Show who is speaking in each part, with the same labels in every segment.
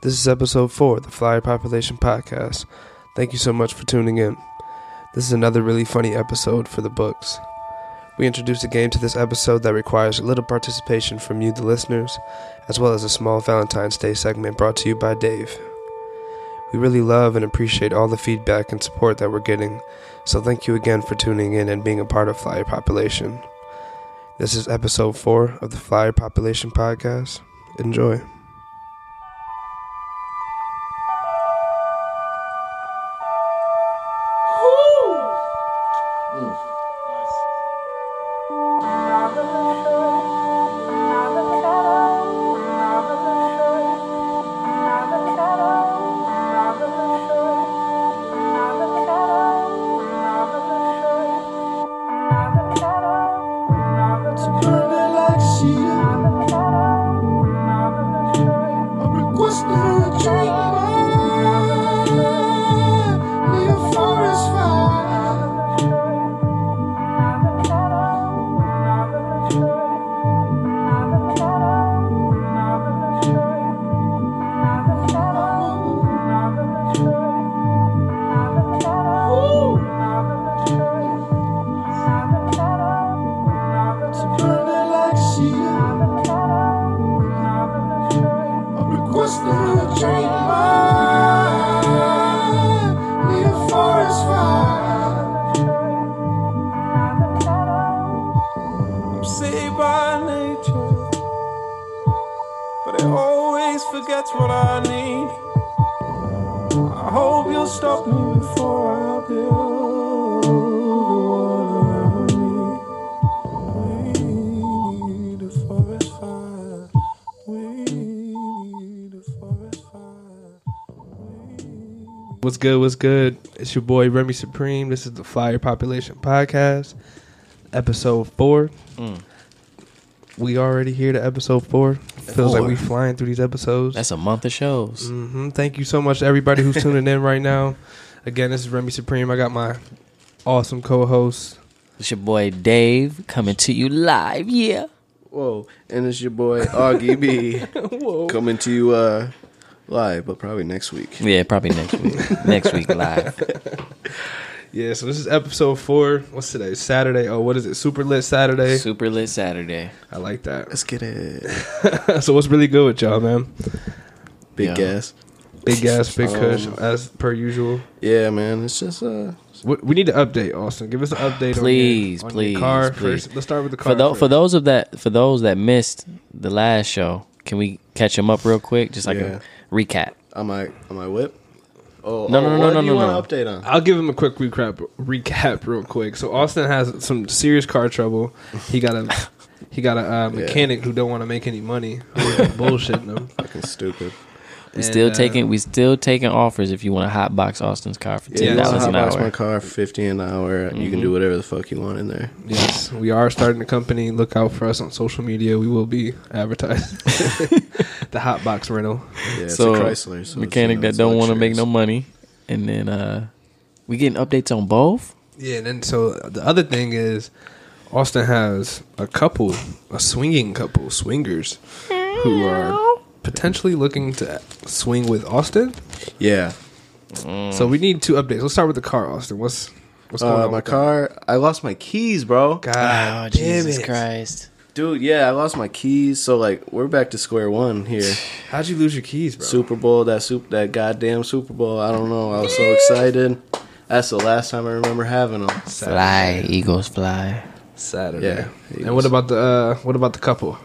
Speaker 1: This is episode four of the Flyer Population Podcast. Thank you so much for tuning in. This is another really funny episode for the books. We introduce a game to this episode that requires a little participation from you, the listeners, as well as a small Valentine's Day segment brought to you by Dave. We really love and appreciate all the feedback and support that we're getting, so thank you again for tuning in and being a part of Flyer Population. This is episode four of the Flyer Population Podcast. Enjoy. What's good? What's good? It's your boy Remy Supreme. This is the Flyer Population Podcast, episode four.
Speaker 2: Mm.
Speaker 1: We already here to episode four. Feels like
Speaker 2: Four.
Speaker 1: we flying through these episodes.
Speaker 2: That's a month of shows.
Speaker 1: hmm Thank you so much to everybody who's tuning in right now. Again, this is Remy Supreme. I got my awesome co-host.
Speaker 2: It's your boy Dave coming to you live. Yeah.
Speaker 3: Whoa, and it's your boy Augie B
Speaker 1: Whoa.
Speaker 3: coming to you uh, live, but probably next week.
Speaker 2: Yeah, probably next week. next week live.
Speaker 1: Yeah, so this is episode four. What's today? Saturday. Oh, what is it? Super lit Saturday.
Speaker 2: Super lit Saturday.
Speaker 1: I like that.
Speaker 3: Let's get it.
Speaker 1: so what's really good with y'all, man?
Speaker 3: Big
Speaker 2: Yeah.
Speaker 3: gas.
Speaker 1: Big gas, big kush,
Speaker 3: Um,
Speaker 1: as per usual.
Speaker 3: Yeah, man. It's just uh,
Speaker 1: We we need to update, Austin. Give us an update.
Speaker 2: Please,
Speaker 1: on your, on
Speaker 2: please,
Speaker 1: your car
Speaker 2: please.
Speaker 1: first. Let's start with the car.
Speaker 2: For those
Speaker 1: first.
Speaker 2: for those of that for those that missed the last show, can we catch them up real quick? Just like
Speaker 3: Yeah.
Speaker 2: a recap.
Speaker 3: on my on my whip. Oh
Speaker 2: No,
Speaker 3: oh,
Speaker 2: no, no,
Speaker 3: what
Speaker 2: no, no,
Speaker 3: do you
Speaker 2: no,
Speaker 3: wanna
Speaker 2: no.
Speaker 3: Update on.
Speaker 1: I'll give him a quick recap. Recap real quick. So Austin has some serious car trouble. He got a he got a uh, mechanic who don't want to make any money. Who is bullshitting him.
Speaker 3: Fucking stupid.
Speaker 2: We
Speaker 1: And,
Speaker 2: still
Speaker 1: uh,
Speaker 2: taking we still taking offers if you want to hotbox Austin's car for
Speaker 3: Yeah,
Speaker 2: ten
Speaker 3: you wanna
Speaker 2: dollars an
Speaker 3: hotbox my
Speaker 2: hour. Mm-hmm.
Speaker 3: car for fifty an hour. You can do whatever the fuck you want in there.
Speaker 1: Yes, we are starting a company. Look out for us on social media. We will be advertising the hot box rental.
Speaker 3: Yeah, it's
Speaker 2: So,
Speaker 3: a Chrysler. So
Speaker 2: Mechanic that don't want to make no money. And then uh we getting updates on both?
Speaker 1: Yeah, and then so the other thing is Austin has a couple, a swinging couple, swingers, who are potentially looking to swing with Austin.
Speaker 3: Yeah,
Speaker 2: Mm.
Speaker 1: So we need two updates. Let's start with the car, Austin. What's what's going
Speaker 3: uh,
Speaker 1: on?
Speaker 3: my
Speaker 1: with
Speaker 3: car. I lost my keys, bro.
Speaker 1: that?
Speaker 2: Ah,
Speaker 1: God, damn it!
Speaker 2: Oh, Christ.
Speaker 3: Dude, yeah, I lost my keys. So like, we're back to square one here.
Speaker 1: How'd you lose your keys, bro?
Speaker 3: Super Bowl, that soup, that goddamn Super Bowl. I don't know. I was so excited. That's the last time I remember having them.
Speaker 2: Fly, Eagles fly.
Speaker 1: Saturday.
Speaker 3: Yeah.
Speaker 1: And what about the uh, what about the couple?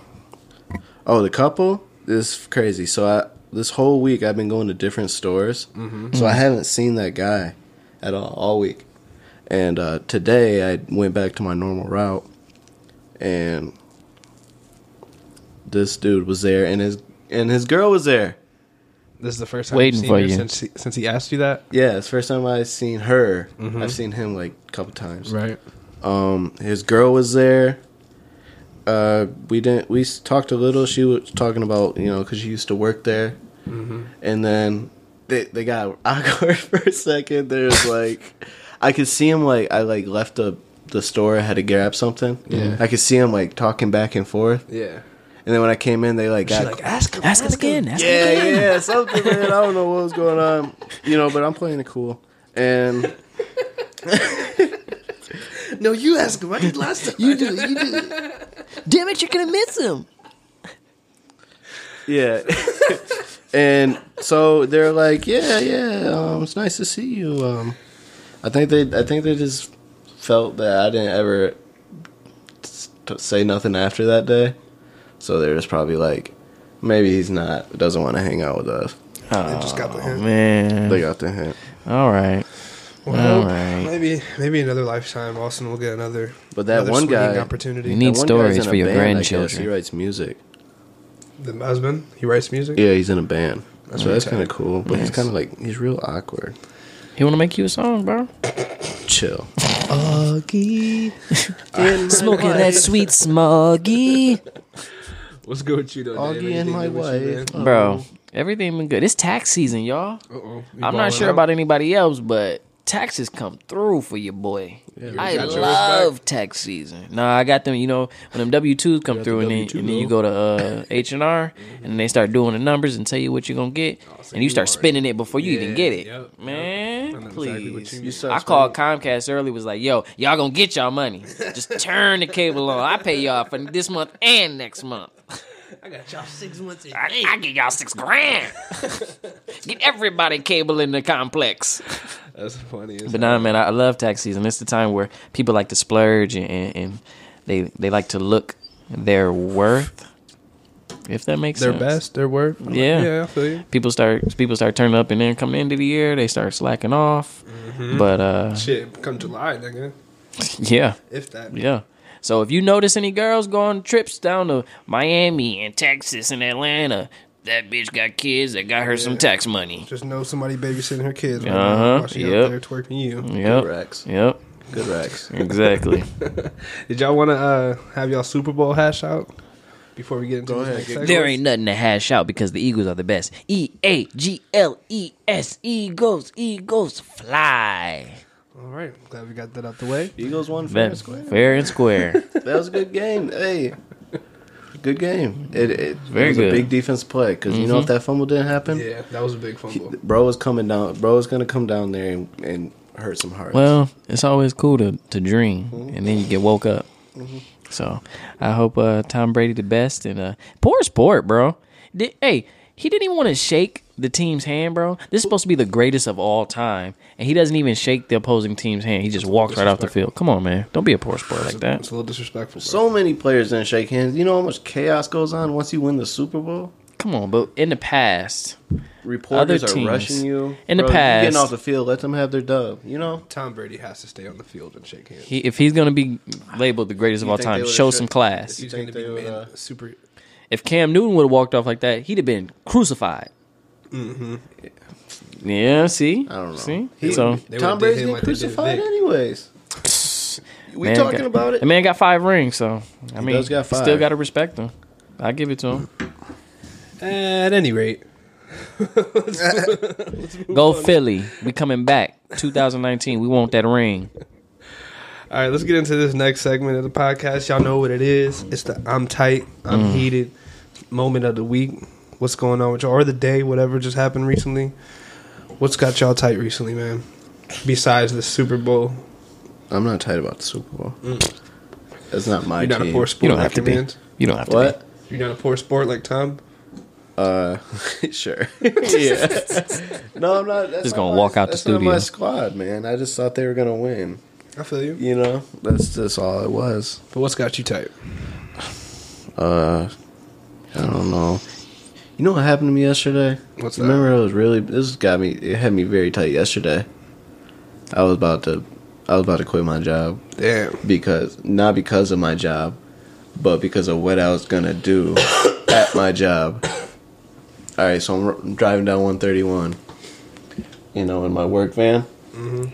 Speaker 3: Oh, the couple is crazy. So I this whole week I've been going to different stores, so I haven't seen that guy at all all week. And uh, today I went back to my normal route, and this dude was there, and his and his girl was there.
Speaker 1: This is the first time you've
Speaker 2: Waiting
Speaker 1: seen
Speaker 2: for
Speaker 1: her
Speaker 2: you.
Speaker 1: since he, since he asked you that,
Speaker 3: Yeah, it's the first time I've seen her. I've seen him like a couple times.
Speaker 1: right?
Speaker 3: Um, his girl was there. Uh, we didn't. We s- talked a little. She was talking about you know because she used to work there,
Speaker 1: Mm-hmm.
Speaker 3: and then they they got awkward for a second. There's like, I could see him like I like left the the store, had to grab something.
Speaker 1: Yeah.
Speaker 3: I could see him like talking back and forth,
Speaker 1: Yeah.
Speaker 3: And then when I came in, they like
Speaker 1: She's
Speaker 3: got
Speaker 1: like, ask him.
Speaker 2: Ask us again. Ask him
Speaker 3: yeah,
Speaker 2: again.
Speaker 3: yeah, something, man. I don't know what was going on, you know, but I'm playing it cool. And
Speaker 1: No, you ask him. I did last time.
Speaker 2: You do. You do. Damn it, you're gonna miss him.
Speaker 3: yeah, and so they're like, yeah, yeah, um, it's nice to see you. Um, I think they, I think they just felt that I didn't ever s- t- say nothing after that day, so they're just probably like, maybe he's not doesn't want to hang out with us.
Speaker 1: Mm-hmm. I just got the
Speaker 2: Oh
Speaker 1: hint.
Speaker 2: man.
Speaker 3: They got the hint.
Speaker 2: All right.
Speaker 1: Well,
Speaker 2: All right.
Speaker 1: maybe maybe another lifetime, Austin will get another.
Speaker 3: But that
Speaker 1: another
Speaker 3: one
Speaker 1: swinging
Speaker 3: guy-
Speaker 1: opportunity.
Speaker 2: You need
Speaker 3: That one
Speaker 2: stories
Speaker 3: guy's in
Speaker 2: for
Speaker 3: a
Speaker 2: your
Speaker 3: band, I guess.
Speaker 2: grandchildren.
Speaker 3: He writes music.
Speaker 1: the husband. He writes music.
Speaker 3: Yeah, he's in a band. so that's
Speaker 1: okay.
Speaker 3: kind of cool, but he's
Speaker 2: Nice.
Speaker 3: kind of like he's real awkward.
Speaker 2: He want to make you a song, bro.
Speaker 3: Chill.
Speaker 2: Smoking that sweet smoggy,
Speaker 1: What's good with you though,
Speaker 3: Augie
Speaker 1: Dave?
Speaker 3: and my
Speaker 1: Anything with you,
Speaker 3: wife.
Speaker 2: bro. Everything been good. It's tax season, y'all.
Speaker 1: man? Uh-oh. You
Speaker 2: I'm
Speaker 1: balling
Speaker 2: not sure
Speaker 1: out?
Speaker 2: about anybody else, but taxes come through for your boy. I
Speaker 1: got yours
Speaker 2: love tax season. Nah, I got them. You know when them W twos come through,
Speaker 3: the
Speaker 2: and then,
Speaker 3: W-2
Speaker 2: and then you
Speaker 3: though.
Speaker 2: go to uh, H and R, and they start doing the numbers and tell you what you're gonna get, and you start spending it before you even
Speaker 1: Yeah,
Speaker 2: get it.
Speaker 1: yep, yep.
Speaker 2: Man,
Speaker 1: know
Speaker 2: please.
Speaker 1: exactly what you mean. You
Speaker 3: start
Speaker 2: I called Comcast early. Was like, yo, y'all gonna get y'all money. Just turn the cable on. I pay y'all for this month and next month.
Speaker 1: I got y'all six months. in.
Speaker 2: I, I get y'all six grand. get everybody cable in the complex.
Speaker 1: That's funny. as
Speaker 2: But nah, man, I I love tax season. It's the time where people like to splurge and, and, and they they like to look their worth, if that makes
Speaker 1: Their
Speaker 2: sense.
Speaker 1: best, their work.
Speaker 2: Yeah.
Speaker 1: yeah, I feel you.
Speaker 2: People start people start turning up, and then come the end of the year, they start slacking off.
Speaker 1: Mm-hmm.
Speaker 2: But uh,
Speaker 1: Shit, come July, nigga.
Speaker 2: yeah,
Speaker 1: If that.
Speaker 2: yeah. So if you notice any girls going trips down to Miami and Texas and Atlanta, that bitch got kids that got her some tax money.
Speaker 1: Just know somebody babysitting her kids right now
Speaker 2: Uh-huh,
Speaker 1: while she
Speaker 2: yep. Mm.
Speaker 1: out there twerking you.
Speaker 2: Yep.
Speaker 3: Rex.
Speaker 2: Yep.
Speaker 3: Good Rex.
Speaker 2: Exactly.
Speaker 1: Did y'all want to uh, have y'all Super Bowl hash out before we get into
Speaker 3: Go
Speaker 1: this
Speaker 3: ahead,
Speaker 1: next
Speaker 3: get
Speaker 1: segment?
Speaker 2: There ain't nothing to hash out because the Eagles are the best. E A G L E S Eagles Eagles fly.
Speaker 1: All right, glad we got that out the way.
Speaker 3: Eagles won fair and
Speaker 2: That's
Speaker 3: square.
Speaker 2: fair and square.
Speaker 3: That was a good game. Hey, good game. It, it,
Speaker 2: Very
Speaker 3: it was
Speaker 2: good. Mm-hmm.
Speaker 3: a big defense play because you know if that fumble didn't happen,
Speaker 1: Yeah, that was a big fumble.
Speaker 3: bro was coming down. Bro was gonna come down there and, and hurt some hearts.
Speaker 2: well, it's always cool to, to dream,
Speaker 3: Mm-hmm.
Speaker 2: and then you get woke up. So I hope uh, Tom Brady the best and uh, poor sport, bro. Di- hey, he didn't even want to shake the team's hand, bro. This is supposed to be the greatest of all time, and he doesn't even shake the opposing team's hand. He just walks right off the field. Come on, man, don't be a poor sport like that.
Speaker 1: It's a little disrespectful. Bro.
Speaker 3: so many players didn't shake hands. You know how much chaos goes on once you win the Super Bowl.
Speaker 2: Come on, but in the past,
Speaker 3: Reporters
Speaker 2: Other
Speaker 3: are
Speaker 2: teams.
Speaker 3: rushing you.
Speaker 2: In the
Speaker 3: Bro, you getting
Speaker 2: past-
Speaker 3: off the field. Let them have their dub. You know.
Speaker 1: Tom Brady has to stay on the field and shake hands.
Speaker 2: He, if he's gonna be labeled the greatest of
Speaker 3: You
Speaker 2: all
Speaker 3: think
Speaker 2: time,
Speaker 3: they
Speaker 2: show
Speaker 3: would've
Speaker 2: some
Speaker 3: should-
Speaker 2: class.
Speaker 1: He's going to
Speaker 3: think
Speaker 1: be
Speaker 3: they would,
Speaker 1: man,
Speaker 3: uh,
Speaker 1: super.
Speaker 2: If Cam Newton would have walked off like that, he'd have been crucified. Mm-hmm. Yeah. See. I
Speaker 3: don't know.
Speaker 2: See.
Speaker 1: He
Speaker 2: so
Speaker 1: They would've did
Speaker 3: Tom Brady's
Speaker 1: him
Speaker 3: getting
Speaker 1: like they did
Speaker 3: crucified
Speaker 1: Vic.
Speaker 3: anyways. We
Speaker 2: man
Speaker 3: talking
Speaker 2: got-
Speaker 3: about it.
Speaker 2: The man got five rings, so I mean,
Speaker 3: does got five.
Speaker 2: still got to respect him. I give it to him.
Speaker 1: At any rate,
Speaker 2: Go Philly. We coming back. 2019. We want that ring.
Speaker 1: all right, let's get into this next segment of the podcast. Y'all know what it is. It's the I'm tight, I'm
Speaker 2: Mm.
Speaker 1: heated moment of the week. What's going on with y'all or the day, whatever just happened recently? What's got y'all tight recently, man? Besides the Super Bowl,
Speaker 3: I'm not tight about the Super Bowl. That's not my
Speaker 1: you're not
Speaker 3: team.
Speaker 1: Mm. a poor
Speaker 2: You
Speaker 1: sport
Speaker 2: don't
Speaker 1: like
Speaker 2: have to
Speaker 1: your
Speaker 2: be.
Speaker 1: man's.
Speaker 2: You don't have to.
Speaker 3: What?
Speaker 1: You're not a poor sport like Tom.
Speaker 3: Uh, sure. yeah. no, I'm not. That's
Speaker 2: Just
Speaker 3: not
Speaker 2: gonna
Speaker 3: my-
Speaker 2: walk out the
Speaker 3: that's not my
Speaker 2: studio.
Speaker 3: squad, man. I just thought they were gonna win.
Speaker 1: I feel you.
Speaker 3: You know, that's just all it was.
Speaker 1: But what's got you tight?
Speaker 3: Uh, I don't know. You know what happened to me yesterday?
Speaker 1: What's
Speaker 3: You
Speaker 1: that?
Speaker 3: Remember, it was really. This got me. It had me very tight yesterday. I was about to. I was about to quit my job.
Speaker 1: Damn.
Speaker 3: because not because of my job, but because of what I was gonna do at my job. All right, so I'm, r- I'm driving down 131, you know, in my work van.
Speaker 2: Mm-hmm.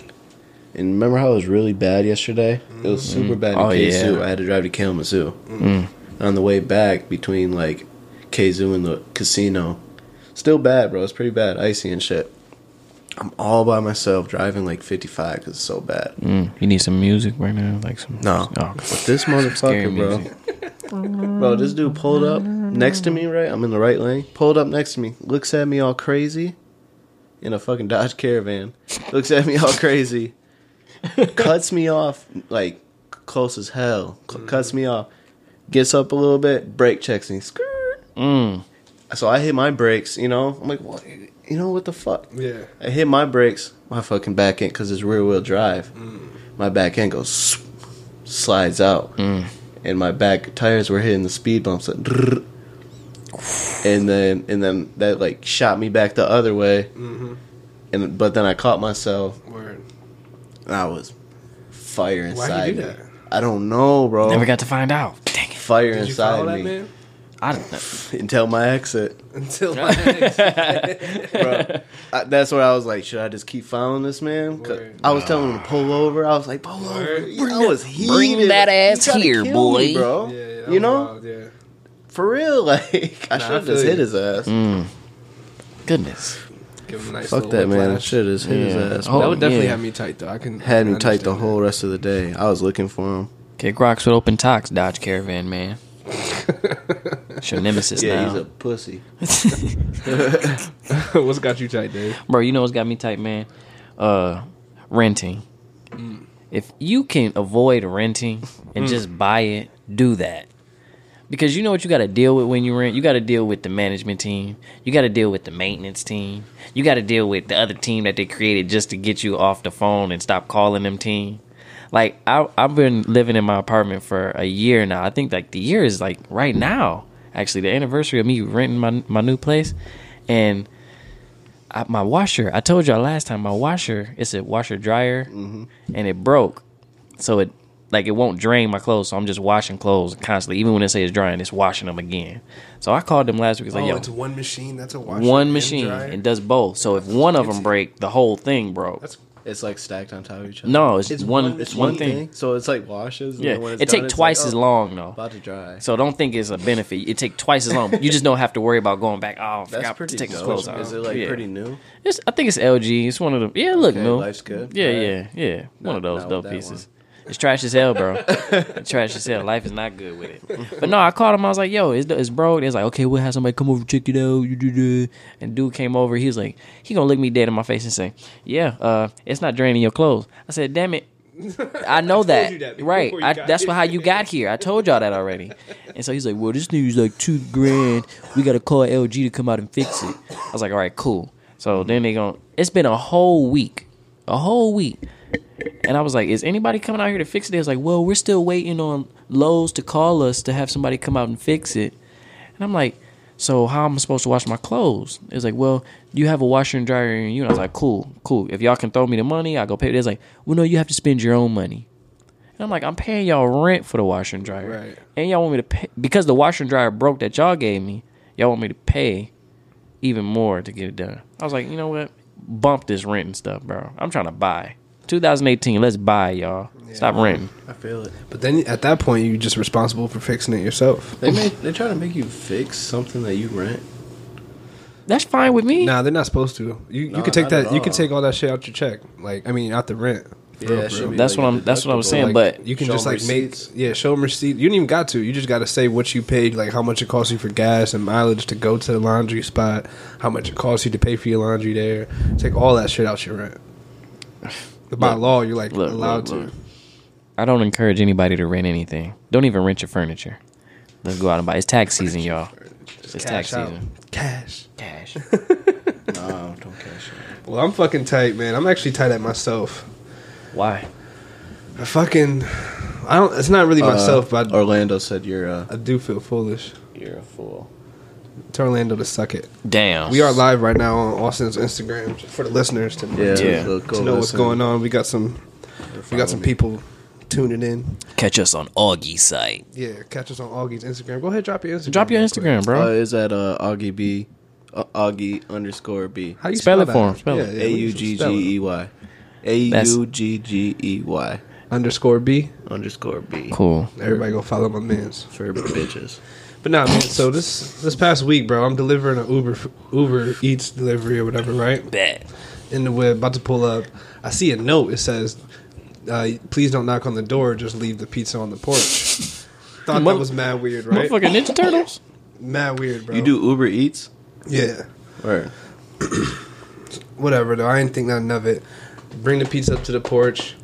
Speaker 3: And remember how it was really bad yesterday? It was super bad in
Speaker 2: Oh, yeah. Mm-hmm.
Speaker 3: Kazoo. I had to drive to Kalamazoo. On the way back between like Kazoo and the casino, still bad, bro. It's pretty bad, icy and shit. I'm all by myself driving like 55 because it's so bad.
Speaker 2: Mm, you need some music right now, like some.
Speaker 3: No.
Speaker 2: Oh,
Speaker 3: But this
Speaker 2: Scary
Speaker 3: motherfucker, bro.
Speaker 2: music.
Speaker 3: Bro, this dude pulled up next to me, right? I'm in the right lane. Pulled up next to me, looks at me all crazy in a fucking Dodge Caravan. Looks at me all crazy. cuts me off, like close as hell. C- Cuts me off. Gets up a little bit, brake checks me. Skirt.
Speaker 2: Mm.
Speaker 3: So I hit my brakes, you know? I'm like, what? You know, what the fuck?
Speaker 1: Yeah.
Speaker 3: I hit my brakes, my fucking back end, because it's rear wheel drive.
Speaker 1: Mm.
Speaker 3: My back end goes swoop, slides out,
Speaker 2: Mm.
Speaker 3: and my back tires were hitting the speed bumps, like, drrrr. and then and then that like shot me back the other way,
Speaker 1: Mm-hmm.
Speaker 3: and but then I caught myself,
Speaker 1: Word.
Speaker 3: and I was fire inside.
Speaker 1: Why'd you do
Speaker 3: me.
Speaker 1: that?
Speaker 3: I don't know, bro.
Speaker 2: Never got to find out. Dang it!
Speaker 3: fire
Speaker 1: Did you
Speaker 3: inside
Speaker 1: follow that
Speaker 3: me
Speaker 1: man?
Speaker 2: I don't.
Speaker 3: until my exit.
Speaker 1: Until my ex.
Speaker 3: bro. I, that's where I was like, should I just keep following this man? 'Cause
Speaker 1: Word.
Speaker 3: I was telling him to pull over. I was like, pull over. You know, I was heated.
Speaker 2: bring that
Speaker 3: You
Speaker 2: ass
Speaker 3: gotta
Speaker 2: here,
Speaker 3: kill me,
Speaker 2: boy.
Speaker 3: bro.
Speaker 1: Yeah, yeah, that
Speaker 3: you
Speaker 1: was
Speaker 3: know,
Speaker 1: wild, yeah.
Speaker 3: for real. Like, I
Speaker 1: Nah, I
Speaker 3: should have
Speaker 1: feel
Speaker 3: just hit
Speaker 1: you.
Speaker 3: his ass.
Speaker 2: Goodness.
Speaker 1: Give him a nice
Speaker 3: Mm. Fuck
Speaker 1: little
Speaker 3: that man. I
Speaker 1: whiplash.
Speaker 3: should have just hit
Speaker 2: Yeah.
Speaker 3: his ass.
Speaker 2: Oh,
Speaker 3: bro.
Speaker 1: that would definitely
Speaker 2: yeah.
Speaker 1: have me tight though. I can
Speaker 3: Had
Speaker 1: I
Speaker 3: me
Speaker 1: can
Speaker 3: tight the
Speaker 1: understand
Speaker 3: whole rest of the day. I was looking for him.
Speaker 2: Kick rocks with open tox, Dodge Caravan, man. It's your nemesis
Speaker 3: Yeah,
Speaker 2: now.
Speaker 3: he's a pussy.
Speaker 1: that. What's got you tight, Dave?
Speaker 2: Bro, you know what's got me tight, man? Uh, renting. If you can avoid renting and just buy it, do that. Because you know what you got to deal with when you rent? You got to deal with the management team. You got to deal with the maintenance team. You got to deal with the other team that they created just to get you off the phone and stop calling them team. Like, I, I've been living in my apartment for a year now. I think, like, the year is, like, right now, actually, the anniversary of me renting my, my new place. And I, my washer. I told y'all last time my washer. It's a washer dryer,
Speaker 3: Mm-hmm.
Speaker 2: and it broke, so it like it won't drain my clothes. So I'm just washing clothes constantly, even when it says drying, it's washing them again. So I called them last week. It's like,
Speaker 1: oh,
Speaker 2: yo,
Speaker 1: it's one machine. That's a washer.
Speaker 2: one
Speaker 1: and
Speaker 2: machine
Speaker 1: dryer.
Speaker 2: it does both. So if one of them
Speaker 1: fancy.
Speaker 2: break, the whole thing broke.
Speaker 1: That's
Speaker 3: It's like stacked on top of each other.
Speaker 2: no, it's, one, It's one, thing.
Speaker 3: So it's like washes. and
Speaker 2: Yeah,
Speaker 3: then when it's
Speaker 2: it
Speaker 3: done,
Speaker 2: take
Speaker 3: it's
Speaker 2: twice
Speaker 3: like,
Speaker 2: as
Speaker 3: oh,
Speaker 2: long though.
Speaker 3: About to dry.
Speaker 2: So don't think it's a benefit. It take twice as long. You just don't have to worry about going back. Oh, I
Speaker 3: That's
Speaker 2: forgot to
Speaker 3: pretty
Speaker 2: take his
Speaker 3: dope.
Speaker 2: clothes off.
Speaker 3: Is it like
Speaker 2: Yeah.
Speaker 3: pretty new?
Speaker 2: It's, I think it's LG. It's one of them. Yeah, look,
Speaker 3: Okay,
Speaker 2: no,
Speaker 3: life's good.
Speaker 2: Yeah,
Speaker 3: Alright.
Speaker 2: yeah, yeah. one of those
Speaker 3: not with
Speaker 2: dope
Speaker 3: that
Speaker 2: pieces. It's trash as hell, bro. it's trash as hell. Life is not good with it. But no, I called him. I was like, "Yo, it's, it's bro." It's like, "Okay, we'll have somebody come over check it out." You do do. And dude came over. He was like, he gonna look me dead in my face and say, "Yeah, uh, it's not draining your clothes." I said, "Damn it." I know that,
Speaker 1: you that before
Speaker 2: right?
Speaker 1: you
Speaker 2: I,
Speaker 1: got
Speaker 2: that's
Speaker 1: here.
Speaker 2: how you got here. I told y'all that already. And so he's like, "Well, this news like two grand. We got to call LG to come out and fix it." I was like, "All right, cool." So then they going It's been a whole week, a whole week, and I was like, "Is anybody coming out here to fix it?" They was like, "Well, we're still waiting on Lowe's to call us to have somebody come out and fix it." And I'm like, so how am I supposed to wash my clothes? It's like, well, you have a washer and dryer in you. And I was like, cool, cool. If y'all can throw me the money, I go pay. It's like, well, no, you have to spend your own money. And I'm like, I'm paying y'all rent for the washer and dryer,
Speaker 1: Right.
Speaker 2: and y'all want me to pay because the washer and dryer broke that y'all gave me. Y'all want me to pay even more to get it done. I was like, you know what? Bump this rent and stuff, bro. I'm trying to buy. 2018, let's buy, y'all. Stop renting.
Speaker 3: I feel it.
Speaker 1: But then at that point, you're just responsible for fixing it yourself.
Speaker 3: They make, they try to make you fix something that you rent.
Speaker 2: That's fine with me.
Speaker 1: Nah, they're not supposed to. You you
Speaker 3: Nah,
Speaker 1: could take
Speaker 3: not at
Speaker 1: that. You could
Speaker 3: all.
Speaker 1: take all that shit out your check. Like I mean, out the rent. For real,
Speaker 3: it
Speaker 1: for
Speaker 3: should
Speaker 1: real.
Speaker 3: be,
Speaker 2: That's what
Speaker 3: your
Speaker 2: I'm- that's what I was
Speaker 3: deductible.
Speaker 2: saying,
Speaker 1: Like,
Speaker 2: but-
Speaker 1: you can
Speaker 3: Show
Speaker 1: just
Speaker 3: them
Speaker 1: like
Speaker 3: receipts.
Speaker 1: make yeah show them receipt. You don't even got to. You just got to say what you paid, like how much it cost you for gas and mileage to go to the laundry spot, how much it cost you to pay for your laundry there. Take all that shit out your rent. By
Speaker 2: Look,
Speaker 1: law, you're like
Speaker 2: look,
Speaker 1: allowed
Speaker 2: look, look.
Speaker 1: to.
Speaker 2: I don't encourage anybody to rent anything. Don't even rent your furniture. Let's go out and buy. It's tax season, y'all. It's tax
Speaker 1: Cash out.
Speaker 2: season.
Speaker 1: Cash.
Speaker 2: Cash.
Speaker 3: No, don't cash it.
Speaker 1: Well, I'm fucking tight, man. I'm actually tight at myself.
Speaker 2: Why?
Speaker 1: I fucking. I don't. It's not really myself, but I,
Speaker 3: Uh, Orlando said you're uh, a
Speaker 1: I do feel foolish.
Speaker 3: you're a fool.
Speaker 1: Tell Orlando to suck it.
Speaker 2: Damn.
Speaker 1: We are live right now on Austin's Instagram for the listeners to,
Speaker 3: Yeah,
Speaker 2: Yeah.
Speaker 3: look, go
Speaker 1: to know what's
Speaker 3: listen.
Speaker 1: going on. We got some. We got some people tuning in.
Speaker 2: Catch us on Augie's site.
Speaker 1: Yeah, catch us on Augie's Instagram. Go ahead, drop your Instagram.
Speaker 2: Drop your
Speaker 1: real quick.
Speaker 2: Instagram,
Speaker 3: Uh,
Speaker 2: bro.
Speaker 3: is that uh, Augie B, uh, Augie underscore B,
Speaker 1: How you
Speaker 2: Spell
Speaker 1: spell,
Speaker 2: it for him,
Speaker 1: that?
Speaker 2: spell it.
Speaker 1: Yeah, yeah,
Speaker 3: A
Speaker 1: we
Speaker 3: U
Speaker 1: should
Speaker 3: G
Speaker 1: spell
Speaker 3: G
Speaker 1: it.
Speaker 3: E Y, A U G G E Y
Speaker 1: underscore B.
Speaker 3: underscore B
Speaker 2: Cool.
Speaker 1: Everybody go follow my man's.
Speaker 3: for bitches.
Speaker 1: But nah, man. So this this past week, bro, I'm delivering an Uber Uber Eats delivery or whatever, right?
Speaker 2: Bet.
Speaker 1: in the whip, about to pull up. I see a note. It says, uh, "Please don't knock on the door. Just leave the pizza on the porch." Thought that was mad weird, right?
Speaker 2: Motherfucking Ninja Turtles.
Speaker 1: Mad weird, bro.
Speaker 3: You do Uber Eats?
Speaker 1: yeah.
Speaker 3: Or
Speaker 1: Whatever though, I didn't think nothing of it. Bring the pizza up to the porch.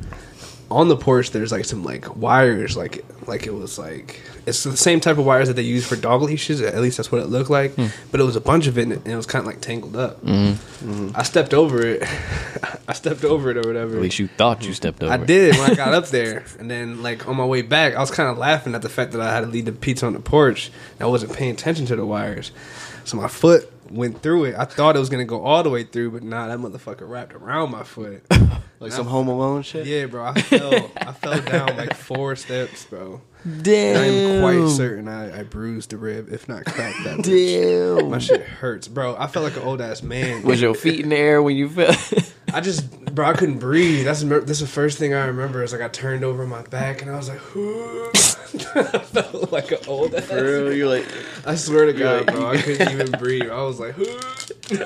Speaker 1: On the porch, there's like some like wires, like like it was like it's the same type of wires that they use for dog leashes. At least that's what it looked like. But it was a bunch of it, and it- and it was kind of like tangled up. I stepped over it. I stepped over it or whatever.
Speaker 2: At least you thought you stepped over.
Speaker 1: I
Speaker 2: it.
Speaker 1: did when I got up there, and then like on my way back, I was kind of laughing at the fact that I had to leave the pizza on the porch. And I wasn't paying attention to the wires, so my foot went through it. I thought it was gonna go all the way through, but nah, that motherfucker wrapped around my foot.
Speaker 3: like some Home Alone shit?
Speaker 1: yeah, bro, I fell. I fell down like four steps, bro.
Speaker 2: Damn.
Speaker 1: I'm quite certain I, I bruised a rib, if not cracked that. bitch. My
Speaker 2: Damn.
Speaker 1: shit hurts, bro. I felt like an old ass man.
Speaker 2: Was your feet in the air when you fell?
Speaker 1: I just, bro, I couldn't breathe. That's that's the first thing I remember is like I turned over my back and I was like, I felt like an old ass.
Speaker 3: For real, you're like,
Speaker 1: I swear to
Speaker 3: Yeah.
Speaker 1: God, bro, I couldn't even breathe. I was like, and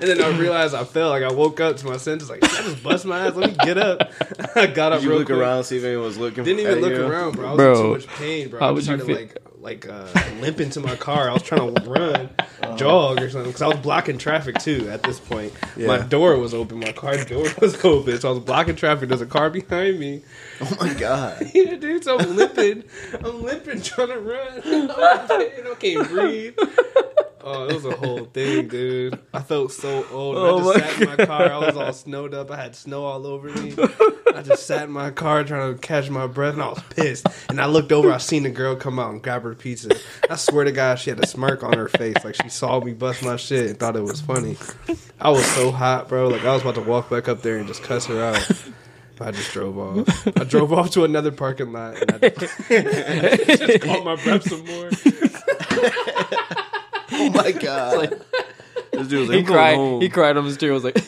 Speaker 1: then I realized I fell. Like I woke up to my senses, like "Did I just bust my ass. Let me get up. I got up.
Speaker 3: did you
Speaker 1: real
Speaker 3: look
Speaker 1: quick.
Speaker 3: around, see if anyone was looking
Speaker 1: Didn't even
Speaker 3: at
Speaker 1: look
Speaker 3: you?
Speaker 1: around, bro. I was
Speaker 2: Bro,
Speaker 1: in too much pain, bro.
Speaker 2: how
Speaker 1: I
Speaker 2: would
Speaker 1: was
Speaker 2: you
Speaker 1: trying to
Speaker 2: feel-
Speaker 1: like like uh, limp into my car. I was trying to run,
Speaker 2: Uh.
Speaker 1: jog or something because I was blocking traffic too. At this point, my
Speaker 3: Yeah.
Speaker 1: door was open, my car door was open, so I was blocking traffic. There's a car behind me.
Speaker 3: Oh my god.
Speaker 1: Yeah, dude, so I'm limping. I'm limping, trying to run. I'm limping, I can't breathe. Oh, it was a whole thing, dude. I felt so old.
Speaker 2: Oh,
Speaker 1: I
Speaker 2: my
Speaker 1: just sat in my car. I was all snowed up. I had snow all over me. I just sat in my car trying to catch my breath, and I was pissed. And I looked over. I seen the girl come out and grab her pizza. I swear to God, she had a smirk on her face, like she saw me bust my shit and thought it was funny. I was so hot, bro. Like I was about to walk back up there and just cuss her out. I just drove off. I drove off to another parking lot and I just caught my breath some more.
Speaker 3: Oh my god. this dude was
Speaker 2: he
Speaker 3: like, "I'm going
Speaker 2: cried.
Speaker 3: home."
Speaker 2: He cried on the steering. Was like,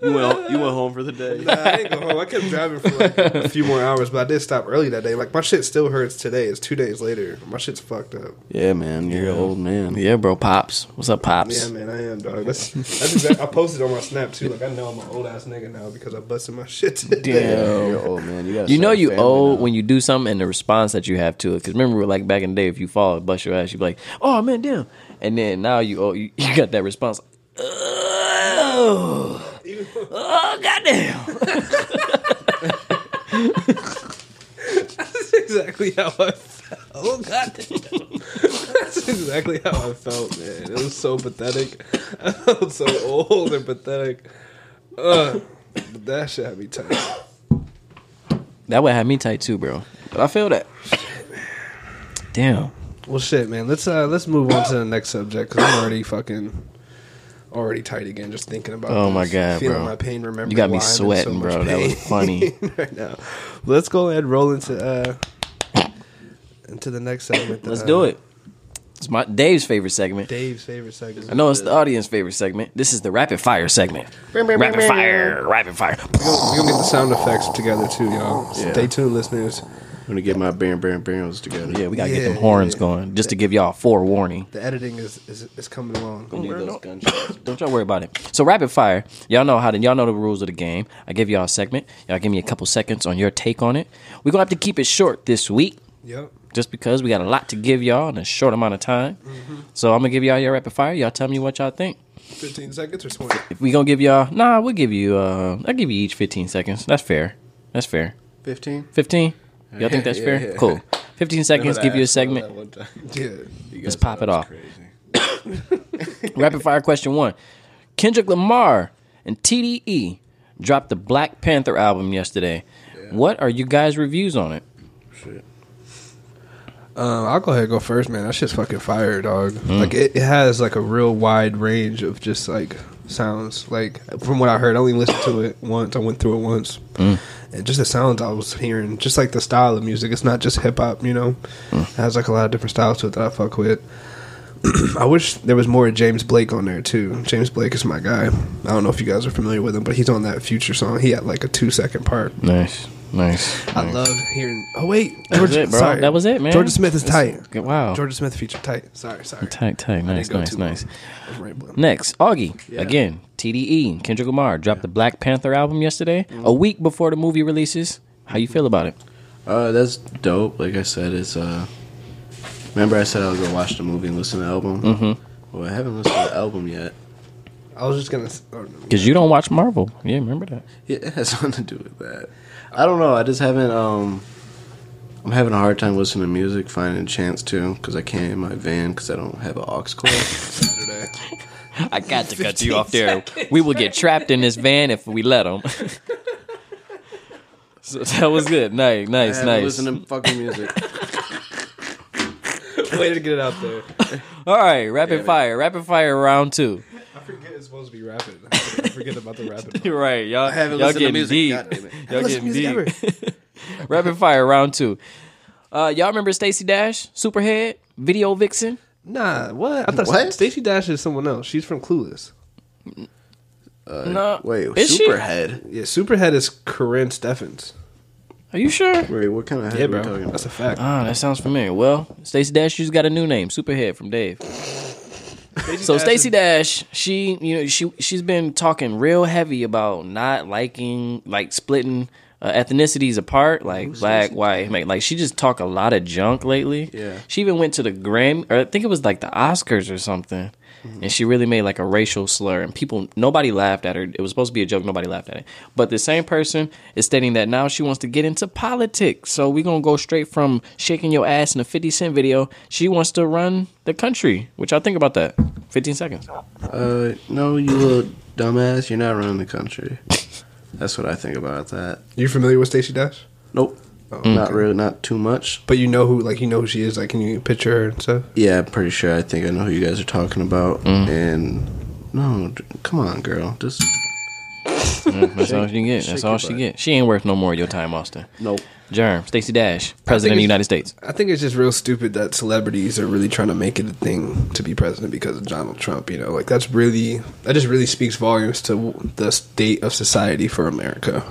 Speaker 3: You went, you went home for the day.
Speaker 1: Nah, I didn't go home. I kept driving for like a few more hours, but I did stop early that day. Like my shit still hurts today. It's two days later. My shit's fucked up.
Speaker 3: Yeah, man. You're an old man.
Speaker 2: yeah, bro. Pops. What's up, pops?
Speaker 1: Yeah, man, I am dog. That's, that's exact, I posted on my snap too. Like I know I'm an old ass nigga now because I busted my shit today.
Speaker 3: Yeah, you're old man. You, gotta
Speaker 2: You know
Speaker 3: start a
Speaker 2: you
Speaker 3: family
Speaker 2: owe
Speaker 3: now.
Speaker 2: when you do something and the response that you have to it. Because remember, like back in the day, if you fall and bust your ass, you'd be like, "Oh man, damn!" And then now you owe you, you got that response. Oh, oh goddamn!
Speaker 1: That's exactly how I felt. Oh god. That's exactly how I felt, man. It was so pathetic. I felt so old and pathetic. Uh, but that shit had me tight.
Speaker 2: That would have me tight too, bro. But I feel that. Damn.
Speaker 1: Well, shit, man. Let's uh let's move on to the next subject because I'm already fucking already tight again just thinking about.
Speaker 2: Oh,
Speaker 1: this.
Speaker 2: my God,
Speaker 1: feeling
Speaker 2: bro.
Speaker 1: my pain. Remembering
Speaker 2: You got me
Speaker 1: why I'm in so
Speaker 2: sweating,
Speaker 1: much
Speaker 2: bro. That was
Speaker 1: pain
Speaker 2: funny.
Speaker 1: right now. Let's go ahead and roll into uh into the next segment.
Speaker 2: Let's
Speaker 1: uh,
Speaker 2: do it. It's my Dave's favorite segment.
Speaker 1: Dave's favorite segment.
Speaker 2: I know it's the audience favorite segment. This is the rapid fire segment. Rapid fire, rapid fire.
Speaker 1: We're gonna get the sound effects together too, y'all.
Speaker 3: Yeah.
Speaker 1: Stay tuned, listeners.
Speaker 3: I'm gonna get my bam bam bams together.
Speaker 2: Yeah, we gotta get
Speaker 1: Yeah,
Speaker 2: them horns
Speaker 1: yeah.
Speaker 2: going just to give y'all a forewarning.
Speaker 1: The editing is is, is coming along.
Speaker 3: need those gunshots.
Speaker 2: Don't y'all worry about it. So rapid fire, y'all know how to y'all know the rules of the game. I give y'all a segment. Y'all give me a couple seconds on your take on it. We're gonna have to keep it short this week,
Speaker 1: Yep.
Speaker 2: just because we got a lot to give y'all in a short amount of time.
Speaker 3: Mm-hmm.
Speaker 2: So I'm gonna give y'all your rapid fire. Y'all tell me what y'all think.
Speaker 1: Fifteen seconds or twenty.
Speaker 2: If we gonna give y'all, nah, we'll give you. uh I'll give you each 15 seconds. That's fair. That's fair.
Speaker 3: 15?
Speaker 2: 15. Y'all think that's
Speaker 3: Yeah,
Speaker 2: fair?
Speaker 3: yeah.
Speaker 2: Cool. 15 seconons. Give you a segment.
Speaker 1: Yeah.
Speaker 2: Let's pop it off. Rapid fire question one. Kendrick Lamar and TDE dropped the Black Panther album yesterday. What are you guys' reviews on it?
Speaker 1: Um, I'll go ahead and go first, man. That shit's fucking fire, dog.
Speaker 2: Hmm.
Speaker 1: Like it, it has like a real wide range of just like sounds. Like from what I heard, I only listened to it once. I went through it once,
Speaker 2: Hmm.
Speaker 1: and just the sounds I was hearing, just like the style of music. It's not just hip hop, you know.
Speaker 2: Hmm.
Speaker 1: It has like a lot of different styles to it that I fuck with. I wish there was more James Blake on there too. James Blake is my guy. I don't know if you guys are familiar with him, but he's on that Future song. He had like a two second part.
Speaker 2: Nice. Nice.
Speaker 1: I
Speaker 2: Nice.
Speaker 1: love hearing. Oh wait,
Speaker 2: That was it, bro.
Speaker 1: Sorry.
Speaker 2: That was it, man.
Speaker 1: Jordan Smith is tight.
Speaker 2: Good- Wow.
Speaker 1: Jordan Smith feature tight. Sorry, sorry.
Speaker 2: Tight, tight. Nice,
Speaker 1: go
Speaker 2: nice,
Speaker 1: too
Speaker 2: nice.
Speaker 1: I'm rambling.
Speaker 2: Next, Augie. Again, TDE, Kendrick Lamar dropped the Black Panther album yesterday, a
Speaker 1: Mm.
Speaker 2: week before the movie releases. How you feel about it?
Speaker 3: Uh, that's dope. Like I said, it's uh. Remember, I said I was gonna watch the movie and listen to the album. Mm-hmm. Well, I haven't listened to the album yet.
Speaker 1: I was just gonna. s- oh, no.
Speaker 2: Because you don't watch Marvel. Yeah, remember that.
Speaker 3: Yeah, it has something to do with that. I don't know. I just haven't. Um, I'm having a hard time listening to music, finding a chance to, because I can't in my van because I don't have an aux cord.
Speaker 1: Saturday.
Speaker 2: I got to cut you off there. We will get trapped in this van if we let them. so that was good. Nice,
Speaker 3: I
Speaker 2: nice,
Speaker 3: haven't
Speaker 2: nice.
Speaker 3: listened to fucking music.
Speaker 1: Way to get it out there.
Speaker 2: All right, rapid fire, rapid fire round two.
Speaker 1: I forget it's supposed to be rapid. I forget about the rapid.
Speaker 2: You're right, y'all.
Speaker 3: I haven't
Speaker 2: y'all
Speaker 3: listened to
Speaker 2: getting
Speaker 3: music.
Speaker 2: deep.
Speaker 3: God damn it.
Speaker 2: Y'all
Speaker 1: Listen
Speaker 2: getting
Speaker 1: to music
Speaker 2: deep. Rapid fire round two. Uh, y'all remember Stacey Dash, Superhead, Video Vixen?
Speaker 1: Nah, what? I thought
Speaker 3: What?
Speaker 1: Stacey Dash is someone else. She's from Clueless.
Speaker 2: no,
Speaker 3: Uh, Wait,
Speaker 2: is she?
Speaker 3: Superhead.
Speaker 1: Yeah, Superhead is Corinne Steffens.
Speaker 2: Are you sure?
Speaker 3: Wait, what kind of head
Speaker 1: Yeah,
Speaker 3: are we
Speaker 1: bro.
Speaker 3: talking about?
Speaker 1: That's a fact.
Speaker 2: Ah, that sounds familiar. Well, Stacey Dash just got a new name, Superhead from Dave. so
Speaker 1: Dash
Speaker 2: Stacey Dash, she you know she she's been talking real heavy about not liking like splitting uh, ethnicities apart, like black, white, like, like she just talk a lot of junk lately.
Speaker 3: Yeah.
Speaker 2: she even went to the Grammy, or I think it was like the Oscars or something,
Speaker 3: Mm-hmm.
Speaker 2: and she really made like a racial slur, and people nobody laughed at her. It was supposed to be a joke, nobody laughed at it. But the same person is stating that now she wants to get into politics. So we're gonna go straight from shaking your ass in a Fifty Cent video. She wants to run the country. Which I think about that. Fifteen seconds.
Speaker 3: Uh, no, you little dumbass. You're not running the country. That's what I think about that.
Speaker 1: You familiar with Stacey Dash?
Speaker 3: Nope. Oh, Not really. Not too much.
Speaker 1: But you know who, like, you know who she is. Like, can you picture her and stuff?
Speaker 3: Yeah, I'm pretty sure. I think I know who you guys are talking about. And no, d- come on, girl. Just
Speaker 2: That's all she get. That's
Speaker 3: shake
Speaker 2: all
Speaker 3: your
Speaker 2: she
Speaker 3: butt.
Speaker 2: get. She ain't worth no more of your time, Austin.
Speaker 3: nope.
Speaker 2: Germ, Stacey Dash, President of the
Speaker 1: it's-
Speaker 2: United States.
Speaker 1: I think it's just real stupid that celebrities are really trying to make it a thing to be president because of Donald Trump. You know, like that's really that just really speaks volumes to the state of society for America.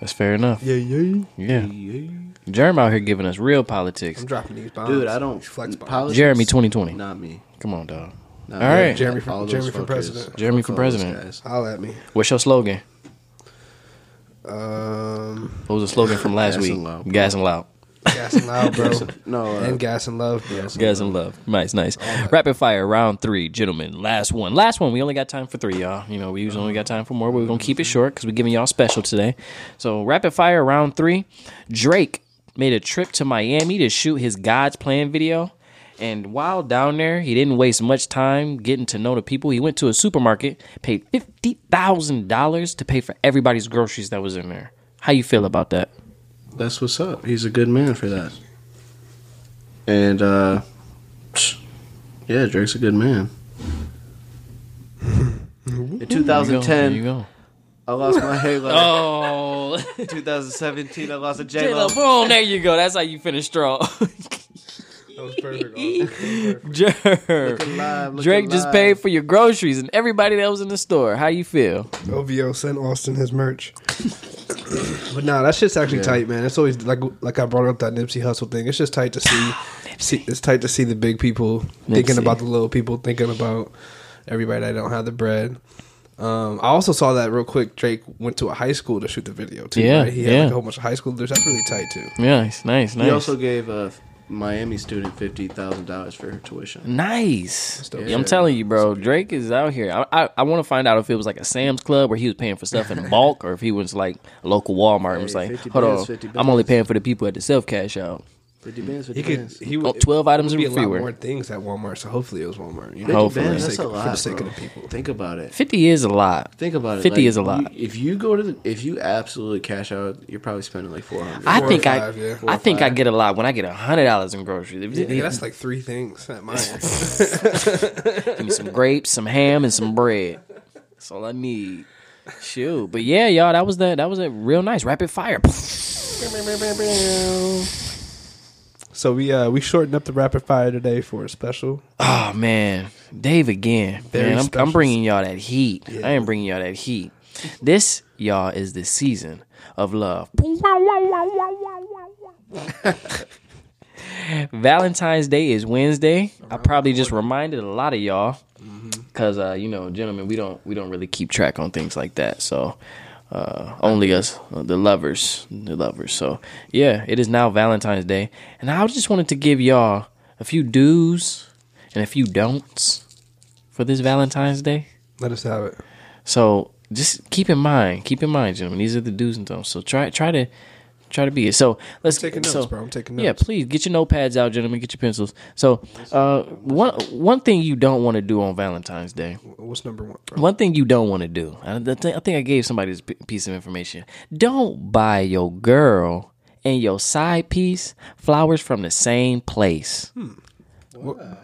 Speaker 2: That's fair enough.
Speaker 1: Yeah, yeah.
Speaker 2: Yeah. Germ out here giving us real politics.
Speaker 1: I'm dropping these bombs,
Speaker 3: Dude, I don't
Speaker 1: flex bombs.
Speaker 3: politics-
Speaker 2: Jeremy 2020.
Speaker 3: Not me.
Speaker 2: Come on, dog.
Speaker 3: Not
Speaker 2: All
Speaker 3: me.
Speaker 2: right.
Speaker 1: Jeremy for-
Speaker 3: All those
Speaker 1: Jeremy for
Speaker 3: fuckers.
Speaker 1: president.
Speaker 2: Jeremy for
Speaker 3: Fuck all those
Speaker 2: president.
Speaker 3: guys.
Speaker 1: Holla at me.
Speaker 2: What's your slogan?
Speaker 1: Um,
Speaker 2: What was the slogan from last
Speaker 3: Gas
Speaker 2: week?
Speaker 3: and love, bro.
Speaker 2: Gas and loud.
Speaker 1: gas and loud, bro,
Speaker 3: No, uh,
Speaker 1: and gas and love, bro.
Speaker 2: Guys in love. Nice, nice. Rapid fire, round three, gentlemen. Last one. Last one. We only got time for three, y'all. You know, we usually only got time for more, but we're going to keep it short because we're giving y'all special today. So, rapid fire, round three. Drake made a trip to Miami to shoot his God's Plan video. And while down there, he didn't waste much time getting to know the people. He went to a supermarket, paid $50,000 to pay for everybody's groceries that was in there. How you feel about that?
Speaker 3: That's what's up. He's a good man for that. And uh psh, yeah, Drake's a good man. In
Speaker 2: There you
Speaker 3: 2010,
Speaker 2: go.
Speaker 3: I lost my halo.
Speaker 2: Oh.
Speaker 3: 2017, I lost a J
Speaker 2: J-Lo.
Speaker 3: Lo.
Speaker 2: Boom, there you go. That's how you finish strong.
Speaker 1: That was perfect.
Speaker 2: Jerk. Drake just paid for your groceries and everybody that was in the store. How you feel?
Speaker 1: OVO sent Austin his merch. but nah, that shit's actually tight, man. It's always like like I brought up that Nipsey Hustle thing. It's just tight to see, see it's tight to see the big people thinking
Speaker 2: Nipsey.
Speaker 1: about the little people, thinking about everybody that don't have the bread. Um, I also saw that real quick. Drake went to a high school to shoot the video too.
Speaker 2: Yeah,
Speaker 1: right? he had
Speaker 2: yeah.
Speaker 1: like a whole bunch of high schoolers. That's really tight too.
Speaker 2: Nice, nice,
Speaker 3: He
Speaker 2: nice.
Speaker 3: also gave a Miami student fifty thousand dollars for her tuition.
Speaker 2: nice.
Speaker 1: dope.
Speaker 2: Yeah, I'm telling you, bro. Drake is out here. I I, I want to find out if it was like a Sam's Club where he was paying for stuff in bulk, or if he was like a local Walmart and was
Speaker 3: Hey,
Speaker 2: like,
Speaker 3: 50
Speaker 2: "Hold
Speaker 3: bands,
Speaker 2: on,
Speaker 3: 50
Speaker 2: I'm only
Speaker 3: bands."
Speaker 2: paying for the people at the self cash out."
Speaker 3: Fifty bands, fifty
Speaker 1: He could.
Speaker 3: bands.
Speaker 1: He
Speaker 2: Oh,
Speaker 1: would.
Speaker 2: 12 items
Speaker 1: would be
Speaker 2: in
Speaker 1: a lot
Speaker 2: freeware.
Speaker 1: more things at Walmart. So hopefully it was Walmart. You know?
Speaker 2: Hopefully.
Speaker 3: Fifty bands,
Speaker 1: For the
Speaker 3: that's
Speaker 1: sake-
Speaker 3: a
Speaker 1: for
Speaker 3: lot.
Speaker 1: the sake of the
Speaker 3: bro.
Speaker 1: people.
Speaker 3: Think about it.
Speaker 2: Fifty is a lot.
Speaker 3: Think about it.
Speaker 2: 50
Speaker 3: like,
Speaker 2: is a lot.
Speaker 3: you- if you go to the, if you absolutely cash out, you're probably spending like four hundred.
Speaker 2: I
Speaker 1: Four or
Speaker 2: think
Speaker 1: five,
Speaker 2: I
Speaker 1: yeah. Four
Speaker 2: I
Speaker 1: or
Speaker 2: think I get a lot when I get hundred dollars in groceries. If-
Speaker 1: Yeah, that's like three things at mine.
Speaker 2: Give me some grapes, some ham, and some bread. That's all I need. Shoot, but yeah, y'all, that was that. That was a real nice rapid fire.
Speaker 1: So we uh we shortened up the rapid fire today for a special.
Speaker 2: Oh man, Dave again.
Speaker 1: Very
Speaker 2: man, I'm,
Speaker 1: special.
Speaker 2: I'm bringing y'all that heat. I am bringing y'all that heat. This, y'all, is the season of love. Valentine's Day is Wednesday. I probably just reminded a lot of y'all because uh, you know, gentlemen, we don't we don't really keep track on things like that. So uh, only us, uh, the lovers, the lovers. So yeah, it is now Valentine's Day, and I just wanted to give y'all a few do's and a few don'ts for this Valentine's Day.
Speaker 1: Let us have it.
Speaker 2: So just keep in mind, keep in mind, gentlemen, these are the do's and don'ts. So try try to try to be it. So let's
Speaker 1: taking notes,
Speaker 2: so,
Speaker 1: bro. I'm taking
Speaker 2: Yeah,
Speaker 1: notes.
Speaker 2: please get your notepads out, gentlemen. Get your pencils. So uh, one one thing you don't want to do on Valentine's Day.
Speaker 1: What's number one, bro?
Speaker 2: One thing you don't want to do. I, the thing- I think I gave somebody this p- piece of information. Don't buy your girl and your side piece flowers from the same place.
Speaker 1: Hmm.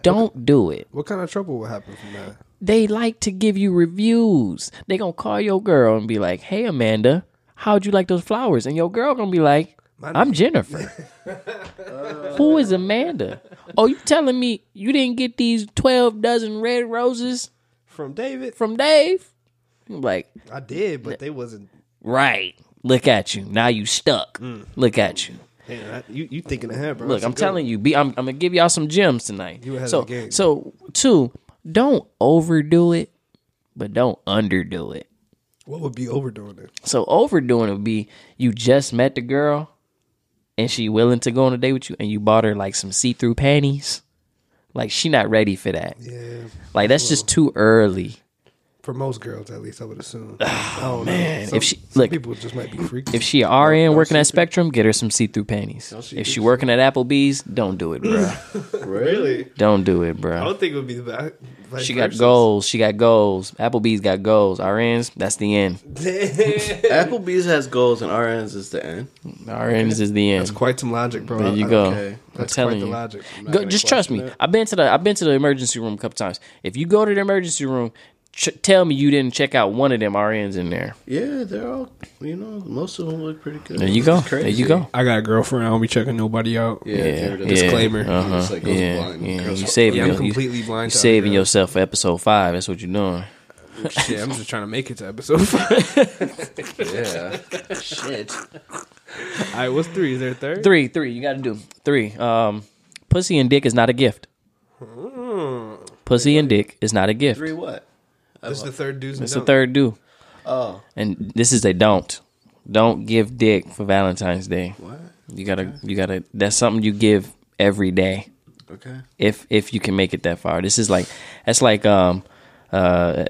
Speaker 2: Don't do it
Speaker 1: What kind of trouble will happen from that?
Speaker 2: they like to give you reviews. They gonna call your girl and be like, "Hey Amanda, how'd you like those flowers?" And your girl gonna be like, "I'm Jennifer." Who is Amanda? Oh, you telling me you didn't get these twelve dozen red roses
Speaker 1: From David,
Speaker 2: from Dave? I'm like,
Speaker 1: I did, but they wasn't.
Speaker 2: right. Look at you. Now you stuck. Look at you.
Speaker 1: Damn, I- you you thinking ahead, bro?
Speaker 2: Look, I'm telling you, be, I'm, I'm gonna give y'all some gems tonight.
Speaker 1: You ahead of
Speaker 2: so,
Speaker 1: the game.
Speaker 2: so two, don't overdo it, but don't underdo it.
Speaker 1: What would be overdoing it?
Speaker 2: So overdoing would be you just met the girl and she willing to go on a date with you and you bought her like some see-through panties. Like she not ready for that.
Speaker 1: Yeah,
Speaker 2: Like that's just too early.
Speaker 1: for most girls, at least I would assume. Oh man,
Speaker 2: If she- look-
Speaker 1: people just might be freaky.
Speaker 2: If she RN working at Spectrum, get her some see-through panties. If she working at Applebee's, don't do it, bro.
Speaker 1: really,
Speaker 2: don't do it, bro.
Speaker 1: I don't think it would be the back.
Speaker 2: She got goals. She got goals. Applebee's got goals. RNs, that's the end.
Speaker 3: Applebee's has goals and RNs is the end.
Speaker 2: RNs is the end.
Speaker 1: It's quite some logic, bro.
Speaker 2: There you
Speaker 1: I-
Speaker 2: go.
Speaker 1: okay.
Speaker 2: I'm
Speaker 1: That's
Speaker 2: telling
Speaker 1: quite the
Speaker 2: you.
Speaker 1: logic.
Speaker 2: Go- just trust me. I've been to the I've been to the emergency room a couple times. If you go to the emergency room, ch- tell me you didn't check out one of them RNs in there.
Speaker 3: Yeah, they're all you know. Most of them look pretty good.
Speaker 2: There you go.
Speaker 3: It's
Speaker 2: There
Speaker 3: crazy.
Speaker 2: you go.
Speaker 4: I got a girlfriend. I don't be checking nobody out.
Speaker 3: Yeah,
Speaker 2: Yeah.
Speaker 3: yeah.
Speaker 2: yeah.
Speaker 1: Disclaimer.
Speaker 2: Uh-huh.
Speaker 3: Just, like, goes
Speaker 2: yeah.
Speaker 3: blind.
Speaker 2: yeah.
Speaker 3: Girls
Speaker 2: You
Speaker 3: are-
Speaker 2: saving
Speaker 1: Yeah, I'm
Speaker 2: your, you,
Speaker 1: completely blind.
Speaker 2: you
Speaker 1: to other
Speaker 2: saving
Speaker 1: girls.
Speaker 2: yourself for episode five. That's what you're doing.
Speaker 4: Shit, I'm just trying to make it to episode five.
Speaker 3: Yeah. Shit.
Speaker 4: All right, what's three? Is there a third?
Speaker 2: Three, three. You got to do three. Um, pussy and dick is not a gift. Pussy and dick is not a gift.
Speaker 3: Three what?
Speaker 1: This is the third dude's.
Speaker 2: It's the third do,
Speaker 3: Oh,
Speaker 2: and this is a don't. Don't give dick for Valentine's Day.
Speaker 3: what?
Speaker 2: You gotta, you gotta. That's something you give every day.
Speaker 3: Okay.
Speaker 2: if if you can make it that far. This is like that's like um uh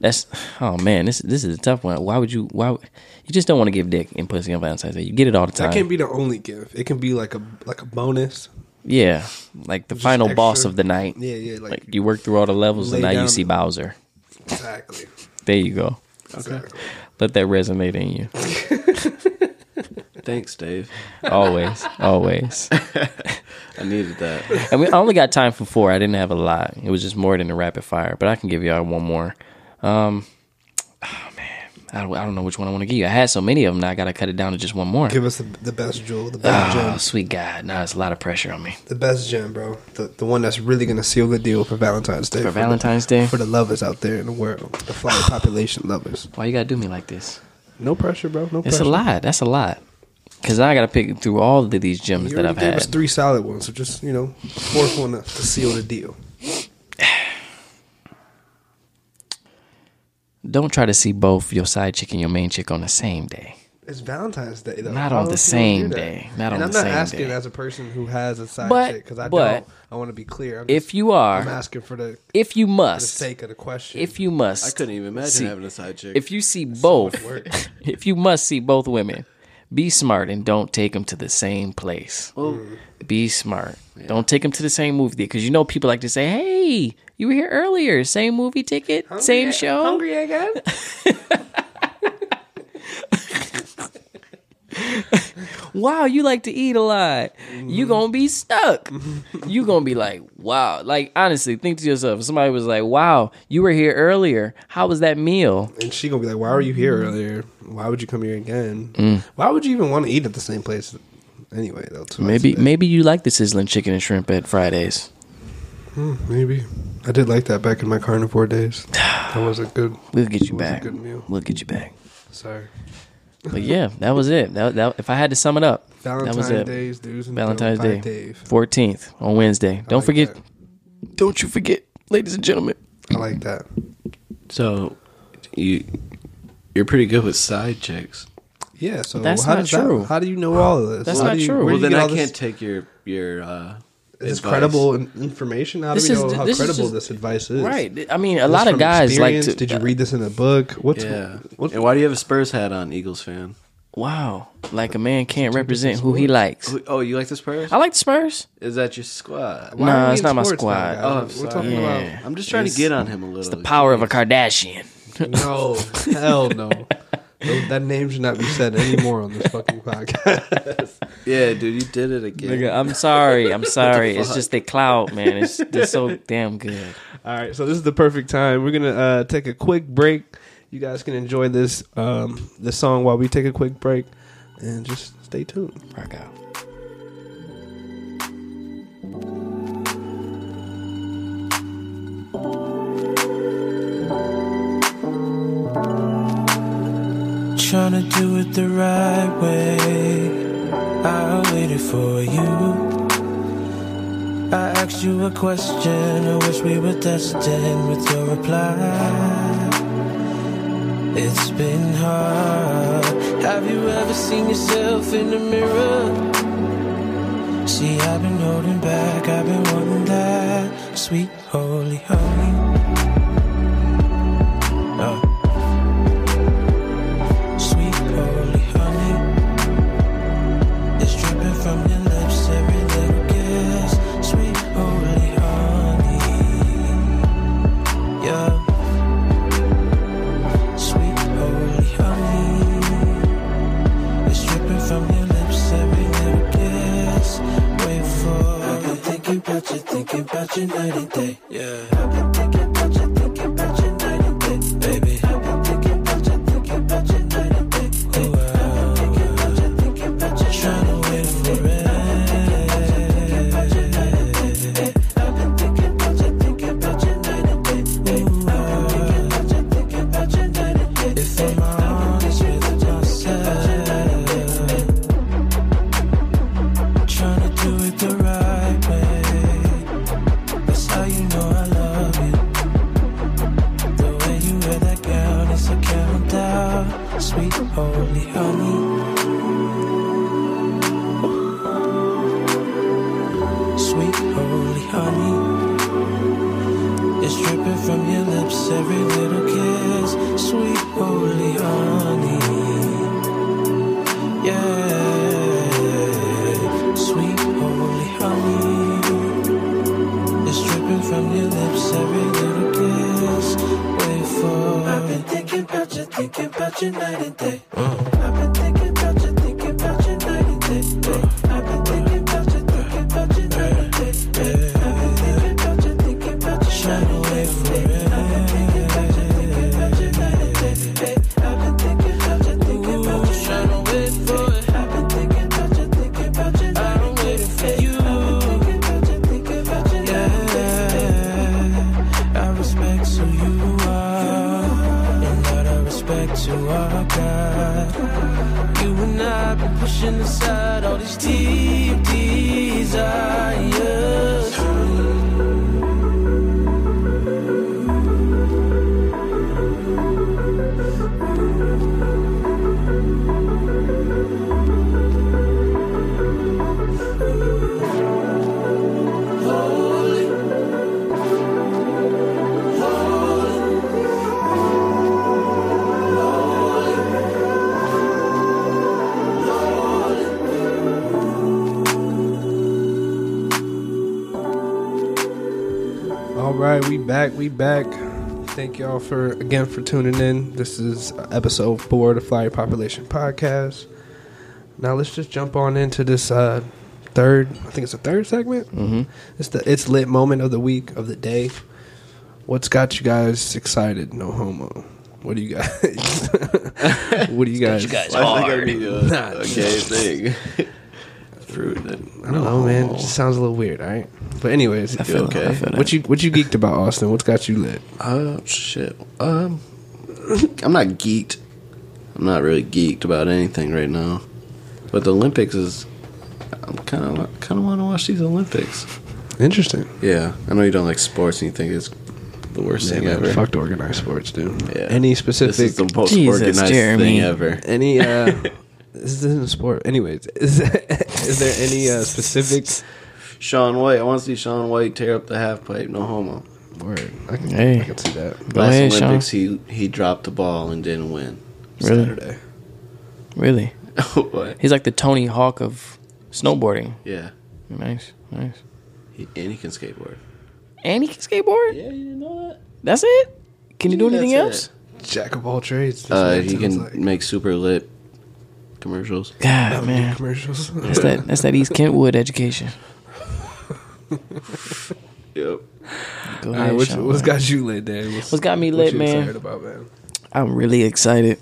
Speaker 2: that's oh man this this is a tough one. Why would you why would- you just don't want to give dick and pussy on Valentine's Day? You get it all the
Speaker 1: That can't
Speaker 2: time.
Speaker 1: be the only gift. It can be like a like a bonus.
Speaker 2: Yeah, like the final
Speaker 1: extra.
Speaker 2: boss of the night.
Speaker 1: Yeah, yeah, like,
Speaker 2: Like you work through all the levels and
Speaker 1: Lay
Speaker 2: now you
Speaker 1: down.
Speaker 2: see Bowser.
Speaker 1: exactly.
Speaker 2: There you go.
Speaker 1: Exactly.
Speaker 2: Let that resonate in you.
Speaker 3: Thanks, Dave.
Speaker 2: Always, always.
Speaker 3: I needed that.
Speaker 2: And we I only got time for four. I didn't have a lot. It was just more than a rapid fire, but I can give y'all one more. Um, oh man, I don't, I don't know which one I want to give you. I had so many of them. Now I got to cut it down to just one more.
Speaker 1: Give us the, the best jewel, the best
Speaker 2: Oh,
Speaker 1: gem,
Speaker 2: sweet God. Now it's a lot of pressure on me.
Speaker 1: the best gem, bro. The the one that's really gonna seal the deal for Valentine's Day.
Speaker 2: For Valentine's Day?
Speaker 1: for the lovers out there in the world, the fly population lovers.
Speaker 2: Why you got to do me like this?
Speaker 1: No pressure, bro. No pressure.
Speaker 2: It's a lot. That's a lot. Because now I got to pick through all of these gems
Speaker 1: You
Speaker 2: that
Speaker 1: already
Speaker 2: I've
Speaker 1: gave us
Speaker 2: had.
Speaker 1: three solid ones, so just you know, fourth one to, to seal the deal.
Speaker 2: Don't try to see both your side chick and your main chick on the same day.
Speaker 1: It's Valentine's Day, though.
Speaker 2: Not
Speaker 1: Why
Speaker 2: on
Speaker 1: don't
Speaker 2: the
Speaker 1: people do
Speaker 2: same
Speaker 1: that?
Speaker 2: day. Not on
Speaker 1: and
Speaker 2: the
Speaker 1: I'm
Speaker 2: same
Speaker 1: not asking
Speaker 2: day.
Speaker 1: as a person who has a side
Speaker 2: But-
Speaker 1: chick because I
Speaker 2: but-
Speaker 1: don't. I want to be clear. I'm
Speaker 2: If
Speaker 1: just-
Speaker 2: you
Speaker 1: I'm
Speaker 2: are,
Speaker 1: asking for the
Speaker 2: if you
Speaker 1: for the
Speaker 2: must,
Speaker 1: sake of the question.
Speaker 2: if you must,
Speaker 3: I couldn't even imagine
Speaker 2: See,
Speaker 3: having a side chick.
Speaker 2: if you see both, if you must see both women, be smart and don't take them to the same place. Be smart. Don't take them to the same movie theater because you know people like to say, "Hey, you were here earlier. Same movie ticket, same show."
Speaker 1: again?
Speaker 2: wow, you like to eat a lot. You gonna be stuck. you gonna be like, wow. Like honestly, think to yourself. If somebody was like, wow, you were here earlier. How was that meal?
Speaker 1: And she gonna be like, "Why were you here earlier? Why would you come here again?
Speaker 2: Mm.
Speaker 1: Why would you even want to eat at the same place?" Anyway, though, twice a
Speaker 2: Maybe
Speaker 1: day.
Speaker 2: maybe you like the sizzling chicken and shrimp at Fridays.
Speaker 1: Mm, maybe. I did like that back in my carnivore days. That was a good,
Speaker 2: We'll get you
Speaker 1: was a
Speaker 2: back.
Speaker 1: good meal.
Speaker 2: We'll get you back.
Speaker 1: Sorry.
Speaker 2: But yeah, that was it. That, that if I had to sum it up, was it.
Speaker 1: Valentine's Days, dudes and
Speaker 2: Valentine's
Speaker 1: Dope by
Speaker 2: Day.
Speaker 1: Dave.
Speaker 2: 14th on Wednesday.
Speaker 1: I
Speaker 2: Don't
Speaker 1: like
Speaker 2: forget.
Speaker 1: that.
Speaker 2: Don't you forget, ladies and gentlemen.
Speaker 1: I like that.
Speaker 3: So, you you're pretty good with side chicks.
Speaker 1: Yeah. So
Speaker 2: that's
Speaker 1: how
Speaker 2: not
Speaker 1: does
Speaker 2: true.
Speaker 1: That, how do you know all of this?
Speaker 2: That's
Speaker 1: How
Speaker 2: not
Speaker 1: do you-
Speaker 2: true.
Speaker 1: where
Speaker 2: Well,
Speaker 1: do
Speaker 3: Well,
Speaker 1: you
Speaker 3: then
Speaker 1: get
Speaker 3: I
Speaker 1: all
Speaker 3: can't
Speaker 1: this-
Speaker 3: take your your. Uh,
Speaker 1: Is this
Speaker 3: advice.
Speaker 1: credible in- information? How do
Speaker 2: This
Speaker 1: we
Speaker 2: is-
Speaker 1: know how
Speaker 2: this is
Speaker 1: credible
Speaker 2: just-
Speaker 1: this advice is?
Speaker 2: Right. I mean, a
Speaker 1: This
Speaker 2: lot of
Speaker 1: from
Speaker 2: guys like
Speaker 1: experience?
Speaker 2: to.
Speaker 1: Did you read this in a book? What's
Speaker 3: Yeah.
Speaker 1: What's
Speaker 3: and why do you have a Spurs hat on, Eagles fan?
Speaker 2: Uh, Wow. Like a man can't represent who he likes.
Speaker 3: Who- Oh, you like the Spurs?
Speaker 2: I like the Spurs.
Speaker 3: Is that your squad?
Speaker 1: why
Speaker 2: Nah,
Speaker 1: are we
Speaker 2: it's
Speaker 1: in
Speaker 2: not my
Speaker 1: sports
Speaker 2: squad.
Speaker 1: guys?
Speaker 3: Oh, I'm
Speaker 1: We're
Speaker 3: sorry.
Speaker 1: talking
Speaker 2: Yeah.
Speaker 3: I'm just trying to get on him a little.
Speaker 2: The power of a Kardashian.
Speaker 1: about no, hell no. Tho- That name should not be said anymore on this fucking podcast.
Speaker 3: Yeah, dude, you did it again.
Speaker 2: Nigga, I'm sorry. I'm sorry. it's just the cloud, man. It's they're so damn good.
Speaker 1: All right, so this is the perfect time. We're gonna uh, take a quick break. You guys can enjoy this um, this song while we take a quick break, and just stay tuned.
Speaker 2: Rock out.
Speaker 5: Tryna do it the right way. I waited for you. I asked you a question. I wish we were destined with your reply. It's been hard. Have you ever seen yourself in the mirror? See, I've been holding back. I've been wanting that sweet holy honey. Oh sweet holy honey. It's dripping from your lips, every little kiss. Sweet holy honey. Yeah. Sweet holy honey. It's dripping from your lips, every little kiss. Wait for I've been thinking about you, thinking about you night and day. Yeah. I've been thinking about you, thinking about you night and day. Baby. I've been thinking about you, thinking about you night and day. Oh, I've been thinking about you, thinking about you. Trying to wait for it. I've been thinking about you, thinking about you night and day. Ooh, I've been thinking about you, thinking about you night and day. If I'm honest with myself, Tryna do it the right way. That's how you know I love you. The way you wear that gown is a countdown. Sweet holy honey. Sweet holy honey. It's dripping from your lips, every little kiss. Sweet holy honey. Yeah, sweet holy honey. It's dripping from your lips, every little kiss. Wait for I've been thinking about you, thinking about you night and day. I've been thinking about you, thinking about you night and day. I've been thinking about you, thinking about you night and day. I've been thinking about you, thinking about you. Trying to wait for it. I've been thinking about you, thinking about you night and day. I've been thinking about you, thinking about you. Trying to wait for it. I've been thinking about you, thinking about you. I don't wait for you. I've been thinking about you, thinking about you. Yeah, I respect who you are, and that I respect who I got. You and I been pushing aside all these deep desires.
Speaker 1: All right, we back. We back. Thank y'all for again for tuning in. This is episode four of the Flyer Population Podcast. Now let's just jump on into this uh, third. I think it's the third segment. Mm-hmm. It's the it's lit moment of the week of the day. What's got you guys excited? No homo. What do you guys? what do you guys?
Speaker 3: I think I need a,
Speaker 1: Nah.
Speaker 3: a gay thing. fruit. Then
Speaker 1: I don't know, man. It just sounds a little weird, all right? But anyways,
Speaker 2: I feel
Speaker 3: okay.
Speaker 2: that. I feel that.
Speaker 1: what you what you geeked about, Austin? What's got you lit?
Speaker 3: Oh shit. Um, I'm not geeked. I'm not really geeked about anything right now. But the Olympics is. I'm kind of kind of want to watch these Olympics.
Speaker 1: Interesting.
Speaker 3: Yeah, I know you don't like sports and you think it's the worst
Speaker 1: Yeah,
Speaker 3: thing
Speaker 1: man,
Speaker 3: ever.
Speaker 1: fucked organized sports, dude.
Speaker 3: Yeah.
Speaker 1: Any
Speaker 3: This
Speaker 1: specific
Speaker 3: is the most
Speaker 2: Jesus,
Speaker 3: organized
Speaker 2: Jeremy.
Speaker 3: thing ever.
Speaker 1: any uh this isn't a sport. Anyways, is is there any uh specific
Speaker 3: Sean White. I want to see Sean White tear up the half pipe. No homo.
Speaker 1: word? I can,
Speaker 2: Hey.
Speaker 1: I can see that.
Speaker 2: Go
Speaker 3: Last
Speaker 2: ahead, Sean.
Speaker 3: Olympics, he he dropped the ball and didn't win.
Speaker 2: Really,
Speaker 1: Saturday.
Speaker 2: really.
Speaker 3: what?
Speaker 2: He's like the Tony Hawk of snowboarding.
Speaker 3: Yeah,
Speaker 2: Nice, nice.
Speaker 3: he, and he can skateboard.
Speaker 2: And he can skateboard.
Speaker 3: Yeah, you didn't know that.
Speaker 2: That's it. Can you do anything
Speaker 3: That's
Speaker 2: else?
Speaker 1: Jack of all trades. That's
Speaker 3: Uh,
Speaker 1: what it
Speaker 3: he
Speaker 1: sounds
Speaker 3: can make super lit commercials.
Speaker 2: God,
Speaker 1: They do
Speaker 2: man,
Speaker 1: commercials.
Speaker 2: that's that. That's that East Kentwood education.
Speaker 3: Yep.
Speaker 2: Go
Speaker 1: All right,
Speaker 2: ahead,
Speaker 1: what's,
Speaker 2: Sean.
Speaker 1: Uh, what's got you lit, Dan?
Speaker 2: What's got me
Speaker 1: what
Speaker 2: lit,
Speaker 1: you
Speaker 2: man?
Speaker 1: Excited about, man?
Speaker 2: I'm really excited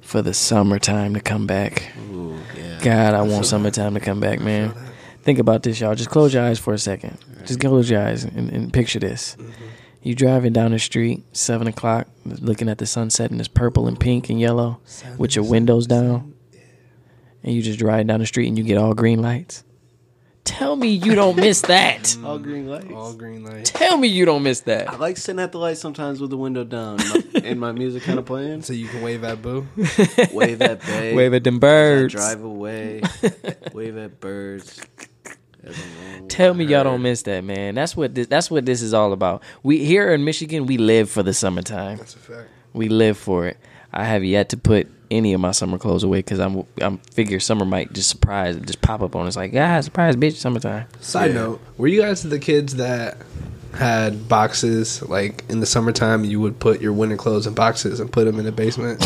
Speaker 2: for the summertime to come back.
Speaker 3: Ooh, yeah.
Speaker 2: God, I want summertime to come back, man. Think about this, y'all. Just close your eyes for a second. Just close your eyes and, and picture this. You driving down the street, seven o'clock, looking at the sunset, and it's purple and pink and yellow, with your windows down, and you just ride down the street and you get all green lights. Tell me you don't miss that.
Speaker 3: All green lights.
Speaker 1: All green light.
Speaker 2: Tell me you don't miss
Speaker 3: I
Speaker 2: that.
Speaker 3: like sitting at the light sometimes with the window down and my, and my music kind of playing.
Speaker 1: So you can wave at boo.
Speaker 3: Wave at bay.
Speaker 2: Wave at them
Speaker 3: as I
Speaker 2: birds.
Speaker 3: Drive away. wave at birds. as I'm going.
Speaker 2: Tell me y'all don't miss that, man. That's what this, that's what this is all about. We here in Michigan, we live for the summertime.
Speaker 1: That's a fact.
Speaker 2: We live for it. I have yet to put any of my summer clothes away because I'm I'm figure summer might just surprise just pop up on us like ah surprise bitch summertime.
Speaker 1: Side
Speaker 3: Yeah.
Speaker 1: note: Were you guys the kids that had boxes like in the summertime? You would put your winter clothes in boxes and put them in the basement.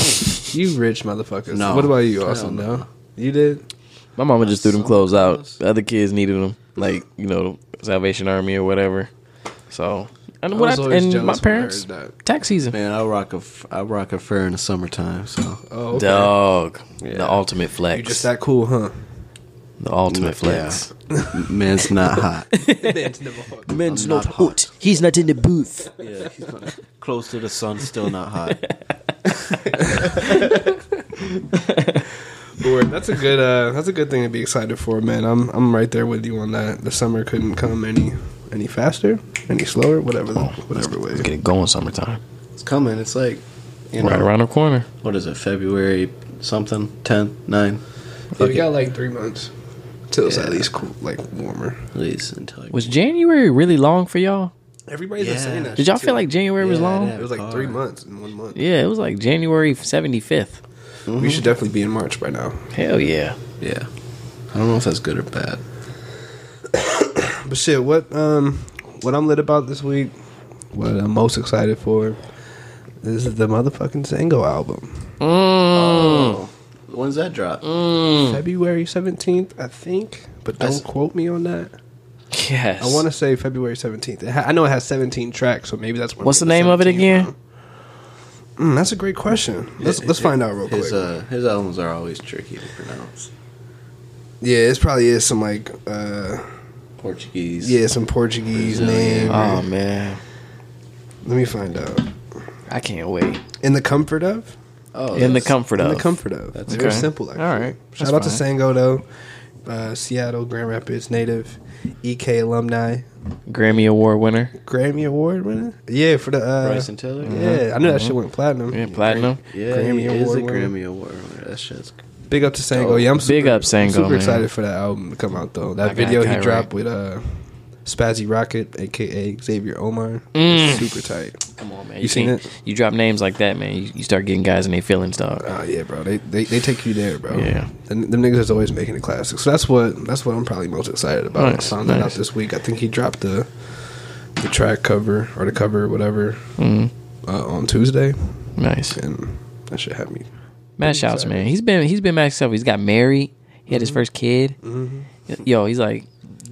Speaker 1: you rich motherfuckers.
Speaker 3: No.
Speaker 1: What about you, Austin?
Speaker 3: Hell no.
Speaker 1: No, you did.
Speaker 2: My mama just threw them clothes out.
Speaker 3: clothes?
Speaker 2: The other kids needed them, like you know Salvation Army or whatever. So and what
Speaker 1: was
Speaker 2: I,
Speaker 1: always
Speaker 2: and
Speaker 1: jealous
Speaker 2: my
Speaker 1: when I
Speaker 2: parents
Speaker 1: heard that.
Speaker 2: tax season.
Speaker 3: Man, I rock a f- I rock a fur in the summertime. So
Speaker 1: Oh, okay.
Speaker 2: Dog,
Speaker 3: Yeah.
Speaker 2: the ultimate
Speaker 1: You
Speaker 2: flex.
Speaker 1: just that cool, huh?
Speaker 2: the ultimate
Speaker 3: Yeah.
Speaker 2: flex.
Speaker 3: man's not hot.
Speaker 2: Men's
Speaker 3: I'm not not hot. hot.
Speaker 2: He's not in the booth.
Speaker 3: yeah, he's not, close to the sun, still not hot.
Speaker 1: Lord, that's a good. Uh, that's a good thing to be excited for, man. I'm I'm right there with you on that. The summer couldn't come any any faster, any slower, whatever, the, whatever way.
Speaker 2: Get it going summertime.
Speaker 3: It's coming. It's like you know
Speaker 2: Right around the corner.
Speaker 3: what is it? February something? 10, 9?
Speaker 1: Yeah, we got like three months till it's at
Speaker 3: Yeah.
Speaker 1: least cool, like warmer.
Speaker 3: At least until like,
Speaker 2: Was January really long for y'all?
Speaker 1: Everybody's
Speaker 3: Yeah.
Speaker 1: saying that.
Speaker 2: Did y'all
Speaker 1: shit,
Speaker 2: feel
Speaker 1: too.
Speaker 2: like January was
Speaker 3: Yeah,
Speaker 2: long?
Speaker 3: yeah.
Speaker 1: It was like three months in one month.
Speaker 2: Yeah, it was like January 75th. Mm-hmm.
Speaker 1: We should definitely be in March by now.
Speaker 2: Hell yeah.
Speaker 3: yeah. I don't know if that's good or bad.
Speaker 1: But shit, what um what I'm lit about this week, what I'm most excited for is the motherfucking Zango album.
Speaker 3: Oh, when's that drop?
Speaker 2: Hmm. Mm.
Speaker 1: February 17th, I think, but don't
Speaker 3: That's-
Speaker 1: quote me on that.
Speaker 2: Yes.
Speaker 1: I want to say February 17th. It ha- I know it has 17 tracks, so maybe that's where
Speaker 2: What's
Speaker 1: I'm
Speaker 2: the
Speaker 1: getting
Speaker 2: name of it
Speaker 1: 17
Speaker 2: again?
Speaker 1: from. Mm, that's a great question. Let's let's find out real quick.
Speaker 3: His uh, his albums are always tricky to pronounce.
Speaker 1: yeah, it's probably is some like uh
Speaker 3: Portuguese.
Speaker 1: yeah, some Portuguese
Speaker 3: Brazilian.
Speaker 1: name.
Speaker 2: Oh, man.
Speaker 1: Let me find out.
Speaker 2: I can't wait.
Speaker 1: In the comfort of
Speaker 3: Oh,
Speaker 2: in the
Speaker 3: that's-
Speaker 2: comfort of.
Speaker 1: In the comfort of.
Speaker 3: That's
Speaker 1: Very
Speaker 2: okay.
Speaker 1: simple, actually.
Speaker 2: All right.
Speaker 1: Shout
Speaker 2: That's
Speaker 1: out to Sango, though. Uh, Seattle, Grand Rapids native, EK alumni,
Speaker 2: Grammy Award winner.
Speaker 1: Grammy Award winner. Yeah, for the. Uh,
Speaker 3: Bryson Tiller.
Speaker 1: Yeah, I knew that shit went platinum.
Speaker 2: Yeah, platinum.
Speaker 3: Yeah,
Speaker 1: Grammy
Speaker 3: he is
Speaker 1: Award
Speaker 3: a
Speaker 1: winner.
Speaker 3: Grammy Award winner. That shit's
Speaker 1: Big up to Sango. Yeah, I'm
Speaker 2: Oh, Big
Speaker 1: super,
Speaker 2: up Sango,
Speaker 1: I'm super
Speaker 2: man.
Speaker 1: excited for that album to come out, though.
Speaker 2: I
Speaker 1: That
Speaker 2: got
Speaker 1: video he
Speaker 2: Kyrie.
Speaker 1: dropped with uh, Spazzy Rocket, aka Xavier Omar,
Speaker 2: Mm.
Speaker 1: is super tight.
Speaker 2: Come on, man.
Speaker 1: You seen
Speaker 2: can't- You drop names like that, man. You, you start getting guys in their feelings, dog.
Speaker 1: Oh yeah, bro. They, they they take you there, bro.
Speaker 2: Yeah.
Speaker 1: Them, them niggas is always making a classic. So that's what that's what I'm probably most excited about.
Speaker 2: Nice,
Speaker 1: Found that out
Speaker 2: nice.
Speaker 1: this week. I think he dropped the the track cover or the cover whatever
Speaker 2: Mm,
Speaker 1: uh, on Tuesday,
Speaker 2: nice.
Speaker 1: and that should have me.
Speaker 2: Mad shouts, man. He's been he's been mad stuff. He's got married. He had his
Speaker 1: Mm-hmm.
Speaker 2: first kid. Yo, he's like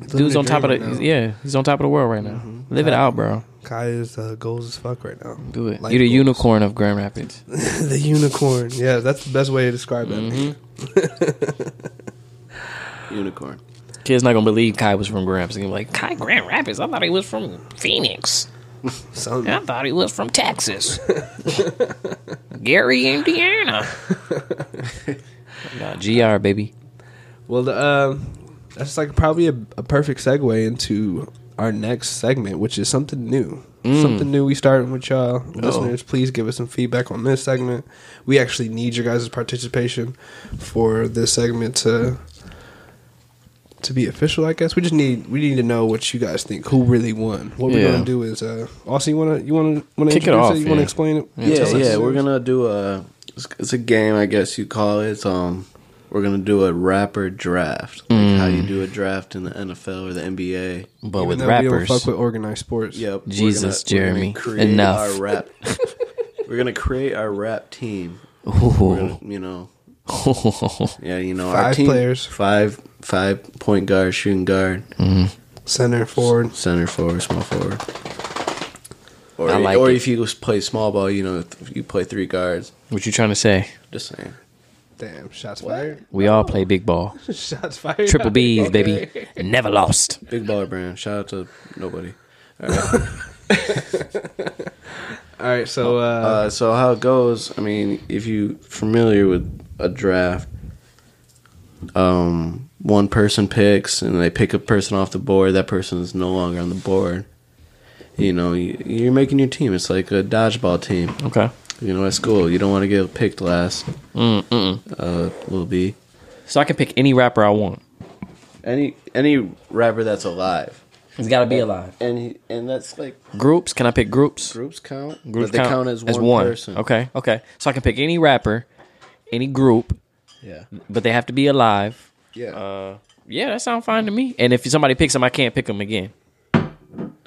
Speaker 2: dude's
Speaker 1: a
Speaker 2: on top of the
Speaker 1: dream right now. Mm-hmm.
Speaker 2: yeah. He's on top of the world right now. Live it out, bro.
Speaker 1: Kai is uh, goals as fuck right now.
Speaker 2: Do it.
Speaker 1: Life
Speaker 2: You're the
Speaker 1: goals.
Speaker 2: unicorn of Grand Rapids. Mm-hmm.
Speaker 1: the unicorn. Yeah, that's the best way to describe that.
Speaker 3: Unicorn.
Speaker 2: Kid's not gonna believe Kai was from Grand Rapids. He's gonna be like, Kai Grand Rapids? I thought he was from Phoenix.
Speaker 1: Sound-
Speaker 2: I thought he was from Texas. Gary, Indiana. nah, GR, baby.
Speaker 1: Well, the, um that's like probably a, a perfect segue into our next segment, which is something new.
Speaker 2: Mm.
Speaker 1: Something new we started with y'all listeners. Please give us some feedback on this segment. We actually need your guys' participation for this segment to to be official. I guess we just need we need to know what you guys think. Who really won? What we're
Speaker 2: Yeah.
Speaker 1: gonna do is, uh, also you wanna you wanna wanna
Speaker 2: Kick it
Speaker 1: introduce
Speaker 2: off,
Speaker 1: You wanna
Speaker 2: yeah.
Speaker 1: explain it?
Speaker 3: Yeah,
Speaker 1: Tell us.
Speaker 3: yeah, we're gonna do a. It's, it's a game, I guess you call it. It's, um, we're gonna do a rapper draft, like
Speaker 2: Hmm.
Speaker 3: how you do a draft in the NFL or the NBA.
Speaker 2: But
Speaker 1: Even
Speaker 2: with
Speaker 1: though we don't
Speaker 2: rappers.
Speaker 1: fuck with organized sports.
Speaker 3: Yep. we're
Speaker 2: Jesus, Jeremy,
Speaker 3: create
Speaker 2: enough.
Speaker 3: Our rap. we're gonna create our rap team. We're gonna, you know, yeah, you know, our
Speaker 1: Five
Speaker 3: team,
Speaker 1: players.
Speaker 3: five, five point guard, shooting guard,
Speaker 1: Center forward.
Speaker 3: center forward, small forward. Or,
Speaker 2: I like
Speaker 3: or
Speaker 2: it.
Speaker 3: if you just play small ball, you know, if you play three guards.
Speaker 2: what you trying to say?
Speaker 3: Just saying.
Speaker 1: Damn, shots fired.
Speaker 2: We all play big ball.
Speaker 1: Shots fired.
Speaker 2: Triple B's, baby. Never lost.
Speaker 3: Big baller brand. Shout out to nobody.
Speaker 1: All right, so uh,
Speaker 3: Uh, so how it goes? I mean, if you familiar with a draft, um, one person picks and they pick a person off the board. That person is no longer on the board. You know, you, you're making your team. It's like a dodgeball team.
Speaker 2: Okay.
Speaker 3: You know, at school, you don't want to get picked last. Uh, will be
Speaker 2: So I can pick any rapper I want.
Speaker 3: any any rapper that's alive,
Speaker 2: He's got to be alive.
Speaker 3: and he, and that's like
Speaker 2: Groups? Can I pick groups?
Speaker 3: groups count.
Speaker 2: Groups
Speaker 3: but they count, as one, person.
Speaker 2: Okay. Okay. So I can pick any rapper, any group,
Speaker 3: Yeah.
Speaker 2: but they have to be alive.
Speaker 3: Yeah.
Speaker 2: Uh, yeah, that sounds fine to me. And if somebody picks them, I can't pick them again.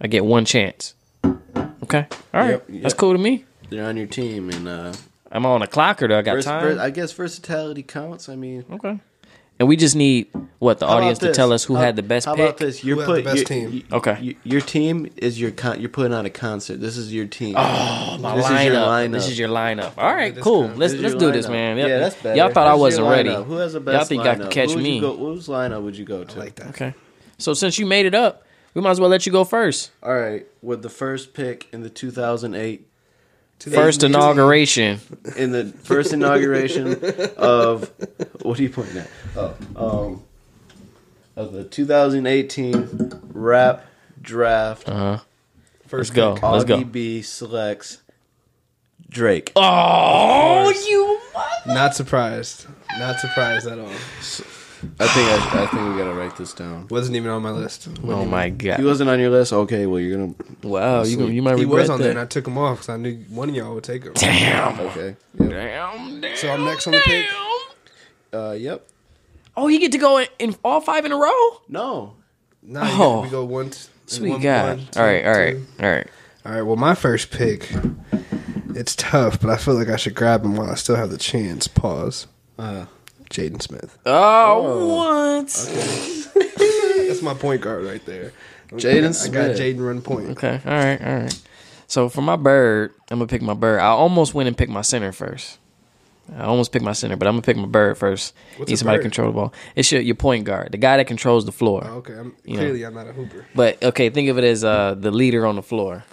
Speaker 2: I get one chance. Okay. All right.
Speaker 3: Yep, yep.
Speaker 2: That's cool to me.
Speaker 3: They're on your team, and uh,
Speaker 2: I'm on a clock or do I got
Speaker 3: vers-
Speaker 2: time?
Speaker 3: vers- I guess versatility counts. I mean,
Speaker 2: okay. And we just need what the
Speaker 3: How about
Speaker 2: audience to
Speaker 3: this?
Speaker 2: tell us who
Speaker 3: How-
Speaker 2: had the best
Speaker 3: How
Speaker 2: pick.
Speaker 3: about this? You're
Speaker 1: Who had the
Speaker 3: put-
Speaker 1: best
Speaker 3: your-
Speaker 1: team?
Speaker 3: you-
Speaker 2: Okay.
Speaker 3: you- your team is your con- you're putting on a concert. This is your team. Oh,
Speaker 2: My lineup. This is your lineup. All right, cool. Let's let's do this, man.
Speaker 3: Yeah, that's better.
Speaker 2: Y'all thought I
Speaker 3: That's your
Speaker 2: wasn't ready.
Speaker 3: lineup. Who has the best?
Speaker 2: Y'all think
Speaker 3: lineup?
Speaker 2: y'all could catch
Speaker 3: Who would you
Speaker 2: me?
Speaker 3: Go, whose lineup would you go to?
Speaker 1: like that.
Speaker 2: Okay. So since you made it up, we might as well let you go first.
Speaker 3: All right, with the first pick in the 2008
Speaker 2: First inauguration.
Speaker 3: in the first inauguration of what are you pointing at? Oh, um, of the 2018 rap draft.
Speaker 2: Let's go. Uh-huh. Oh, Let's go.
Speaker 3: RDB selects Drake.
Speaker 2: Oh, you.
Speaker 1: Not surprised. Not surprised at all.
Speaker 3: I think I, I think we gotta write this down.
Speaker 1: Wasn't even on my list.
Speaker 2: Oh my
Speaker 3: He
Speaker 2: god.
Speaker 3: wasn't on your list. Okay, well you're gonna
Speaker 2: Wow, you you might
Speaker 1: He
Speaker 2: regret
Speaker 1: was on there, and I
Speaker 2: that.
Speaker 1: took him off because I knew one of y'all would take him.
Speaker 2: Damn.
Speaker 3: okay. Yep.
Speaker 2: Damn. Damn.
Speaker 1: So I'm next on the pick.
Speaker 3: Uh, yep.
Speaker 2: Oh, he get to go in, in all five in a row.
Speaker 3: No.
Speaker 1: Now you-
Speaker 2: Oh.
Speaker 1: we go one. t-
Speaker 2: Sweet
Speaker 1: one-
Speaker 2: God.
Speaker 1: one, two,
Speaker 2: all right. All right.
Speaker 1: two.
Speaker 2: All right.
Speaker 1: All right. Well, my first pick. It's tough, but I feel like I should grab him while I still have the chance. Pause.
Speaker 3: Uh,
Speaker 1: Jaden Smith.
Speaker 2: Oh, what?
Speaker 1: That's my point guard right there.
Speaker 3: Jaden
Speaker 1: I got
Speaker 3: Smith.
Speaker 1: Jaden run point.
Speaker 2: Okay. All right. All right. So for my bird, I'm gonna pick my bird. I almost went and picked my center first. I almost picked my center, but I'm gonna pick my bird first.
Speaker 1: What's
Speaker 2: Need
Speaker 1: a
Speaker 2: somebody to
Speaker 1: bird? Oh.
Speaker 2: control the ball. It's your, your point guard, the guy that controls the floor.
Speaker 1: Okay. I'm,
Speaker 2: You know.
Speaker 1: clearly, I'm not a hooper.
Speaker 2: But okay, think of it as uh, the leader on the floor.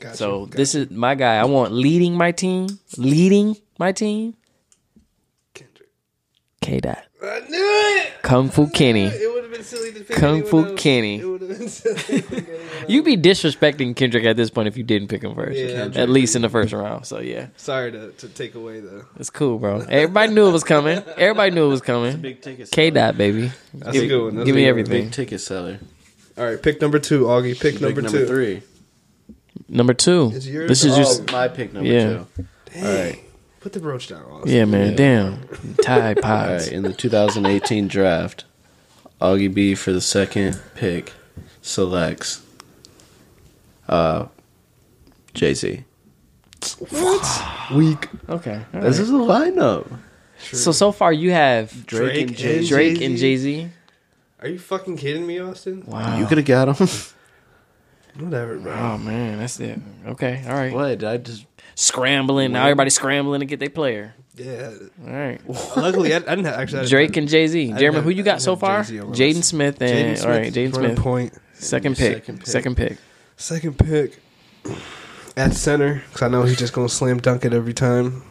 Speaker 1: Gotcha.
Speaker 2: So this is my guy. I want leading my team, leading my team.
Speaker 1: Kendrick.
Speaker 2: K dot
Speaker 1: I knew it.
Speaker 2: Kung Fu Kenny.
Speaker 1: It would have been silly to pick
Speaker 2: Kung
Speaker 1: anyone
Speaker 2: Fu
Speaker 1: else.
Speaker 2: Kenny.
Speaker 1: It would have been silly.
Speaker 2: You be disrespecting Kendrick at this point if you didn't pick him first,
Speaker 1: Yeah, Kendrick.
Speaker 2: at least in the first round. So yeah,
Speaker 1: Sorry to, to take away the.
Speaker 2: it's cool, bro. Everybody knew it was coming. Everybody knew it was coming.
Speaker 3: Big ticket.
Speaker 2: K dot baby.
Speaker 1: That's
Speaker 2: give
Speaker 1: a good one. That's a
Speaker 2: give me
Speaker 1: good
Speaker 2: everything.
Speaker 3: Big ticket seller.
Speaker 1: All right, pick number two, Augie. Pick
Speaker 3: Pick
Speaker 1: number two.
Speaker 3: three.
Speaker 2: Number two.
Speaker 1: It's yours
Speaker 2: This is
Speaker 1: or
Speaker 2: just
Speaker 3: Oh, my pick number
Speaker 2: Yeah.
Speaker 3: two.
Speaker 1: Dang.
Speaker 3: All right.
Speaker 1: Put the brooch down. Augie.
Speaker 2: yeah, man. Damn, Tide
Speaker 3: All
Speaker 2: Pods.
Speaker 3: right. In the 2018 draft, Augie B for the second pick selects uh, Jay Z.
Speaker 1: Weak.
Speaker 2: Okay. all
Speaker 3: This
Speaker 2: right.
Speaker 3: is the lineup.
Speaker 2: So so far you have Drake,
Speaker 3: Drake,
Speaker 1: Drake and
Speaker 3: and Jay. Z.
Speaker 2: and Jay Z.
Speaker 1: Are you fucking kidding me, Austin?
Speaker 2: Wow.
Speaker 3: You could have got him.
Speaker 1: Whatever, bro.
Speaker 2: Oh man, that's it. Okay. All right.
Speaker 3: what? I just
Speaker 2: scrambling. Now everybody's scrambling to get their player.
Speaker 1: Yeah.
Speaker 2: All right.
Speaker 1: Luckily, I, I didn't have, actually. I didn't
Speaker 2: Drake and Jay Z.
Speaker 1: I
Speaker 2: Jeremy,
Speaker 1: have-
Speaker 2: who you
Speaker 1: I
Speaker 2: got
Speaker 1: have
Speaker 2: so far?
Speaker 1: Jay-Z on my
Speaker 2: Jaden
Speaker 1: list.
Speaker 2: Smith
Speaker 1: have-
Speaker 2: and all right, Jaden
Speaker 1: running
Speaker 2: Smith.
Speaker 1: Point.
Speaker 2: Second pick.
Speaker 3: Second pick.
Speaker 2: Second pick.
Speaker 1: Second pick at center because I know he's just gonna slam dunk it every time.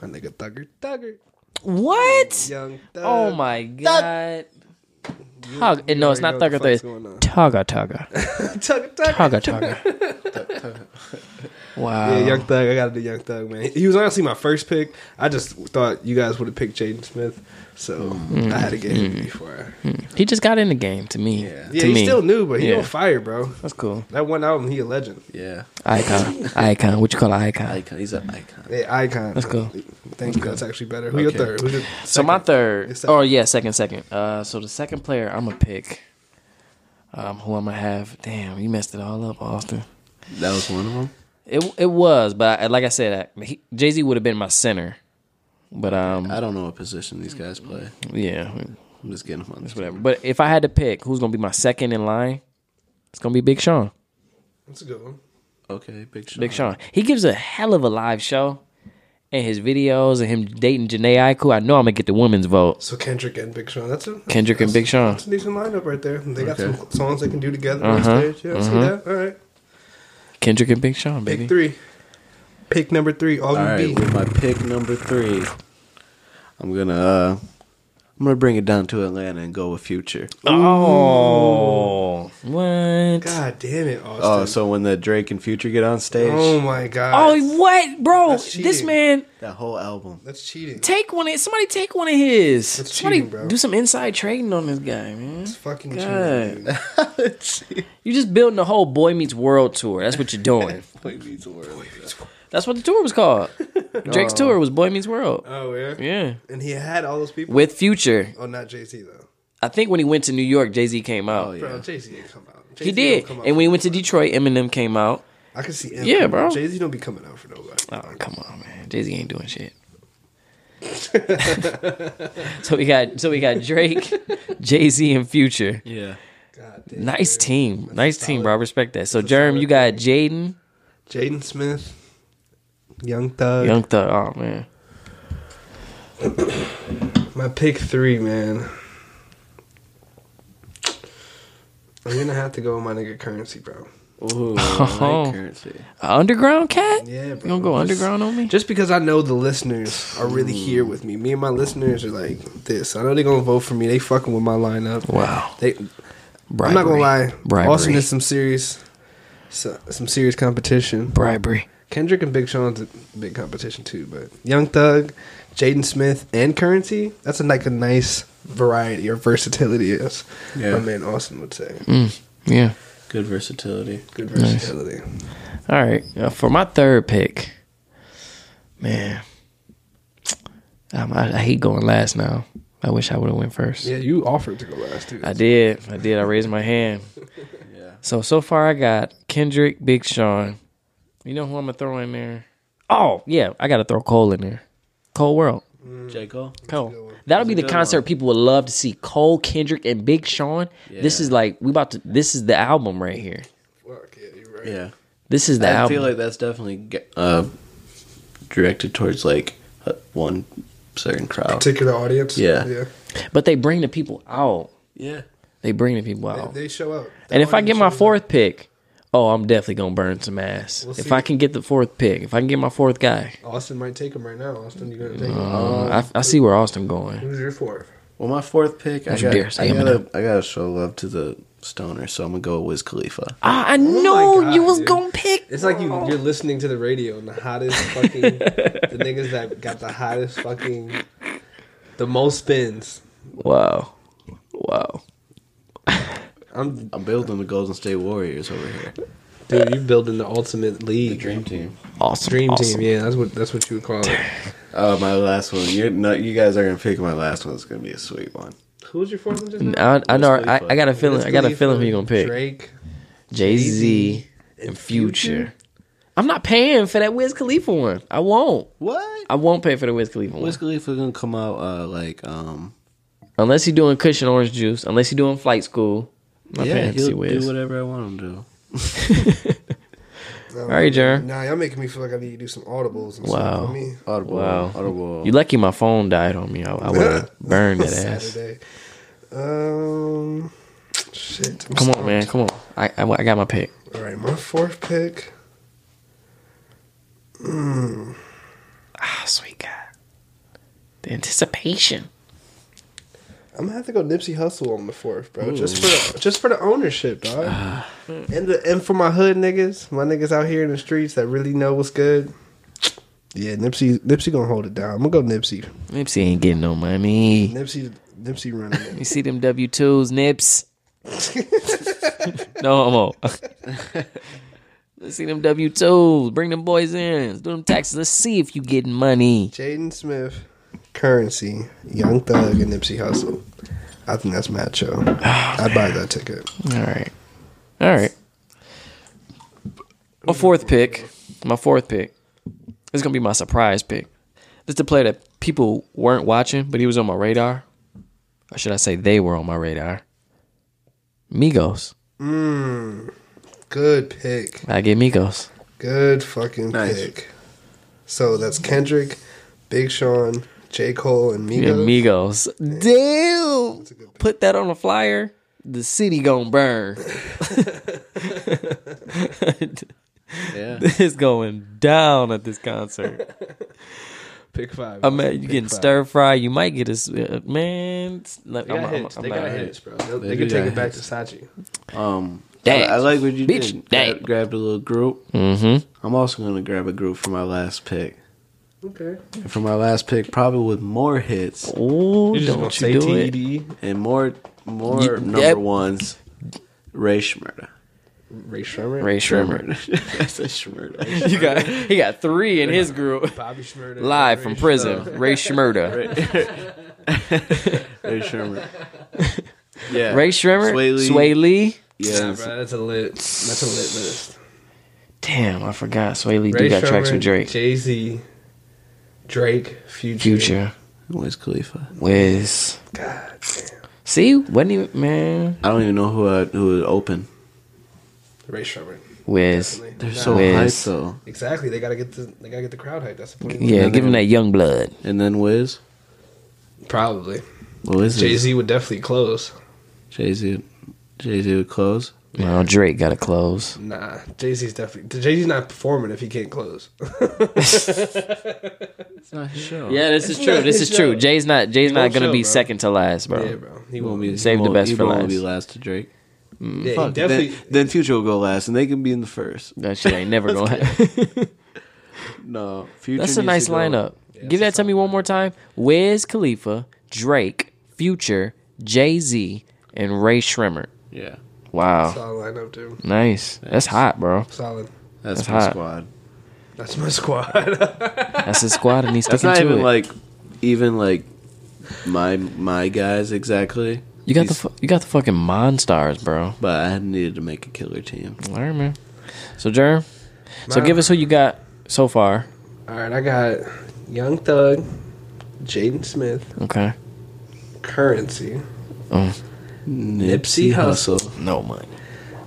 Speaker 1: My nigga Thugger, Thugger,
Speaker 2: What?
Speaker 1: Young Thug.
Speaker 2: Oh my god. Tug-
Speaker 1: you
Speaker 2: no, it's not
Speaker 1: already know
Speaker 2: Thugger
Speaker 1: the
Speaker 2: Thug.
Speaker 1: fuck's
Speaker 2: It's
Speaker 1: going on.
Speaker 2: Tugga Tugga.
Speaker 1: Tugger, Tugger.
Speaker 2: Tugga Tugga. Wow.
Speaker 1: Yeah, Young Thug. I gotta do Young Thug, man. He was honestly my first pick. I just thought you guys would have picked Jaden Smith, so
Speaker 2: Mm-hmm.
Speaker 1: I had to get him before. I,
Speaker 2: He just got in the game to me.
Speaker 3: Yeah.
Speaker 1: yeah,
Speaker 2: to
Speaker 1: he's
Speaker 2: me.
Speaker 1: still new, but he
Speaker 2: Yeah.
Speaker 1: on fire, bro.
Speaker 2: That's cool.
Speaker 1: That one album, he a legend.
Speaker 3: Yeah,
Speaker 2: Icon. icon. What you call an icon?
Speaker 3: icon. He's an icon.
Speaker 1: Yeah, icon.
Speaker 2: Let's go.
Speaker 1: Thank you. That's actually better. Who your
Speaker 3: Okay.
Speaker 1: third? Who's your
Speaker 2: So my
Speaker 1: second?
Speaker 2: third.
Speaker 1: It's second.
Speaker 2: Oh yeah, second, second. Uh, so the second player I'm gonna pick. Um, who I'm gonna have? Damn, you messed it all up, Austin.
Speaker 3: That was one of them.
Speaker 2: It it was, but I, like I said, Jay Z would have been my center. But um,
Speaker 3: I don't know what position these guys play.
Speaker 2: yeah,
Speaker 3: I'm just getting them on this.
Speaker 2: whatever. But if I had to pick who's gonna be my second in line, it's gonna be Big Sean.
Speaker 1: That's a good one.
Speaker 3: Okay, Big Sean.
Speaker 2: Big Sean. He gives a hell of a live show, and his videos and him dating Janae Aiko. I know I'm gonna get the women's vote.
Speaker 1: So Kendrick and Big Sean. That's a
Speaker 2: Kendrick and Big Sean.
Speaker 1: It's a decent lineup right there. They got
Speaker 3: Okay.
Speaker 1: some songs they can do together
Speaker 2: Uh-huh,
Speaker 1: on stage. Yeah, I see that. All right.
Speaker 2: Kendrick and Big Sean,
Speaker 1: Pick
Speaker 2: baby.
Speaker 1: three. Pick number three. All,
Speaker 3: All
Speaker 1: you
Speaker 3: right,
Speaker 1: beat.
Speaker 3: with my pick number three, I'm gonna uh, I'm gonna bring it down to Atlanta and go with Future.
Speaker 2: Oh, what?
Speaker 1: God damn it, Austin.
Speaker 3: Oh, so when the Drake and Future get on stage,
Speaker 1: oh my god.
Speaker 2: Oh, what, bro?
Speaker 1: That's
Speaker 2: This
Speaker 1: cheating.
Speaker 2: man
Speaker 3: that whole album.
Speaker 1: That's cheating.
Speaker 2: take one. Of, somebody take one of his.
Speaker 1: That's
Speaker 2: somebody
Speaker 1: cheating, bro.
Speaker 2: do some inside trading on this guy, man.
Speaker 1: It's fucking
Speaker 2: God.
Speaker 1: cheating. dude.
Speaker 2: You just building the whole Boy Meets World tour. That's what you're doing. That's what the tour was called. Drake's tour was Boy Meets World.
Speaker 1: Oh yeah.
Speaker 2: Yeah,
Speaker 1: And he had all those people.
Speaker 2: with Future.
Speaker 1: oh, not Jay Z though.
Speaker 2: I think when he went to New York, Jay Z came out.
Speaker 1: Bro, Jay Z didn't come out.
Speaker 2: He
Speaker 1: Jay-Z
Speaker 2: did.
Speaker 1: don't come out
Speaker 2: And when he
Speaker 1: for
Speaker 2: went to
Speaker 1: nobody.
Speaker 2: Detroit, Eminem came out.
Speaker 1: I can see. Him
Speaker 2: Yeah, bro.
Speaker 1: Jay Z don't be coming out for nobody.
Speaker 2: Oh, come on, man. Jay Z ain't doing shit. so we got so we got Drake, Jay Z, and Future.
Speaker 3: Yeah,
Speaker 1: God damn.
Speaker 2: Nice team, nice team,
Speaker 1: solid.
Speaker 2: bro. I respect that. So Jerem, you got Jaden,
Speaker 1: Jaden Smith, Young Thug.
Speaker 2: Young Thug. Oh man,
Speaker 1: My pick three, man. I'm gonna have to go with my nigga currency, bro.
Speaker 3: ooh, I
Speaker 2: Oh.
Speaker 3: like currency.
Speaker 2: underground cat.
Speaker 1: Yeah, bro.
Speaker 2: You gonna go
Speaker 1: Just-
Speaker 2: underground on me?
Speaker 1: Just because I know the listeners are really here with me. Me and my listeners are like this. I know they're gonna vote for me. They fucking with my lineup.
Speaker 2: Wow.
Speaker 1: They
Speaker 2: Bribery.
Speaker 1: I'm not gonna lie.
Speaker 2: Bribery.
Speaker 1: Austin is some serious so- some serious competition.
Speaker 2: Bribery.
Speaker 1: Kendrick and Big Sean's a big competition too, but Young Thug, Jaden Smith, and Currency, that's a, like a nice variety or versatility, as
Speaker 3: Yeah.
Speaker 1: my man Austin would say.
Speaker 2: Mm, Yeah.
Speaker 3: Good versatility.
Speaker 1: Good versatility.
Speaker 2: All right. Uh, for my third pick, man, um, I, I hate going last now. I wish I would have went first.
Speaker 1: Yeah, you offered to go last too.
Speaker 2: I did. I did. I raised my hand.
Speaker 3: Yeah.
Speaker 2: So so far I got Kendrick, Big Sean. You know who I'm gonna throw in there? Oh yeah, I gotta throw Cole in there. Cole World.
Speaker 3: J Cole.
Speaker 2: Cole. That'll be the
Speaker 3: good
Speaker 2: concert people would love to see. Cole, Kendrick, and Big Sean. This
Speaker 3: Yeah.
Speaker 2: is like we about to. This is the album right here.
Speaker 1: Fuck, yeah, you're right.
Speaker 3: Yeah,
Speaker 2: This is the
Speaker 3: I
Speaker 2: album.
Speaker 3: feel like that's definitely ge- uh, directed towards like uh, one certain crowd.
Speaker 1: Particular audience.
Speaker 3: Yeah.
Speaker 1: Yeah.
Speaker 2: but they bring the people out.
Speaker 3: Yeah,
Speaker 2: They bring the people out.
Speaker 1: They, they show up.
Speaker 2: Oh. and if I get my fourth pick, oh, I'm definitely gonna burn some ass.
Speaker 1: We'll
Speaker 2: if
Speaker 1: see.
Speaker 2: I can get the fourth pick, if I can get my fourth guy,
Speaker 1: Austin might take him right now. Austin, you gonna take him?
Speaker 2: uh, I, I see where Austin going.
Speaker 1: Who's your fourth?
Speaker 3: Well, my fourth pick, I
Speaker 2: Don't you
Speaker 3: got,
Speaker 2: dare say
Speaker 3: I,
Speaker 2: Eminem.
Speaker 3: gotta, I gotta show love to the stoner, so I'm gonna go with Wiz Khalifa.
Speaker 2: Ah, I, I
Speaker 1: Oh my
Speaker 2: know
Speaker 1: God,
Speaker 2: you was
Speaker 1: dude.
Speaker 2: gonna pick.
Speaker 1: It's like you, you're listening to the radio and the hottest fucking the niggas that got the hottest fucking the most spins.
Speaker 2: Wow, wow.
Speaker 1: I'm
Speaker 3: I'm building the Golden State Warriors over here.
Speaker 1: dude, you building the ultimate league.
Speaker 3: Dream team.
Speaker 2: Awesome.
Speaker 1: Dream team,
Speaker 2: awesome.
Speaker 1: yeah, that's what that's what you would call it.
Speaker 3: Oh, my last one. You're not, you guys are gonna pick my last one. It's gonna be a sweet one.
Speaker 1: Who's your fourth one just now?
Speaker 2: I, I know.
Speaker 3: Wiz
Speaker 2: I,
Speaker 3: Khalifa.
Speaker 2: I got a feeling. I got a
Speaker 1: Wiz
Speaker 2: feeling
Speaker 1: Khalifa,
Speaker 2: who you gonna pick.
Speaker 1: Drake.
Speaker 2: Jay Z and Future. I'm not paying for that Wiz Khalifa one. I won't.
Speaker 3: What?
Speaker 2: I won't pay for the Wiz Khalifa one
Speaker 3: Wiz Khalifa gonna come out uh, like um.
Speaker 2: unless he doing cushion orange juice. Unless he doing flight school. My
Speaker 3: yeah,
Speaker 2: parents
Speaker 3: he'll
Speaker 2: see Wiz.
Speaker 3: do whatever I want him to.
Speaker 1: though.
Speaker 2: All right, Jern.
Speaker 1: Nah, y'all making me feel like I need to do some audibles and stuff.
Speaker 2: Wow.
Speaker 1: for me.
Speaker 3: Audible.
Speaker 2: Wow.
Speaker 3: Audible.
Speaker 2: You lucky my phone died on me. I, I would have burned that ass.
Speaker 1: Saturday. Um, shit. I'm
Speaker 2: Come on,
Speaker 1: stumped.
Speaker 2: man. Come on. I, I, I got my pick.
Speaker 1: All right, my fourth pick. Mm,
Speaker 2: Ah, sweet God. The anticipation.
Speaker 1: I'm gonna have to go Nipsey Hustle on the fourth, bro. Just for the, just for the ownership, dog. and the and for my hood niggas, my niggas out here in the streets that really know what's good. Yeah, Nipsey Nipsey gonna hold it down. I'm gonna go Nipsey.
Speaker 2: Nipsey ain't getting no money.
Speaker 1: Nipsey Nipsey running it.
Speaker 2: You see them W twos, Nips. no homo. Let's see them W twos. Bring them boys in. Let's do them taxes. Let's see if you getting money.
Speaker 1: Jaden Smith, Currency, Young Thug, and Nipsey Hussle. I think that's macho. I'd buy that ticket.
Speaker 2: All right. All right. My fourth pick. My fourth pick. This is gonna be my surprise pick. This is a player that people weren't watching, but he was on my radar. Or should I say they were on my radar? Migos.
Speaker 1: Good pick.
Speaker 2: I get Migos.
Speaker 1: Good fucking
Speaker 3: Nice.
Speaker 1: pick. So that's Kendrick, Big Sean, J. Cole, and
Speaker 2: Yeah,
Speaker 1: Migos.
Speaker 2: Migos. Damn. Put that on a flyer. The city gonna burn.
Speaker 3: Yeah.
Speaker 2: it's going down at this concert.
Speaker 4: Pick five.
Speaker 2: I mean, you getting stir fry. You might get a s- uh, man. it's- Like,
Speaker 1: They got
Speaker 2: I'm, I'm,
Speaker 1: hits.
Speaker 2: I'm
Speaker 1: They
Speaker 2: not-
Speaker 1: got hits, bro. They, they
Speaker 3: They
Speaker 1: can
Speaker 3: do
Speaker 1: take
Speaker 3: got
Speaker 1: it back to Sachi.
Speaker 3: Um,
Speaker 2: Dang.
Speaker 3: I, I like what you
Speaker 2: Bitch,
Speaker 3: did.
Speaker 2: dang.
Speaker 3: Grab, grabbed a little group.
Speaker 2: Mhm.
Speaker 3: I'm also gonna grab a group for my last pick.
Speaker 1: Okay.
Speaker 3: And for my last pick, probably with more hits
Speaker 2: Ooh,
Speaker 4: You're just gonna
Speaker 2: don't you
Speaker 4: say
Speaker 2: do it?
Speaker 4: TED,
Speaker 3: and more more
Speaker 2: You-
Speaker 3: number
Speaker 2: yep.
Speaker 3: ones. Ray Schmurda.
Speaker 1: Ray Shremmer.
Speaker 2: Ray Shrimmer.
Speaker 3: That's a Schmurda.
Speaker 2: You got he got three in his group.
Speaker 4: Bobby Schmurda.
Speaker 2: Live from prison, Ray Shmurda.
Speaker 3: Ray Schmurda. Yeah.
Speaker 2: Ray Shrimmer,
Speaker 3: Sway Lee.
Speaker 2: Sway Lee.
Speaker 3: Yeah.
Speaker 4: that's a lit. That's a lit list.
Speaker 2: Damn, I forgot. Sway Lee do got tracks with Drake,
Speaker 4: Jay Z, Drake, Future.
Speaker 2: Future,
Speaker 3: Wiz Khalifa.
Speaker 2: Wiz.
Speaker 1: God damn.
Speaker 2: See, wasn't even man
Speaker 3: I don't even know who I, who would open.
Speaker 1: Ray Shremmer.
Speaker 2: Wiz.
Speaker 3: They're so
Speaker 2: Wiz.
Speaker 3: hyped though.
Speaker 1: Exactly. They gotta get the they gotta get the crowd hype. That's the point.
Speaker 2: Yeah, give him that young blood.
Speaker 3: And then Wiz.
Speaker 1: Probably.
Speaker 3: What is
Speaker 1: Jay
Speaker 3: it?
Speaker 1: Z would definitely close.
Speaker 3: Jay Z. Jay Z would close.
Speaker 2: Well, Drake got to close.
Speaker 1: Nah, Jay Z's definitely. Jay Z's not performing if he can't close.
Speaker 3: It's not his show.
Speaker 2: Yeah, this is true. This is true. Jay's not. Jay's not gonna be second to last, bro.
Speaker 1: yeah, bro. He
Speaker 3: He won't
Speaker 1: won't.
Speaker 3: be.
Speaker 2: Save
Speaker 3: he
Speaker 2: the
Speaker 3: won't-
Speaker 2: best
Speaker 3: he
Speaker 2: for
Speaker 3: won't
Speaker 2: last.
Speaker 3: be last to Drake.
Speaker 1: Yeah, he
Speaker 3: Fuck,
Speaker 1: definitely.
Speaker 3: Then, then Future will go last, and they can be in the first.
Speaker 2: That shit ain't never gonna happen.
Speaker 3: No, Future.
Speaker 2: That's a
Speaker 3: needs
Speaker 2: nice
Speaker 3: to go.
Speaker 2: lineup. Give that to me one more time. Wiz Khalifa, Drake, Future, Jay Z, and Ray Shrimmer.
Speaker 3: Yeah,
Speaker 2: Wow,
Speaker 1: Solid lineup, dude.
Speaker 2: nice. That's hot, bro.
Speaker 1: Solid.
Speaker 3: that's,
Speaker 2: That's
Speaker 3: my
Speaker 2: hot.
Speaker 3: squad.
Speaker 1: That's my squad.
Speaker 2: That's his squad, and he's
Speaker 3: That's
Speaker 2: sticking
Speaker 3: not
Speaker 2: to
Speaker 3: even
Speaker 2: it.
Speaker 3: like, even like, my my guys exactly.
Speaker 2: you got the
Speaker 3: he's-
Speaker 2: fu- you got the fucking Monstars, bro.
Speaker 3: But I needed to make a killer team.
Speaker 2: All right, man. So Jerm, so
Speaker 1: My-
Speaker 2: give us who you got so far.
Speaker 1: All right, I got Young Thug, Jaden Smith,
Speaker 2: Okay.
Speaker 1: Currency,
Speaker 3: Nipsey
Speaker 1: Hussle.
Speaker 3: Hussle.
Speaker 2: No money.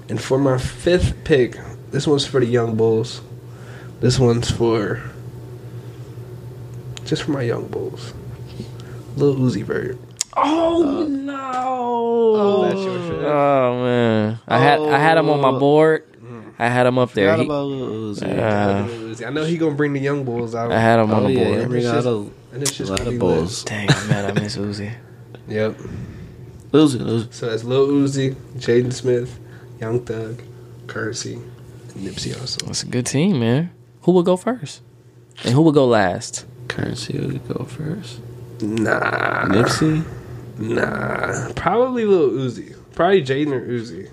Speaker 1: and for my fifth pick, this one's for the Young Bulls. This one's for just for my Young Bulls. Lil Uzi Vert.
Speaker 2: Oh no! Oh,
Speaker 1: that's your shit.
Speaker 2: man, I had I had him on my board. I had him up there.
Speaker 3: Forgot
Speaker 2: He-
Speaker 3: about Lil Uzi.
Speaker 2: Uh,
Speaker 1: Lil Uzi. I know he gonna bring the Young Bulls out.
Speaker 2: I had him on
Speaker 3: oh
Speaker 2: the
Speaker 3: yeah,
Speaker 2: board.
Speaker 3: yeah, we
Speaker 1: It's
Speaker 3: got
Speaker 1: just-
Speaker 3: a
Speaker 1: and it's just
Speaker 3: lot
Speaker 1: gonna be
Speaker 3: of
Speaker 1: lit.
Speaker 3: bulls.
Speaker 2: Dang, I'm mad I miss Uzi.
Speaker 1: Yep.
Speaker 3: Lil Uzi, Lil Uzi.
Speaker 1: So that's Lil Uzi, Jaden Smith, Young Thug, Currency, and Nipsey Hussle.
Speaker 2: That's a good team, man. Who will go first? And who will go last?
Speaker 3: Currency would go first.
Speaker 1: Nah,
Speaker 3: Nipsey.
Speaker 1: nah. Probably Lil Uzi. Probably Jaden or Uzi.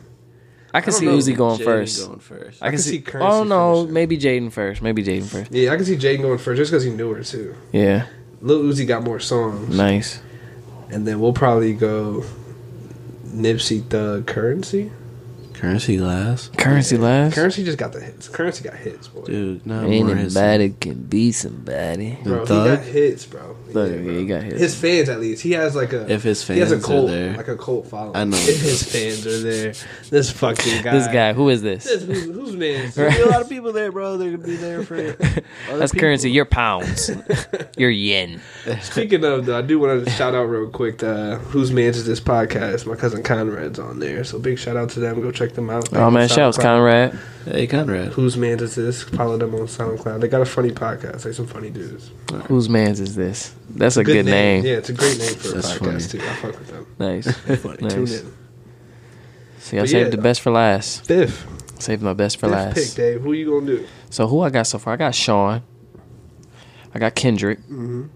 Speaker 2: I can
Speaker 1: I don't
Speaker 2: see
Speaker 1: know.
Speaker 2: Uzi going
Speaker 3: Jaden
Speaker 2: first.
Speaker 3: Going first.
Speaker 2: I can
Speaker 1: can
Speaker 2: see.
Speaker 1: see Currency
Speaker 2: oh no,
Speaker 1: finishing.
Speaker 2: maybe Jaden first. Maybe Jaden first.
Speaker 1: Yeah, I can see Jaden going first just because he knew her too.
Speaker 2: Yeah,
Speaker 1: Lil Uzi got more songs,
Speaker 2: nice.
Speaker 1: and then we'll probably go Nipsey Thug Currency.
Speaker 3: Currency glass.
Speaker 2: Currency last.
Speaker 1: Currency just got the hits. Currency got hits, boy.
Speaker 3: Dude, not more his.
Speaker 2: Anybody can be somebody.
Speaker 1: Bro, he
Speaker 3: Thug?
Speaker 1: got hits, bro. He
Speaker 2: Thug,
Speaker 1: did,
Speaker 2: yeah,
Speaker 1: bro.
Speaker 2: he got hits.
Speaker 1: His fans, at least, he has like a
Speaker 3: If his
Speaker 1: he has a
Speaker 3: fans are
Speaker 1: cult,
Speaker 3: there.
Speaker 1: like a cult following.
Speaker 3: I know.
Speaker 1: If his fans are there, this fucking guy,
Speaker 2: This guy, who is this?
Speaker 1: this who's, who's man?
Speaker 3: There'll be a lot of people there, bro. They're gonna be there for. other
Speaker 2: That's
Speaker 3: people.
Speaker 2: currency. Your pounds. your yen.
Speaker 1: Speaking of, though, I do want to shout out real quick to uh, Whose Mans Is This Podcast. My cousin Conrad's on there, so big shout out to them. Go check them out.
Speaker 2: Oh man, shouts Conrad.
Speaker 3: Hey, Conrad.
Speaker 1: Whose Mans Is This? Follow them on SoundCloud. They got a funny podcast. They some funny dudes.
Speaker 2: Whose man's is this? That's a good, name.
Speaker 1: Yeah, it's a great name for a
Speaker 3: That's
Speaker 1: podcast, too. I fuck with them.
Speaker 2: Nice.
Speaker 1: Tune
Speaker 2: nice.
Speaker 1: in.
Speaker 2: See, I
Speaker 1: But
Speaker 2: saved
Speaker 1: yeah.
Speaker 2: the best for last.
Speaker 1: Fifth.
Speaker 2: Saved my best for
Speaker 1: Fifth
Speaker 2: last.
Speaker 1: pick, Dave. Who you going to do?
Speaker 2: So who I got so far? I got Sean. I got Kendrick.
Speaker 3: Mm-hmm.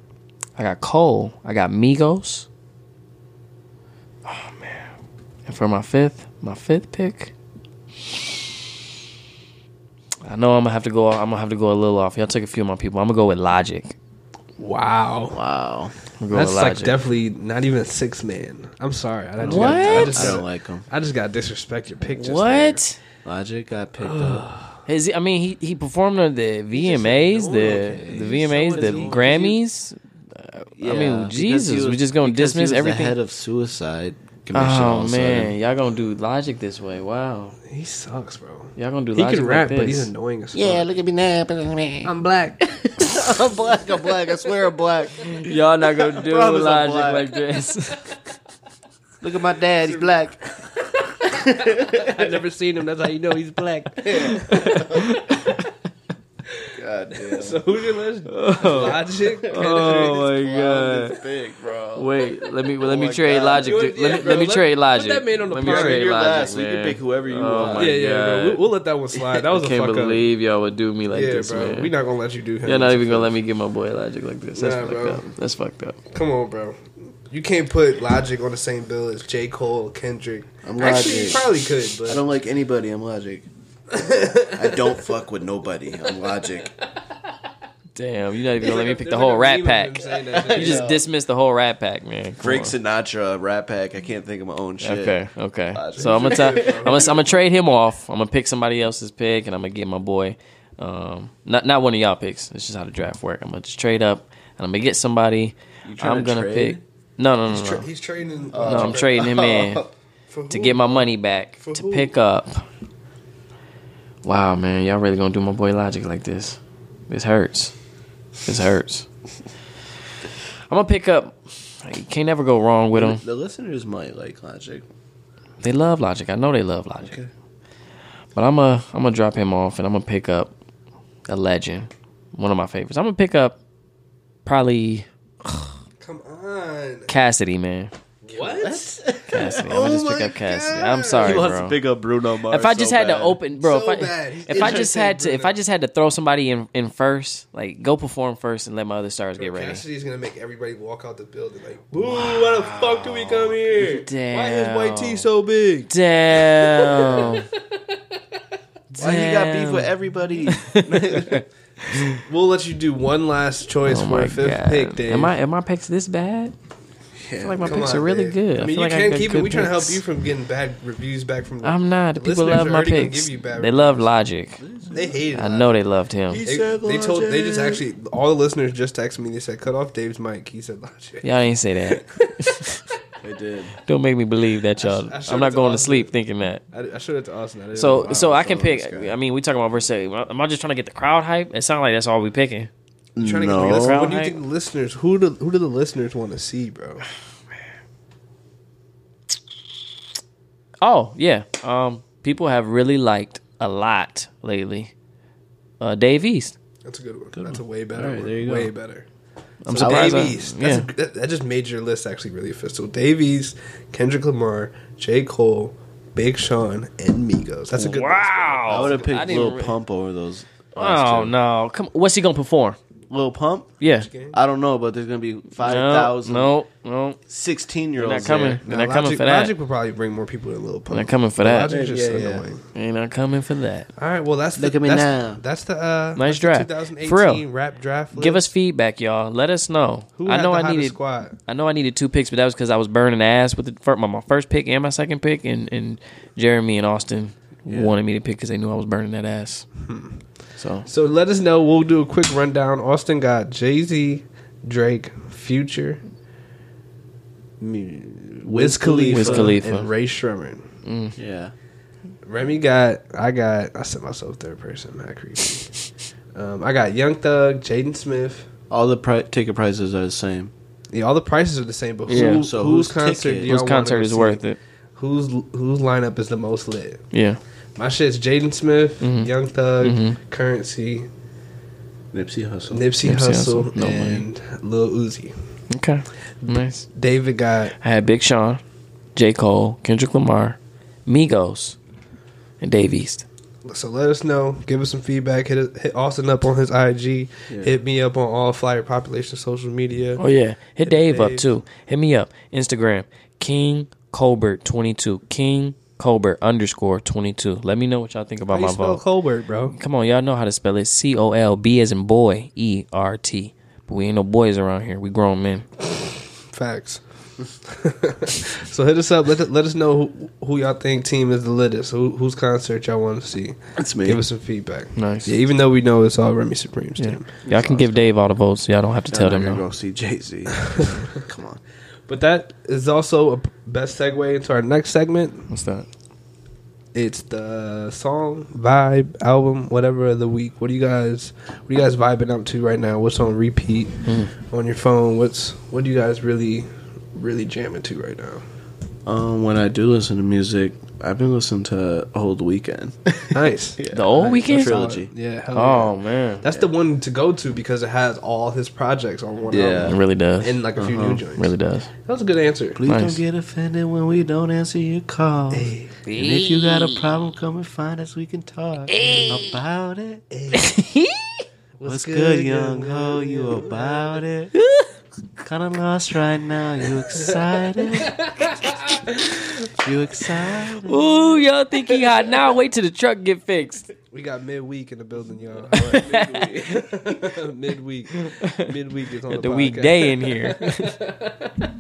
Speaker 2: I got Cole. I got Migos. Oh man! And for my fifth, my fifth pick, I know I'm gonna have to go. I'm gonna have to go a little off. Y'all took a few of my people. I'm gonna go with Logic.
Speaker 1: Wow.
Speaker 3: Wow.
Speaker 2: I'm gonna go
Speaker 1: That's
Speaker 2: with
Speaker 1: like
Speaker 2: Logic.
Speaker 1: definitely not even a six man. I'm sorry. I just
Speaker 2: What?
Speaker 1: Got, I,
Speaker 3: I
Speaker 1: just
Speaker 3: don't
Speaker 1: got,
Speaker 3: like him.
Speaker 1: I just got disrespect your pick. Just
Speaker 2: what?
Speaker 3: Logic got picked up.
Speaker 2: Is he, I mean, he, he performed on the VMAs, the the VMAs,
Speaker 3: someone
Speaker 2: the
Speaker 3: is he-
Speaker 2: Grammys.
Speaker 3: Yeah,
Speaker 2: I mean,
Speaker 3: because
Speaker 2: Jesus,
Speaker 3: he was-
Speaker 2: we just gonna
Speaker 3: because he
Speaker 2: dismiss
Speaker 3: was
Speaker 2: everything?
Speaker 3: The head of suicide commission. all
Speaker 2: Oh
Speaker 3: of a
Speaker 2: man,
Speaker 3: sudden.
Speaker 2: y'all gonna do Logic this way? Wow,
Speaker 1: There. He sucks, bro.
Speaker 2: y'all gonna do
Speaker 1: He
Speaker 2: Logic
Speaker 1: can rap,
Speaker 2: like
Speaker 1: but
Speaker 2: this?
Speaker 1: he's annoying as fuck.
Speaker 3: Yeah, look at me now. I'm black. I'm black. I'm black. I swear I'm black.
Speaker 2: Y'all not gonna do
Speaker 3: Promise I'm
Speaker 2: Logic
Speaker 3: black.
Speaker 2: like this.
Speaker 3: Look at my dad. He's black.
Speaker 1: I've never seen him. That's how you know he's black.
Speaker 3: God damn.
Speaker 1: so who's your list? Logic.
Speaker 2: oh my god!
Speaker 3: big, bro.
Speaker 2: Wait, let me let me
Speaker 3: my
Speaker 2: trade
Speaker 3: God.
Speaker 2: Logic.
Speaker 1: You
Speaker 2: Let,
Speaker 1: would-
Speaker 2: me-
Speaker 1: yeah,
Speaker 2: let
Speaker 1: bro,
Speaker 2: me
Speaker 1: let-
Speaker 2: trade
Speaker 1: put
Speaker 2: Logic.
Speaker 1: that man on the
Speaker 2: Let me
Speaker 1: pod.
Speaker 2: trade
Speaker 3: You're
Speaker 2: Logic.
Speaker 3: last. We can
Speaker 2: man.
Speaker 3: pick whoever you
Speaker 2: Oh
Speaker 3: want.
Speaker 2: my
Speaker 1: yeah, yeah, bro. We'll,
Speaker 2: God.
Speaker 1: we'll let that one slide. That was
Speaker 2: I
Speaker 1: a
Speaker 2: can't
Speaker 1: fuck
Speaker 2: believe y'all would do me
Speaker 1: up.
Speaker 2: like
Speaker 1: Yeah,
Speaker 2: this,
Speaker 1: bro.
Speaker 2: man.
Speaker 1: We're not gonna let you do him.
Speaker 2: You're not even gonna let me get my boy Logic like this. That's
Speaker 1: Nah,
Speaker 2: fucked
Speaker 1: bro.
Speaker 2: up. That's fucked up.
Speaker 1: Come on, bro. You can't put Logic on the same bill as J. Cole, Kendrick.
Speaker 3: I'm
Speaker 1: Actually, you
Speaker 3: Logic.
Speaker 1: probably could, but
Speaker 3: I don't like anybody. I'm Logic. I don't fuck with nobody. I'm Logic.
Speaker 2: Damn, you're not even gonna let me
Speaker 1: There's
Speaker 2: pick
Speaker 1: like
Speaker 2: the
Speaker 1: a
Speaker 2: whole Rat
Speaker 1: meme of him
Speaker 2: Pack.
Speaker 1: saying that shit.
Speaker 2: You just dismissed the whole Rat Pack, man. Come
Speaker 3: Frank
Speaker 2: on.
Speaker 3: Sinatra, Rat Pack. I can't think of my own shit.
Speaker 2: Okay, okay.
Speaker 3: Logic.
Speaker 2: So I'm gonna i I'm gonna I'm gonna trade him off. I'm gonna pick somebody else's pick, and I'm gonna get my boy. Um, not not one of y'all picks. It's just how the draft work. I'm gonna just trade up, and I'm gonna get somebody.
Speaker 3: You trying
Speaker 2: I'm
Speaker 3: to
Speaker 2: gonna
Speaker 3: trade? Oh,
Speaker 2: pick. No, no, no,
Speaker 1: He's,
Speaker 2: no.
Speaker 1: tra- he's training. uh,
Speaker 2: no I'm trading him in
Speaker 1: for
Speaker 2: to
Speaker 1: who?
Speaker 2: get my money back
Speaker 1: For
Speaker 2: to
Speaker 1: who?
Speaker 2: pick up. Wow, man, y'all really gonna do my boy Logic like this? This hurts. This hurts. I'm gonna pick up. You can't never go wrong with him.
Speaker 3: The listeners might like Logic.
Speaker 2: They love Logic. I know they love Logic. But I'm a I'm gonna drop him off and I'm gonna pick up a legend, one of my favorites. I'm gonna pick up probably
Speaker 1: Come on.
Speaker 2: Cassidy, man.
Speaker 1: What? Oh
Speaker 2: Cassidy. I'm gonna just pick up Cassidy. I'm sorry,
Speaker 3: He wants
Speaker 2: bro.
Speaker 3: to pick up Bruno Mars.
Speaker 2: if I just
Speaker 3: so
Speaker 2: had
Speaker 3: bad.
Speaker 2: to open, bro,
Speaker 1: So
Speaker 2: if I
Speaker 1: bad. He's
Speaker 2: if I just
Speaker 1: interested in
Speaker 2: had to if I
Speaker 1: Bruno.
Speaker 2: just had to throw somebody in, in first, like go perform first and let my other stars get ready.
Speaker 1: Cassidy's gonna make everybody walk out the building like, "Boo! Why the fuck do we come here?
Speaker 2: Damn.
Speaker 3: Why is White T so big?
Speaker 2: Damn.
Speaker 3: Why he got beef
Speaker 2: Damn.
Speaker 3: with everybody?
Speaker 1: We'll let you do one last choice
Speaker 2: Oh
Speaker 1: for
Speaker 2: my
Speaker 1: a fifth
Speaker 2: god.
Speaker 1: pick, Dave.
Speaker 2: Am I am my picks this bad? I feel like my
Speaker 1: Come
Speaker 2: picks
Speaker 1: on,
Speaker 2: are really
Speaker 1: Dave.
Speaker 2: good.
Speaker 1: I mean,
Speaker 2: feel
Speaker 1: you
Speaker 2: like
Speaker 1: can't
Speaker 2: got
Speaker 1: keep it.
Speaker 2: good
Speaker 1: We trying to help
Speaker 2: picks.
Speaker 1: you from getting bad reviews back from.
Speaker 2: I'm not. The people
Speaker 1: Listeners
Speaker 2: love
Speaker 1: are
Speaker 2: my
Speaker 1: already gonna
Speaker 2: picks.
Speaker 1: give you bad
Speaker 2: They love Logic.
Speaker 1: they hated.
Speaker 2: I
Speaker 1: it.
Speaker 2: know they loved him.
Speaker 1: They, they told. They just actually. All the listeners just texted me. They said, "Cut off Dave's mic." He said, "Logic."
Speaker 2: Y'all ain't say that.
Speaker 3: They did.
Speaker 2: Don't make me believe that y'all.
Speaker 1: I showed
Speaker 2: I'm
Speaker 1: it
Speaker 2: not
Speaker 1: to
Speaker 2: going to
Speaker 1: Austin.
Speaker 2: sleep thinking that.
Speaker 1: I, I showed it to Austin. I didn't know
Speaker 2: So
Speaker 1: why
Speaker 2: so
Speaker 1: was
Speaker 2: I can
Speaker 1: telling
Speaker 2: pick.
Speaker 1: this guy.
Speaker 2: I mean, we talking about verse. Am I just trying to get the crowd hype? It sounds like that's all we picking.
Speaker 1: I'm trying to get
Speaker 3: No.
Speaker 1: the listeners.
Speaker 2: Crowd
Speaker 1: What do you
Speaker 2: hype.
Speaker 1: think the listeners? Who do who do the listeners want to see, bro?
Speaker 2: Oh yeah. Um, people have really liked a lot lately. Uh, Dave East.
Speaker 1: That's a good one. That's a way better.
Speaker 3: All right,
Speaker 1: one.
Speaker 3: there you go.
Speaker 1: Way better.
Speaker 2: I'm
Speaker 1: So
Speaker 2: surprised. I-
Speaker 1: Davies.
Speaker 2: yeah.
Speaker 1: That's a, that, that just made your list actually really official. Davies, Kendrick Lamar, J. Cole, Big Sean, and Migos. That's a good list, bro.
Speaker 2: wow.
Speaker 3: I would have
Speaker 2: Oh, I
Speaker 3: picked
Speaker 2: didn't
Speaker 3: Lil
Speaker 2: re-
Speaker 3: Pump over those. last
Speaker 2: Oh
Speaker 3: two.
Speaker 2: no! Come. What's he gonna perform?
Speaker 3: Lil Pump?
Speaker 2: Yeah.
Speaker 3: I don't know, but there's gonna be five
Speaker 2: No,
Speaker 3: thousand
Speaker 2: no, no.
Speaker 3: 16 year
Speaker 2: They're
Speaker 3: olds.
Speaker 2: not coming.
Speaker 1: Now,
Speaker 2: They're not coming
Speaker 1: Logic-
Speaker 2: for that.
Speaker 1: Logic will probably bring more people in Lil Pump.
Speaker 2: They're not coming for that.
Speaker 1: Logic's just
Speaker 3: Yeah, yeah.
Speaker 1: annoying.
Speaker 2: They're not coming for that.
Speaker 1: All right, well that's the,
Speaker 3: Look at me
Speaker 1: that's,
Speaker 3: now.
Speaker 1: That's the uh,
Speaker 2: Nice
Speaker 1: that's the
Speaker 2: draft. For real.
Speaker 1: 2018 rap draft. List.
Speaker 2: Give us feedback, y'all. Let us know.
Speaker 1: Who
Speaker 2: I
Speaker 1: had
Speaker 2: know
Speaker 1: the
Speaker 2: I
Speaker 1: hottest
Speaker 2: needed.
Speaker 1: squad.
Speaker 2: I know I needed two picks, but that was because I was burning ass with the, fir- my, my first pick and my second pick, and, and Jeremy and Austin wanted me to pick because they knew I was burning that ass. So
Speaker 1: So let us know. We'll do a quick rundown. Austin got Jay Z, Drake, Future, Wiz Khalifa,
Speaker 2: Wiz Khalifa.
Speaker 1: and Ray Sherman.
Speaker 3: Yeah.
Speaker 1: Remy got. I got. I said myself third person. Not creepy. um, I got Young Thug, Jaden Smith.
Speaker 3: All the pri- ticket prices are the same.
Speaker 1: Yeah, all the prices are the same, but who,
Speaker 2: Yeah.
Speaker 1: so
Speaker 3: So
Speaker 1: whose
Speaker 3: whose
Speaker 1: concert?
Speaker 3: ticket-
Speaker 1: do y'all
Speaker 2: whose
Speaker 1: wanna
Speaker 2: concert is
Speaker 1: see?
Speaker 2: worth it?
Speaker 1: Whose whose lineup is the most lit?
Speaker 2: Yeah,
Speaker 1: My shit's Jaden Smith,
Speaker 2: Mhm.
Speaker 1: Young Thug,
Speaker 2: Mhm.
Speaker 1: Currency,
Speaker 3: Nipsey Hustle.
Speaker 1: Nipsey,
Speaker 2: Nipsey
Speaker 1: Hussle,
Speaker 2: Hussle, no
Speaker 1: and Lil Uzi.
Speaker 2: okay, nice.
Speaker 1: David got
Speaker 2: I had Big Sean, J Cole, Kendrick Lamar, Migos, and Dave East.
Speaker 1: So let us know. Give us some feedback. Hit, hit Austin up on his IG.
Speaker 3: Yeah.
Speaker 1: Hit me up on all Flyer Population social media.
Speaker 2: Oh yeah, hit Dave, up
Speaker 1: Dave.
Speaker 2: too. Hit me up Instagram King Colbert twenty two King Colbert underscore twenty two. Let me know what y'all think
Speaker 1: How
Speaker 2: about
Speaker 1: you
Speaker 2: my
Speaker 1: spell
Speaker 2: vote.
Speaker 1: Colbert, bro?
Speaker 2: Come on, y'all know how to spell it. C O L B as in boy, E R T. But we ain't no boys around here. We grown men.
Speaker 1: Facts. so hit us up. Let, let us know who, who y'all think team is the littest. Who, whose concert y'all want to see.
Speaker 3: That's me.
Speaker 1: Give us some feedback.
Speaker 2: Nice.
Speaker 1: Yeah, even though we know it's all Remy Supreme's
Speaker 2: Yeah.
Speaker 1: team.
Speaker 2: Y'all can give Dave all the votes. Y'all don't have to
Speaker 3: I'm
Speaker 2: tell them.
Speaker 3: not gonna
Speaker 2: though.
Speaker 3: go see Jay Z. Come on.
Speaker 1: But that is also a p- best segue into our next segment.
Speaker 2: What's that?
Speaker 1: It's the song, vibe, album, whatever of the week. What do you guys what are you guys vibing up to right now? What's on repeat on your phone? What's what do you guys really really jamming to right now?
Speaker 3: Um, when I do listen to music, I've been listening to Old Weekend.
Speaker 1: Nice.
Speaker 2: The old weekend?
Speaker 3: trilogy.
Speaker 1: Yeah, hell
Speaker 2: Oh
Speaker 1: yeah.
Speaker 2: man,
Speaker 1: That's the one to go to because it has all his projects on one
Speaker 3: Yeah.
Speaker 2: it
Speaker 1: album.
Speaker 2: really does.
Speaker 1: And like a few new
Speaker 3: Uh-huh.
Speaker 1: joints.
Speaker 2: really does.
Speaker 1: That was a good answer.
Speaker 3: Please
Speaker 2: Nice.
Speaker 3: don't get offended when we don't answer your calls. And if you got a problem, come and find us. We can talk about it. What's, good, young ho? You about it? kind of lost right now. You excited? you excited?
Speaker 2: Ooh, y'all think he hot now? Wait till the truck get fixed.
Speaker 1: We got midweek in the building, y'all. All right, midweek. midweek. Midweek is on
Speaker 2: Got
Speaker 1: the
Speaker 2: the
Speaker 1: podcast.
Speaker 2: weekday in here.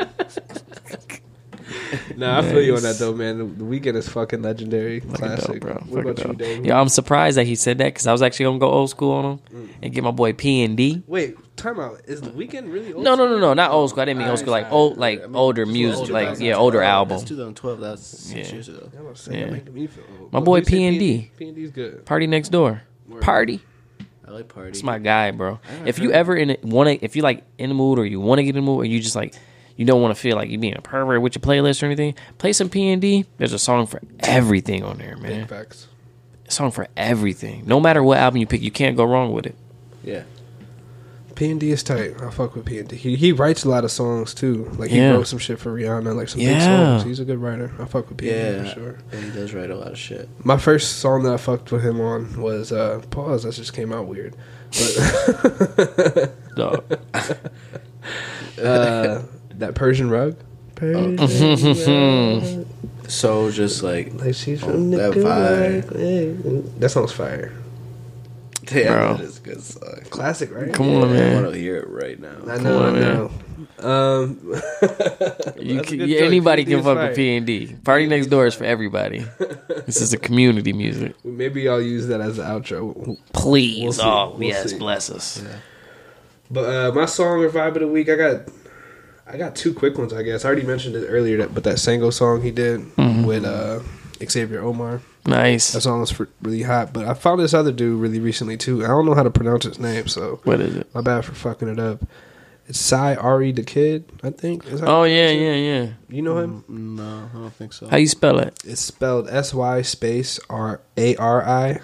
Speaker 1: Nah, I feel you on that though, man. The- The weekend is fucking legendary,
Speaker 2: Fucking
Speaker 1: classic.
Speaker 2: dope, bro.
Speaker 1: What
Speaker 2: Fucking
Speaker 1: about you,
Speaker 2: dope.
Speaker 1: Dave?
Speaker 2: Yo, I'm surprised that he said that because I was actually gonna go old school on
Speaker 1: Mm.
Speaker 2: him and get my boy P and D.
Speaker 1: Wait, time out. Is the weekend really old?
Speaker 2: No, no, no, no, not old school. I didn't mean old school. Like old, like older music,
Speaker 1: older
Speaker 2: like
Speaker 1: album.
Speaker 2: yeah, older
Speaker 3: That's
Speaker 2: album.
Speaker 3: 2012. That's six
Speaker 2: Yeah.
Speaker 3: years ago.
Speaker 1: I'm saying,
Speaker 2: Yeah.
Speaker 1: making me feel old.
Speaker 2: My
Speaker 1: But
Speaker 2: boy
Speaker 1: you said
Speaker 2: P&D.
Speaker 1: P&D's good.
Speaker 2: Party next door. Party.
Speaker 3: I like party.
Speaker 2: It's my guy, bro.
Speaker 3: haven't
Speaker 2: If you
Speaker 3: heard
Speaker 2: ever in want to, if you like in the mood or you want to get in the mood, or you just like you don't want to feel like you being a pervert with your playlist or anything, play some P and D. There's a song for everything on there, man.
Speaker 1: Facts.
Speaker 2: A song for everything. No matter what album you pick, you can't go wrong with it.
Speaker 3: yeah.
Speaker 1: P&D is tight. I fuck with P&D. He, he writes a lot of songs too. Like he
Speaker 2: Yeah.
Speaker 1: wrote some shit for Rihanna, like some big
Speaker 2: Yeah.
Speaker 1: songs. He's a good writer. I fuck with P&D
Speaker 3: Yeah.
Speaker 1: for sure.
Speaker 3: And he does write a lot of shit.
Speaker 1: My first song that I fucked with him on was uh Pause. That just came out weird. But
Speaker 2: Dog.
Speaker 1: uh, that Persian rug.
Speaker 2: Oh. Mm-hmm.
Speaker 1: Persian rug.
Speaker 3: So just like
Speaker 1: Like she's
Speaker 3: Oh,
Speaker 1: from
Speaker 3: that
Speaker 1: Nicaragua. That soun's fire.
Speaker 3: Damn,
Speaker 2: Bro.
Speaker 3: that is a good song.
Speaker 1: Classic, right?
Speaker 2: Come on,
Speaker 3: I
Speaker 2: man.
Speaker 3: want to hear it right now.
Speaker 1: I know,
Speaker 2: on,
Speaker 1: I
Speaker 2: man.
Speaker 1: know. Um,
Speaker 2: You
Speaker 1: that's a
Speaker 2: can,
Speaker 1: good
Speaker 2: yeah,
Speaker 1: choice.
Speaker 2: anybody
Speaker 1: P&D
Speaker 2: can
Speaker 1: is
Speaker 2: fuck
Speaker 1: fire.
Speaker 2: with P and D. Party next door is for everybody. this is a community music.
Speaker 1: Maybe I'll use that as an outro.
Speaker 2: Please,
Speaker 1: We'll see.
Speaker 2: oh
Speaker 1: We'll
Speaker 2: yes,
Speaker 1: see.
Speaker 2: bless us.
Speaker 1: But uh, my song or vibe of the week, I got, I got two quick ones. I guess I already mentioned it earlier, that, but that Sango song he did
Speaker 2: Mm-hmm.
Speaker 1: with uh, Xavier Omar,
Speaker 2: Nice.
Speaker 1: that song was fr- really hot. But I found this other dude really recently too. I don't know how to pronounce his name, so
Speaker 2: What is it?
Speaker 1: my bad for fucking it up. It's Sai Ari the Kid, I think. Is that-
Speaker 2: Oh yeah, yeah, yeah.
Speaker 1: you know him?
Speaker 3: No, I don't think so.
Speaker 2: How you spell it?
Speaker 1: It's spelled S Y space R A R I,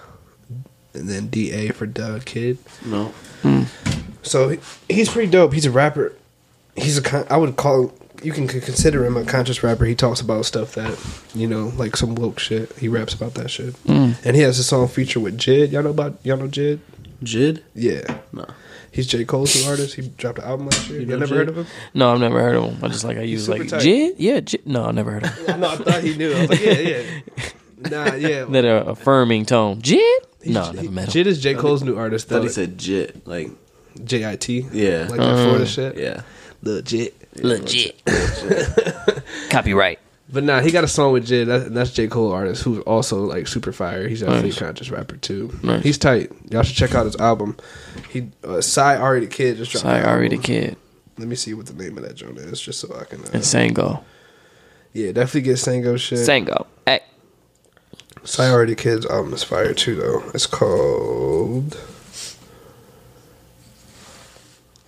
Speaker 1: and then D A for the kid.
Speaker 3: no.
Speaker 1: So he, he's pretty dope. He's a rapper. He's a con- I would call you can c- consider him a conscious rapper. He talks about stuff that you know, like
Speaker 3: Mm.
Speaker 1: some woke shit. He raps about that shit, and he has a song feature with Jid. Y'all know about y'all know Jid?
Speaker 3: Jid?
Speaker 1: Yeah.
Speaker 3: No.
Speaker 1: He's J. Cole's new artist. He dropped an album last year. You,
Speaker 3: know
Speaker 1: never
Speaker 3: Jid?
Speaker 1: heard of him?
Speaker 2: No, I've never heard of him. I just like I
Speaker 1: He's
Speaker 2: use
Speaker 1: super
Speaker 2: like
Speaker 1: tight.
Speaker 2: Jid. Yeah, Jid. No, I never heard of him.
Speaker 1: no, I thought he knew. I was like, yeah, yeah. Nah, yeah.
Speaker 2: that uh, affirming tone. Jid. No, I
Speaker 1: He-
Speaker 2: never met him.
Speaker 1: Jid is J. Cole's new artist,
Speaker 3: I thought
Speaker 1: though.
Speaker 3: he said Jit. Like,
Speaker 1: J.I.T.
Speaker 3: yeah.
Speaker 1: Like that
Speaker 2: Uh-huh.
Speaker 1: Florida shit.
Speaker 3: yeah.
Speaker 1: Legit.
Speaker 2: Legit. Copyright.
Speaker 1: But nah, he got a song with Jid. That, and that's J. Cole artist, who's also like super fire. He's a
Speaker 2: Nice.
Speaker 1: free conscious rapper too.
Speaker 2: Nice.
Speaker 1: He's tight. Y'all should check out his album. He uh, Cy Ari the Kid just dropped.
Speaker 2: Sorry,
Speaker 1: an
Speaker 2: already
Speaker 1: album.
Speaker 2: kid.
Speaker 1: Let me see what the name of that joint is, just so I can. Uh,
Speaker 2: And Sango.
Speaker 1: yeah, definitely get Sango shit.
Speaker 2: Sango. Hey.
Speaker 1: Cy Ari the Kid's album is fire too, though. It's called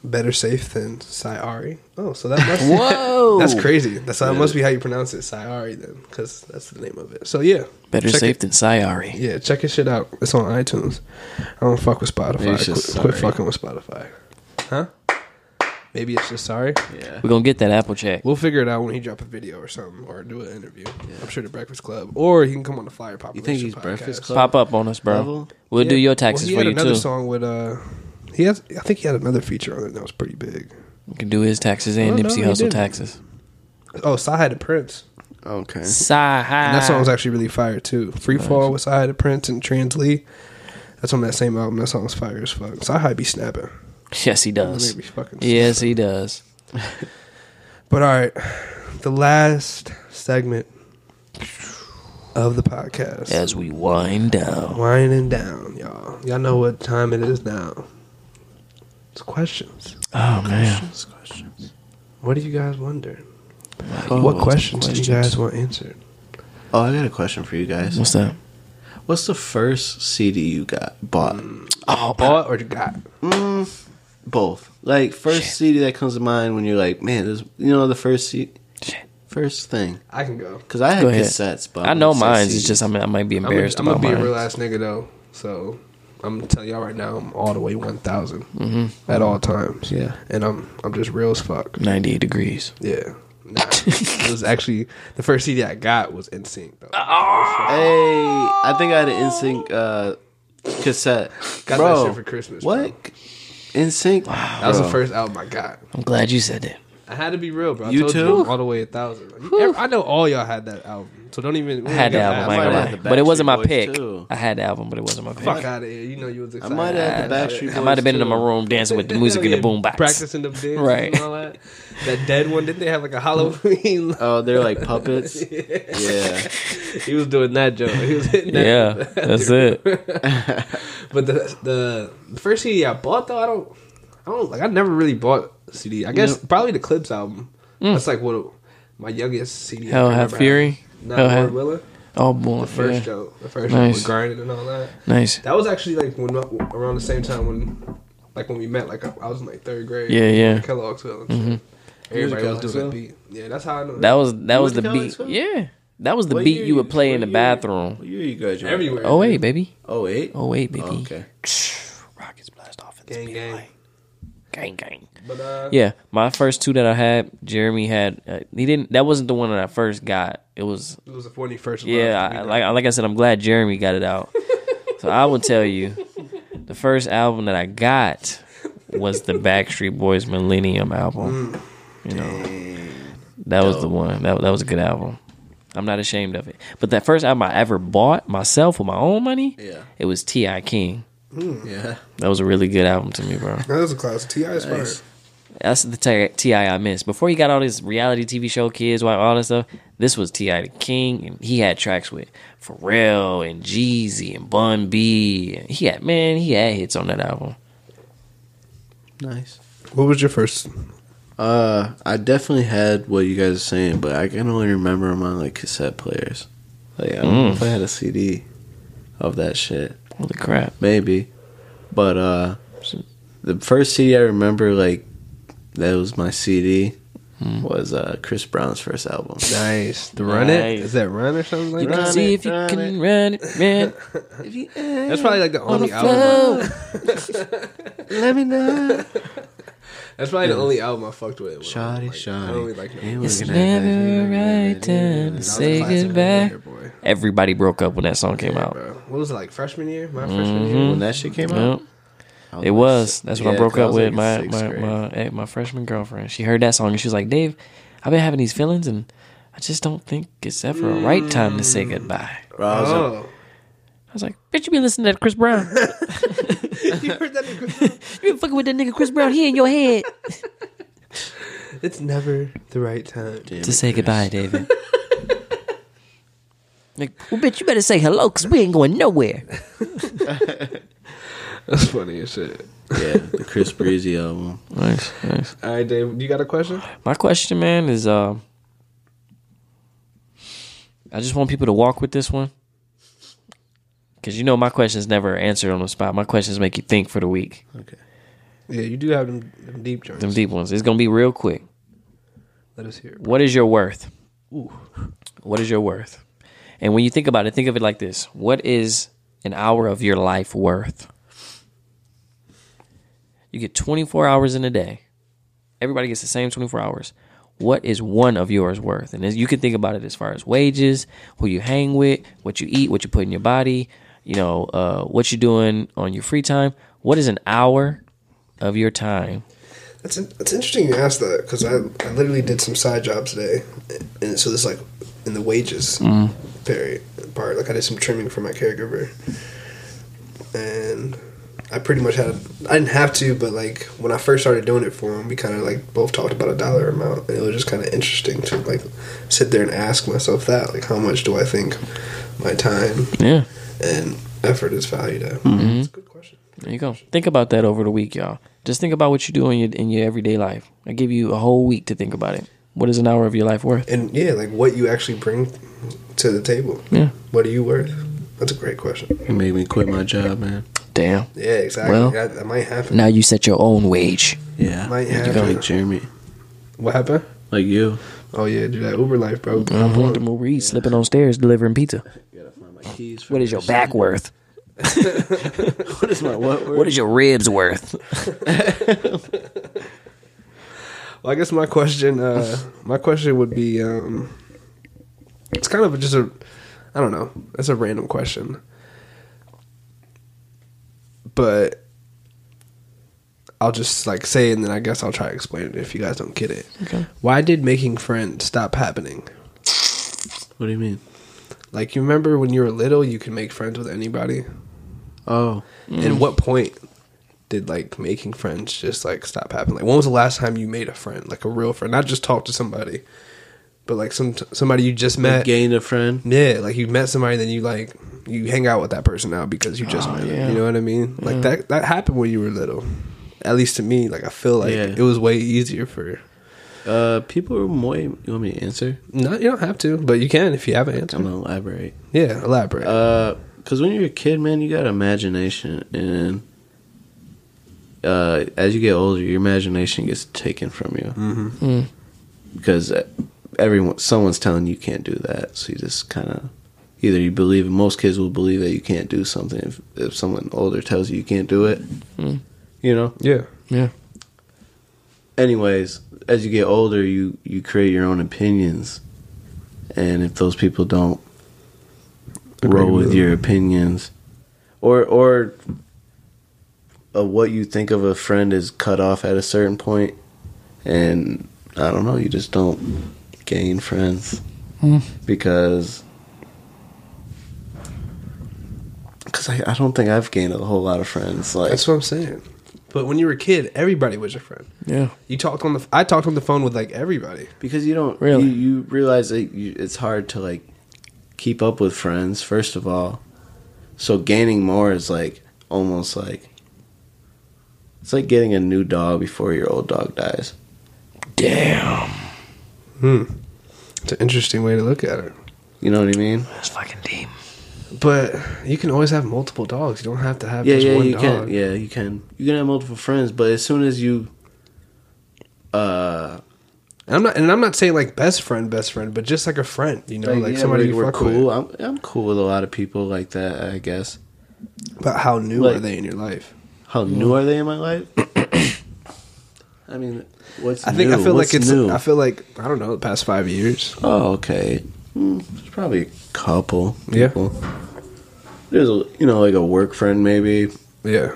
Speaker 1: Better Safe Than Cy Ari. Oh, so that must.
Speaker 2: Whoa.
Speaker 1: That's crazy. That's that must be how you pronounce it, Cy Ari, then, because that's the name of it. So yeah,
Speaker 2: Better
Speaker 1: Check
Speaker 2: safe
Speaker 1: it.
Speaker 2: than Sayari.
Speaker 1: Yeah, check his shit out. It's on iTunes. I don't fuck with Spotify.
Speaker 3: Maybe it's just
Speaker 1: Quit, quit
Speaker 3: sorry.
Speaker 1: fucking with Spotify. Huh? Maybe it's just sorry.
Speaker 3: Yeah.
Speaker 2: We're gonna get that Apple check.
Speaker 1: We'll figure it out when he drop a video or something, or do an interview. I'm sure the Breakfast Club, or he can come on the Flyer Population.
Speaker 3: You think he's
Speaker 1: podcast.
Speaker 3: Breakfast Club?
Speaker 2: Pop up on us, bro.
Speaker 3: Level?
Speaker 2: We'll
Speaker 1: Yeah.
Speaker 2: do your taxes
Speaker 1: well, he had
Speaker 2: for you
Speaker 1: another
Speaker 2: too.
Speaker 1: song with uh, he has. I think he had another feature on it that was pretty big.
Speaker 2: We can do his taxes and
Speaker 1: Oh, no,
Speaker 2: Nipsey
Speaker 1: he
Speaker 2: Hustle
Speaker 1: didn't.
Speaker 2: taxes.
Speaker 1: Oh, Sahai the Prince.
Speaker 3: Okay.
Speaker 2: Sigh.
Speaker 1: And that
Speaker 2: Ah.
Speaker 1: song was actually really fire too. Free Fall with Sahai the Prince and Trans Lee. That's on that same album. That song's fire as fuck. Sahai be snapping.
Speaker 2: Yes, he
Speaker 1: That
Speaker 2: does.
Speaker 1: made me fucking
Speaker 2: Yes, he does.
Speaker 1: But all right, the last segment of the podcast.
Speaker 2: As we wind down.
Speaker 1: Winding down, y'all. Y'all know what time it is now. It's questions.
Speaker 2: Oh man.
Speaker 1: What do you guys wonder?
Speaker 2: Oh,
Speaker 1: what
Speaker 2: it's
Speaker 1: questions, do you guys want answered?
Speaker 3: Oh, I got a question for you guys.
Speaker 2: What's that?
Speaker 3: What's the first CD you got bought?
Speaker 1: Oh, bought or got?
Speaker 3: Mm, both. Like first CD that comes to mind when you're like, man, this you know the first C-
Speaker 2: Shit.
Speaker 3: first thing.
Speaker 1: I can go.
Speaker 3: Cuz I had
Speaker 2: Go ahead.
Speaker 3: cassettes, but
Speaker 2: I know
Speaker 3: wouldn't say
Speaker 2: mine's. It's
Speaker 3: CDs.
Speaker 2: just I, mean, I might be
Speaker 1: I'm gonna,
Speaker 2: embarrassed
Speaker 1: I'm gonna
Speaker 2: about
Speaker 1: be a
Speaker 2: mine.
Speaker 1: real ass nigga though, so I'm gonna tell y'all right now, I'm all the way 1,000
Speaker 2: Mm-hmm.
Speaker 1: at all times.
Speaker 3: Yeah.
Speaker 1: and I'm I'm just real as fuck.
Speaker 2: 98 degrees.
Speaker 1: Yeah. Nah, it was actually the first CD I got was NSYNC though.
Speaker 3: Hey, I think I had an NSYNC uh cassette.
Speaker 1: Got
Speaker 3: bro,
Speaker 1: that shit for Christmas. bro.
Speaker 3: What? NSYNC?
Speaker 1: That was the
Speaker 3: Bro.
Speaker 1: first album I got.
Speaker 2: I'm glad you said that.
Speaker 1: I had to be real, bro. I
Speaker 3: You
Speaker 1: told
Speaker 3: too?
Speaker 1: you all the way a thousand. I know all y'all had that album, so don't even.
Speaker 2: I had the album, I
Speaker 3: might
Speaker 2: ain't
Speaker 3: have
Speaker 2: gonna lie.
Speaker 3: the
Speaker 2: But it wasn't my
Speaker 3: Backstreet Boys,
Speaker 2: pick.
Speaker 3: too.
Speaker 2: I had the album, but it wasn't my pick.
Speaker 1: Fuck out of here. You know you was excited.
Speaker 3: might have had the
Speaker 1: Hell
Speaker 3: Backstreet
Speaker 2: I might have been
Speaker 3: Boys,
Speaker 2: in my
Speaker 3: too.
Speaker 2: room dancing with the music in
Speaker 1: yeah.
Speaker 2: the boombox.
Speaker 1: Practicing them dances
Speaker 2: Right.
Speaker 1: and all that. That dead one. Didn't they have like a Halloween?
Speaker 3: Oh, they're like puppets. yeah.
Speaker 1: he was doing that joke. He was hitting that.
Speaker 2: Yeah, that's it.
Speaker 1: But the, the the first CD I bought though, I don't, I don't like. I never really bought a CD. I guess probably the Clips album. That's like what my youngest CD. I
Speaker 2: Mm. Hell
Speaker 1: can
Speaker 2: Hath
Speaker 1: remember
Speaker 2: Fury.
Speaker 1: having. Not
Speaker 2: Hell
Speaker 1: Lord
Speaker 2: Hath-
Speaker 1: Willa.
Speaker 2: Oh boy,
Speaker 1: The first
Speaker 2: yeah.
Speaker 1: show, the first show
Speaker 2: Nice.
Speaker 1: with grinding and all that.
Speaker 2: Nice.
Speaker 1: That was actually like when around the same time when, like when we met, like I was in like third grade.
Speaker 2: Yeah, yeah. Mm-hmm.
Speaker 1: Kellogg'sville. And shit. Everybody
Speaker 3: Music
Speaker 1: was doing that
Speaker 3: Kellogg'sville?
Speaker 1: beat. Yeah, that's how I know.
Speaker 2: That was that
Speaker 3: You
Speaker 2: was the
Speaker 3: went to college
Speaker 2: beat.
Speaker 3: too?
Speaker 2: Yeah, that was the
Speaker 3: What
Speaker 2: beat
Speaker 3: year
Speaker 2: you would play
Speaker 3: what
Speaker 2: in the
Speaker 3: year-
Speaker 2: bathroom.
Speaker 3: What year you graduated?
Speaker 1: everywhere.
Speaker 2: Oh wait, baby.
Speaker 3: Oh eight.
Speaker 2: Oh wait, baby.
Speaker 3: Oh, okay.
Speaker 2: Rockets blast off. in this
Speaker 1: gang,
Speaker 2: beat.
Speaker 1: gang.
Speaker 2: gang, gang.
Speaker 1: But uh,
Speaker 2: Yeah, my first two that I had, Jeremy had. Uh, he didn't. That wasn't the one that I first got. It was.
Speaker 1: it was the when you first.
Speaker 2: Yeah,
Speaker 1: loved me.
Speaker 2: I, like like I said, I'm glad Jeremy got it out. so I will tell you, the first album that I got was the Backstreet Boys Millennium album. you know, that was the one. That that was a good album. I'm not ashamed of it. But that first album I ever bought myself with my own money,
Speaker 3: Yeah.
Speaker 2: it was T.I. King.
Speaker 3: Yeah.
Speaker 2: That was a really good album to me, bro.
Speaker 1: that was a classic. Ti is fire.
Speaker 3: Nice.
Speaker 2: That's the Ti Ti I missed. Before he got all this reality TV show kids, why all that stuff. This was Ti the King, and he had tracks with Pharrell and Jeezy and Bun B. He had man, he had hits on that album.
Speaker 3: Nice.
Speaker 1: What was your first?
Speaker 3: Uh, I definitely had what you guys are saying, but I can only remember them on like cassette players. Like I don't
Speaker 2: Mm.
Speaker 3: know if I had a CD of that shit,
Speaker 2: Holy crap!
Speaker 3: maybe. But uh, the first CD I remember, like that was my CD,
Speaker 2: Mm.
Speaker 3: was uh Chris Brown's first album.
Speaker 1: Nice. The run it
Speaker 2: Nice.
Speaker 1: is that run or something like
Speaker 2: You
Speaker 1: that.
Speaker 2: can
Speaker 3: Run
Speaker 2: see
Speaker 3: it,
Speaker 2: if you
Speaker 3: run
Speaker 2: can
Speaker 3: it.
Speaker 2: run it, man.
Speaker 1: That's probably like the only album.
Speaker 3: Let me
Speaker 1: Oh
Speaker 3: know.
Speaker 1: That's probably the only album I fucked with. when I was,
Speaker 3: Shoddy,
Speaker 1: like, I
Speaker 3: shoddy.
Speaker 1: only like no-
Speaker 3: Hey,
Speaker 1: That
Speaker 2: It's
Speaker 3: looking at that.
Speaker 2: never right time to
Speaker 1: was a
Speaker 2: say
Speaker 1: classic
Speaker 2: goodbye.
Speaker 1: right there, boy.
Speaker 2: Everybody broke up when that song came
Speaker 1: Yeah,
Speaker 2: out.
Speaker 3: Mm-hmm.
Speaker 1: bro. What was it like freshman year? My freshman year.
Speaker 3: When that shit came out,
Speaker 2: Yep.
Speaker 3: I
Speaker 2: It
Speaker 3: like
Speaker 2: was.
Speaker 3: si-
Speaker 2: That's
Speaker 3: yeah,
Speaker 2: what I broke
Speaker 3: 'cause
Speaker 2: up
Speaker 3: was,
Speaker 2: with my
Speaker 3: like, sixth
Speaker 2: my,
Speaker 3: grade.
Speaker 2: my eh, my freshman girlfriend. She heard that song and she was like, "Dave, I've been having these feelings and I just don't think it's ever a right time to say
Speaker 3: Mm.
Speaker 2: goodbye."
Speaker 3: Bro, I was like,
Speaker 4: Oh.
Speaker 2: I was like, "Bitch, you been listening to Chris Brown?
Speaker 4: you heard that? nigga-
Speaker 2: you been fucking with that nigga Chris Brown? He in your head."
Speaker 1: It's never the right time.
Speaker 3: "Damn
Speaker 2: to
Speaker 3: it,
Speaker 2: say
Speaker 3: Chris."
Speaker 2: goodbye, David. like, well, bitch, you better say hello because we ain't going nowhere.
Speaker 4: That's funny as shit.
Speaker 3: Yeah, the Chris Breezy album.
Speaker 2: Nice, nice.
Speaker 4: All right, Dave. You got a question?
Speaker 2: My question, man, is uh, I just want people to walk with this one. Because you know, my questions never answered on the spot. My questions make you think for the week.
Speaker 3: Okay.
Speaker 4: Yeah, you do have them, them deep joints.
Speaker 2: Them deep ones. It's going to be real quick.
Speaker 4: Let us hear. it.
Speaker 2: What is your worth? What is your worth? And when you think about it, think of it like this What is an hour of your life worth? You get 24 hours in a day. Everybody gets the same 24 hours. What is one of yours worth? And as you can think about it as far as wages, who you hang with, what you eat, what you put in your body, you know, uh, what you're doing on your free time. What is an hour of your time?
Speaker 1: That's, that's interesting you asked that because I, I literally did some side jobs today, and so this like in the wages period part, like I did some trimming for my caregiver, and I pretty much had I didn't have to, but like when I first started doing it for him, we kind of like both talked about a dollar amount, and it was just kind of interesting to like sit there and ask myself that, like how much do I think my time
Speaker 2: Yeah.
Speaker 1: and effort is valued at? That's a good question.
Speaker 2: There you go. Think about that over the week, y'all. Just think about what you do in your in your everyday life. I give you a whole week to think about it. What is an hour of your life worth?
Speaker 1: and yeah, like what you actually bring to the table.
Speaker 2: Yeah.
Speaker 1: What are you worth? That's a great question.
Speaker 3: It made me quit my job, man.
Speaker 2: Damn.
Speaker 1: Yeah, exactly.
Speaker 2: Well,
Speaker 1: that, that might happen.
Speaker 2: Now you set your own wage.
Speaker 3: Yeah.
Speaker 1: Might
Speaker 3: You
Speaker 1: happen.
Speaker 3: like Jeremy.
Speaker 4: What happened?
Speaker 3: Like you.
Speaker 4: Oh yeah, do that Uber life, bro.
Speaker 2: Mm-hmm. The Marie slipping on stairs delivering pizza.
Speaker 3: Gotta find my keys.
Speaker 2: What is your back worth?
Speaker 3: What is my what word?
Speaker 2: What is your ribs worth?
Speaker 4: Well, I guess my question, uh, my question would be, um, it's kind of just a, I don't know, that's a random question, but I'll just like say it, and then I guess I'll try to explain it if you guys don't get it.
Speaker 2: Okay.
Speaker 4: Why did making friends stop happening?
Speaker 3: What do you mean?
Speaker 4: Like you remember when you were little, you could make friends with anybody.
Speaker 3: Oh.
Speaker 4: And what point did like making friends just like stop happening? Like when was the last time you made a friend, like a real friend, not just talk to somebody, but like some somebody you just
Speaker 3: You
Speaker 4: met?
Speaker 3: gained a friend.
Speaker 4: Yeah, like you met somebody, then you like you hang out with that person now because you just
Speaker 2: Oh,
Speaker 4: met. them.
Speaker 2: yeah.
Speaker 4: You know what I mean? Like that that happened when you were little. At least to me, like I feel like
Speaker 3: Yeah.
Speaker 4: it was way easier for.
Speaker 3: Uh, people are more. You want me to answer?
Speaker 4: No, you don't have to, but you can if you have an
Speaker 3: I'm
Speaker 4: answer.
Speaker 3: gonna elaborate.
Speaker 4: Yeah, elaborate.
Speaker 3: Uh, cause when you're a kid, man, you got imagination, and uh, as you get older, your imagination gets taken from you. Mm-hmm.
Speaker 2: Mm.
Speaker 3: Because uh, everyone, someone's telling you, you can't do that, so you just kind of either you believe. Most kids will believe that you can't do something if if someone older tells you you can't do it.
Speaker 2: Mm.
Speaker 3: You know.
Speaker 4: yeah,
Speaker 2: Yeah.
Speaker 3: anyways, as you get older, you you create your own opinions, and if those people don't
Speaker 4: Agree
Speaker 3: roll
Speaker 4: with
Speaker 3: with
Speaker 4: them.
Speaker 3: your opinions, or or uh, what you think of a friend is cut off at a certain point, and I don't know, you just don't gain friends because. Cause I, I don't think I've gained a whole lot of friends. Like
Speaker 4: that's what I'm saying. But when you were a kid, everybody was your friend.
Speaker 2: Yeah.
Speaker 4: You talked on the. I talked on the phone with like everybody.
Speaker 3: because you don't
Speaker 2: Really?
Speaker 3: you, you realize that you, it's hard to like keep up with friends first of all so gaining more is like almost like it's like getting a new dog before your old dog dies
Speaker 2: Damn.
Speaker 4: Hmm. It's an interesting way to look at it.
Speaker 3: you know what i mean
Speaker 2: That's fucking deep.
Speaker 4: But you can always have multiple dogs. You don't have to have
Speaker 3: yeah
Speaker 4: just
Speaker 3: yeah
Speaker 4: one
Speaker 3: you
Speaker 4: dog.
Speaker 3: can yeah you can you can have multiple friends but as soon as you uh
Speaker 4: And I'm not and I'm not saying like best friend, best friend, but just like a friend, you know, like,
Speaker 3: yeah,
Speaker 4: somebody
Speaker 3: we-
Speaker 4: you
Speaker 3: we're
Speaker 4: fuck
Speaker 3: cool
Speaker 4: with.
Speaker 3: I'm, I'm cool with a lot of people like that i guess
Speaker 4: But how new
Speaker 3: Like-
Speaker 4: are they in your life?
Speaker 3: how new are they in my life i mean what's
Speaker 4: I think I
Speaker 3: new?
Speaker 4: feel
Speaker 3: What's
Speaker 4: like it's
Speaker 3: new?
Speaker 4: I feel like I don't know, the past five years.
Speaker 3: Oh, okay. Mm, there's probably a couple.
Speaker 4: Yeah.
Speaker 3: people. There's a you know like a work friend maybe
Speaker 4: Yeah.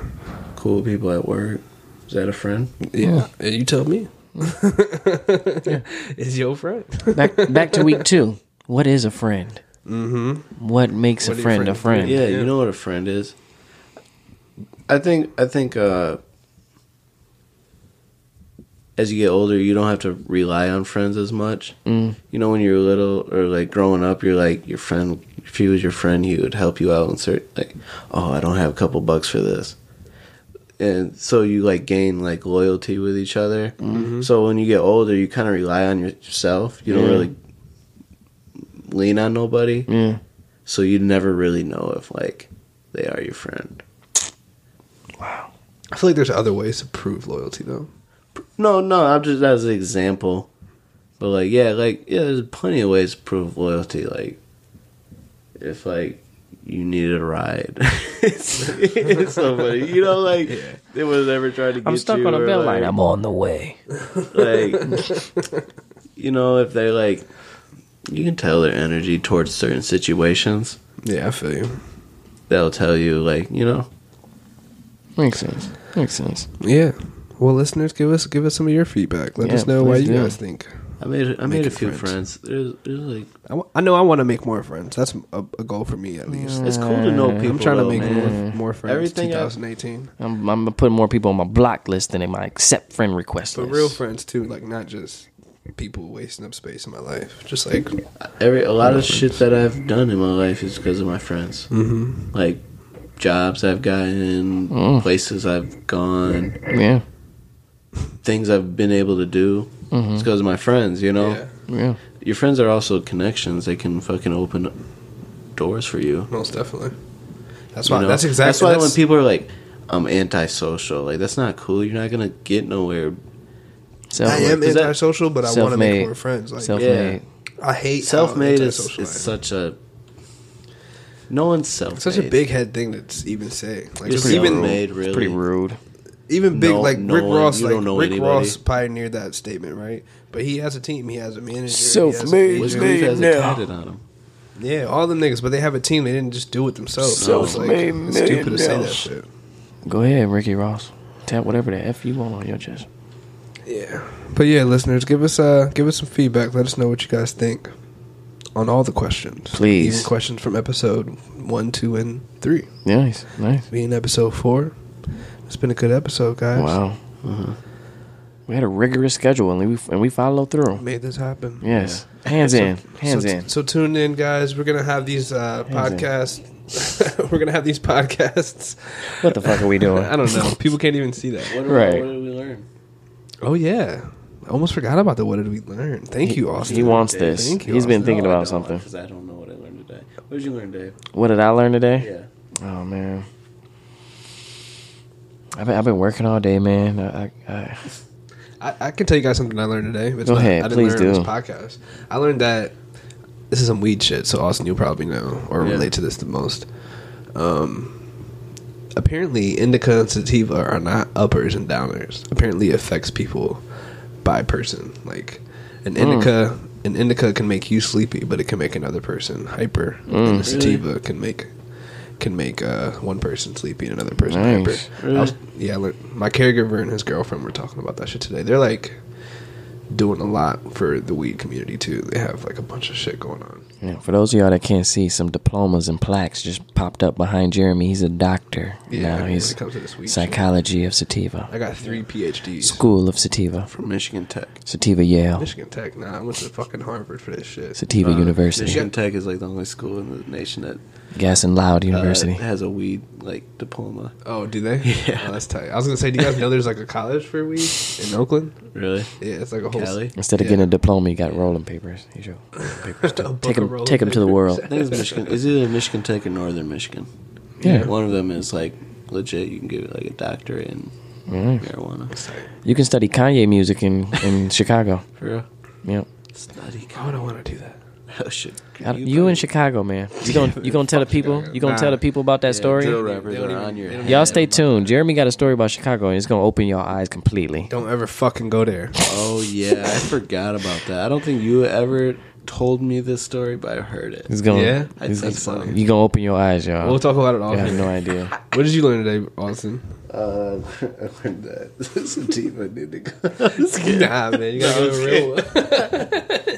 Speaker 3: cool people at work. Is that a friend?
Speaker 1: Yeah, and you tell me. Is your friend?
Speaker 2: Back back to week two. What is a friend?
Speaker 1: Mm-hmm.
Speaker 2: What makes
Speaker 1: What
Speaker 2: a
Speaker 1: do
Speaker 2: friend a
Speaker 1: friends-
Speaker 2: friend?
Speaker 3: Yeah, you know what a friend is. I think I think uh as you get older, you don't have to rely on friends as much. Mm. You know, when you're little or like growing up, you're like your friend. If he was your friend, he would help you out and certain like, oh, I don't have a couple bucks for this, and so you like gain like loyalty with each other. So when you get older, you kind of rely on yourself. You don't
Speaker 2: Mm-hmm. Yeah.
Speaker 3: really lean on nobody
Speaker 2: Yeah.
Speaker 3: so you never really know if like they are your friend.
Speaker 1: I feel like there's other ways to prove loyalty though.
Speaker 3: No, no, I'm just as an example. But like, yeah, like yeah, there's plenty of ways to prove loyalty. Like, if like you needed a ride, it's somebody, you know, like they would have never tried to get
Speaker 2: I'm stuck
Speaker 3: you uh,
Speaker 2: on a
Speaker 3: or,
Speaker 2: bell
Speaker 3: like-
Speaker 2: line. I'm on the way.
Speaker 3: like you know if they like you can tell their energy towards certain situations
Speaker 1: Yeah, I feel you.
Speaker 3: they'll tell you like you know
Speaker 2: Makes sense. Makes sense.
Speaker 1: Yeah. Well, listeners, give us give us some of your feedback. Let
Speaker 2: Yeah,
Speaker 1: us know why
Speaker 2: please
Speaker 1: you
Speaker 2: do.
Speaker 1: guys think.
Speaker 3: i made i made
Speaker 1: Making
Speaker 3: a few
Speaker 1: friends.
Speaker 3: friends, there's, there's like
Speaker 1: I, w- I know I want to make more friends. That's a, a goal for me at least.
Speaker 3: it's cool to know people
Speaker 1: I'm trying to
Speaker 3: though,
Speaker 1: make
Speaker 3: Mm, man.
Speaker 1: more, more friends.
Speaker 3: Everything I-
Speaker 1: 2018,
Speaker 2: I'm, I'm putting more people on my block list than in my accept friend request
Speaker 1: but
Speaker 2: list.
Speaker 1: real friends too, like not just people wasting up space in my life. Just like
Speaker 3: Every a lot of shit that I've done in my life is because of my friends. Mm-hmm. Like jobs I've gotten,
Speaker 2: Mm.
Speaker 3: places I've gone,
Speaker 2: Yeah.
Speaker 3: things I've been able to do. It's because of my friends. You know,
Speaker 1: yeah,
Speaker 2: Yeah.
Speaker 3: your friends are also connections. They can fucking open up doors for you.
Speaker 1: most definitely. That's
Speaker 3: you
Speaker 1: why.
Speaker 3: know?
Speaker 1: That's exactly.
Speaker 3: That's why when people are like, "I'm antisocial," like that's not cool. You're not gonna get nowhere.
Speaker 2: Self
Speaker 1: I am
Speaker 3: Is that-
Speaker 1: antisocial, but I want to
Speaker 2: Self-made.
Speaker 1: make more friends. Like
Speaker 2: self
Speaker 3: yeah.
Speaker 2: made.
Speaker 1: I hate how
Speaker 3: Self-made is,
Speaker 1: antisocial
Speaker 3: is
Speaker 1: I am.
Speaker 3: such a no one's self.
Speaker 1: Such a big head thing to s- even say. Like
Speaker 3: You're
Speaker 1: just
Speaker 3: pretty
Speaker 1: even
Speaker 3: made, really.
Speaker 2: Pretty rude.
Speaker 1: even big
Speaker 3: No-
Speaker 1: like
Speaker 3: no
Speaker 1: Rick
Speaker 3: one-
Speaker 1: Ross,
Speaker 3: you
Speaker 1: like
Speaker 3: don't know
Speaker 1: Rick
Speaker 3: anybody.
Speaker 1: Ross pioneered that statement, right? But he has a team. He has a manager. he has an
Speaker 2: Self-made,
Speaker 1: agent.
Speaker 3: Wiz
Speaker 2: It's
Speaker 3: Khalifa
Speaker 2: made
Speaker 3: has a
Speaker 2: now.
Speaker 3: tatted on him.
Speaker 1: Yeah, all them niggas, but they have a team. They didn't just do it themselves. So it's like
Speaker 2: Self-made
Speaker 1: it's stupid to say that
Speaker 2: millionaires.
Speaker 1: shit.
Speaker 2: Go ahead, Ricky Ross. Tap whatever the F you want on your chest.
Speaker 1: Yeah, but yeah, listeners, give us uh give us some feedback. Let us know what you guys think on all the questions,
Speaker 2: Please.
Speaker 1: Even questions from episode one, two, and three.
Speaker 2: Nice. Nice.
Speaker 1: We in episode four. It's been a good episode, guys.
Speaker 2: Wow. Mm-hmm. We had a rigorous schedule and we and we followed through.
Speaker 1: made this happen.
Speaker 2: Yes. Hands in. Hands
Speaker 1: so,
Speaker 2: in.
Speaker 1: So tune in, guys. We're gonna have these uh,
Speaker 2: Hands in.
Speaker 1: podcasts. We're gonna have these podcasts.
Speaker 2: What the fuck are we doing?
Speaker 1: I don't know. People can't even see that.
Speaker 3: What,
Speaker 2: Right.
Speaker 3: What did we learn?
Speaker 1: Oh yeah, I almost forgot about the. What did we learn? Thank you, Austin.
Speaker 2: He wants this.
Speaker 1: Thank you,
Speaker 2: He's been
Speaker 1: Austin.
Speaker 2: thinking about something.
Speaker 3: Because I don't know what I learned today. What did you learn, Dave?
Speaker 2: What did I learn today?
Speaker 3: Yeah.
Speaker 2: Oh man, I've been, I've been working all day, man. I, I, I,
Speaker 1: I, I can tell you guys something I learned today. It's
Speaker 2: Go ahead,
Speaker 1: I didn't
Speaker 2: please
Speaker 1: learn it
Speaker 2: do.
Speaker 1: on this podcast. I learned that this is some weed shit. So Austin, you probably know or
Speaker 3: Yeah.
Speaker 1: relate to this the most. Um, apparently, indica and sativa are not uppers and downers. Apparently, it affects people by person. Like an
Speaker 2: Hmm.
Speaker 1: indica, an indica can make you sleepy, but it can make another person hyper. And
Speaker 2: Hmm.
Speaker 1: a sativa can make can make uh, one person sleepy and another person
Speaker 2: Nice.
Speaker 1: hyper. I was- yeah, I learned- my caregiver and his girlfriend were talking about that shit today. They're like doing a lot for the weed community too. They have like a bunch of shit going on.
Speaker 2: yeah, for those of y'all that can't see, some diplomas and plaques just popped up behind Jeremy. He's a doctor.
Speaker 1: Yeah,
Speaker 2: now
Speaker 1: when
Speaker 2: he's
Speaker 1: it comes to this weed
Speaker 2: psychology of
Speaker 1: I
Speaker 2: sativa,
Speaker 1: got three PhDs.
Speaker 2: school of sativa,
Speaker 3: From Michigan Tech.
Speaker 2: sativa Yale,
Speaker 1: Michigan Tech. Nah, I went to fucking Harvard for this shit.
Speaker 2: sativa University,
Speaker 3: Michigan Tech is like the only school in the nation that uh,
Speaker 2: Gas and Loud University.
Speaker 3: has a weed like diploma.
Speaker 1: Oh, do they?
Speaker 3: Yeah.
Speaker 1: Oh, that's tight. I was gonna say, do you guys know there's like a college for weed in Oakland?
Speaker 3: Really?
Speaker 1: Yeah, it's like a whole.
Speaker 3: Cali?
Speaker 2: Instead of
Speaker 1: yeah.
Speaker 2: getting a diploma, you got rolling papers. Here's your rolling papers.
Speaker 1: A book
Speaker 2: take
Speaker 1: of
Speaker 2: them,
Speaker 1: rolling
Speaker 2: take them to the
Speaker 1: papers.
Speaker 2: world.
Speaker 3: I think it's Michigan. Is either Michigan Tech or Northern Michigan?
Speaker 2: Yeah.
Speaker 3: One of them is like legit. You can get like a doctorate in marijuana.
Speaker 2: You can study Kanye music in in Chicago.
Speaker 3: For real?
Speaker 2: Yep.
Speaker 3: Study.
Speaker 1: I don't want to do that.
Speaker 3: Oh shit.
Speaker 2: I- you in Chicago, man. You gonna you gonna tell the people you gonna
Speaker 1: Nah.
Speaker 2: tell the people about that story.
Speaker 3: Drill rappers
Speaker 1: don't
Speaker 3: are
Speaker 1: even-
Speaker 3: on your
Speaker 1: they
Speaker 3: head.
Speaker 1: don't
Speaker 2: Y'all stay tuned. Jeremy got a story about Chicago, and it's gonna open your eyes completely.
Speaker 1: Don't ever fucking go there.
Speaker 3: Oh yeah, I forgot about that. I don't think you ever told me this story, but I heard it.
Speaker 2: It's gonna
Speaker 1: Yeah?
Speaker 3: I
Speaker 2: it's-
Speaker 3: think so.
Speaker 2: you gonna open your eyys, y'all.
Speaker 1: We'll talk about it all.
Speaker 2: you have no idea.
Speaker 1: What did you learn today, Austin?
Speaker 3: Uh, I learned that sativa and indica.
Speaker 1: Nah, man, you gotta give a real one.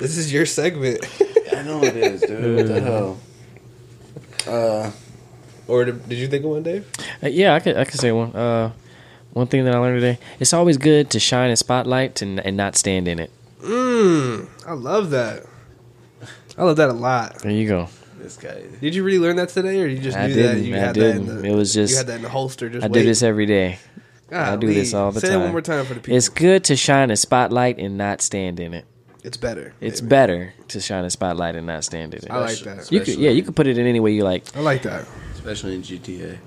Speaker 1: this is your segment.
Speaker 3: I know it is, dude. What the hell?
Speaker 1: Or did, did you think of one, Dave?
Speaker 2: Uh, yeah, I could I could say one. Uh, one thing that I learned today: it's always good to shine a spotlight and, and not stand in it.
Speaker 1: Mmm, I love that. I love that a lot.
Speaker 2: There you go.
Speaker 3: This guy.
Speaker 1: Did you really learn that today, or you just
Speaker 2: I
Speaker 1: knew that
Speaker 2: didn't,
Speaker 1: you
Speaker 2: I
Speaker 1: had that? In
Speaker 2: didn't.
Speaker 1: the,
Speaker 2: It was
Speaker 1: you
Speaker 2: just-
Speaker 1: had that in the holster. Just
Speaker 2: I
Speaker 1: wait.
Speaker 2: do this every day. I do this
Speaker 1: Golly.
Speaker 2: all the
Speaker 1: Say
Speaker 2: time.
Speaker 1: that one more time for the people.
Speaker 2: It's
Speaker 1: It's,
Speaker 2: good to shine a spotlight and not stand in it.
Speaker 1: better.
Speaker 2: It's
Speaker 1: baby.
Speaker 2: better to shine a spotlight and not stand in it.
Speaker 1: I like that.
Speaker 2: You could, yeah, you could put it in any way you like.
Speaker 1: I like that.
Speaker 3: Especially in GTA.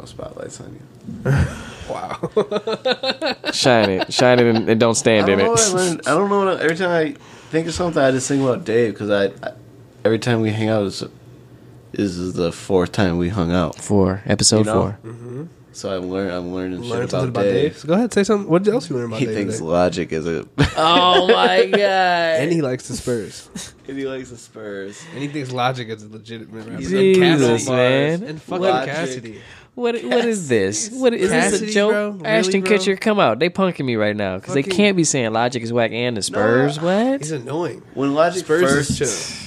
Speaker 3: No spotlights on you.
Speaker 1: Wow.
Speaker 2: Shine it, shine it, and, and don't
Speaker 3: I
Speaker 2: stand
Speaker 3: don't
Speaker 2: in
Speaker 3: know. What I,
Speaker 2: it.
Speaker 3: learned. I don't know. What I, every time I think of something, I just think about Dave because I, I, every time we hang out is, is the fourth time we hung out.
Speaker 2: Four episode
Speaker 3: You know?
Speaker 2: four.
Speaker 3: So I'm learn. I'm learning shit
Speaker 1: learn
Speaker 3: about,
Speaker 1: something about
Speaker 3: Dave.
Speaker 1: Dave. So go ahead, say something. What else you learn about
Speaker 3: He
Speaker 1: Dave?
Speaker 3: thinks
Speaker 1: today?
Speaker 3: logic is a.
Speaker 2: Oh my god!
Speaker 1: And he likes the Spurs.
Speaker 3: and he likes the Spurs.
Speaker 1: and he thinks logic is a legitimate rapper.
Speaker 2: Jesus, man.
Speaker 1: And fucking
Speaker 3: Logic.
Speaker 1: Cassidy.
Speaker 2: What what is this? What is
Speaker 1: Cassidy,
Speaker 2: this a joke?
Speaker 1: bro? Really,
Speaker 2: Ashton
Speaker 1: bro?
Speaker 2: Kutcher, come out! They punking me right now because they
Speaker 1: Fucking-
Speaker 2: can't be saying Logic is whack and the Spurs.
Speaker 1: He's
Speaker 2: what?
Speaker 1: annoying.
Speaker 3: When Logic
Speaker 1: Spurs is
Speaker 3: first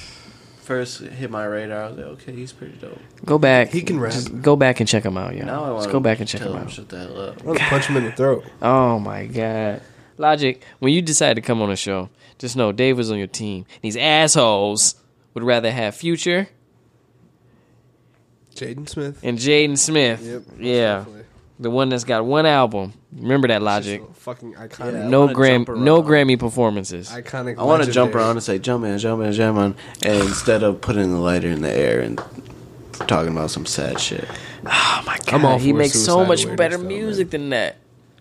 Speaker 1: chill.
Speaker 3: first hit my radar, I was like, okay, he's pretty dope.
Speaker 2: Go back.
Speaker 1: He can rap.
Speaker 2: Just go back and check him out, y'all.
Speaker 3: Now I want
Speaker 2: Just go back and check
Speaker 3: tell
Speaker 2: him
Speaker 3: him,
Speaker 2: out.
Speaker 3: Shut the hell up.
Speaker 1: I want to punch him in the throat.
Speaker 2: Oh my god, Logic! When you decide to come on a show, just know Dave was on your team. These assholes would rather have Future
Speaker 1: Jaden Smith.
Speaker 2: and Jaden Smith. yeah,
Speaker 1: Definitely.
Speaker 2: the one that's got one album. Remember that Logic?
Speaker 1: Just a Fucking iconic.
Speaker 3: Yeah. I
Speaker 2: no
Speaker 3: wanna
Speaker 2: gram,
Speaker 3: jump
Speaker 2: no
Speaker 3: around.
Speaker 2: Grammy performances.
Speaker 1: Iconic.
Speaker 3: I want to jump
Speaker 1: legendary.
Speaker 3: around and say, jump in, jump in, jump on, and instead of putting the lighter in the air and talking about some sad shit.
Speaker 2: Oh my god,
Speaker 1: I'm all
Speaker 2: he
Speaker 1: for
Speaker 2: makes so
Speaker 1: suicidal
Speaker 2: much
Speaker 1: awareness,
Speaker 2: better
Speaker 1: though,
Speaker 2: music than that.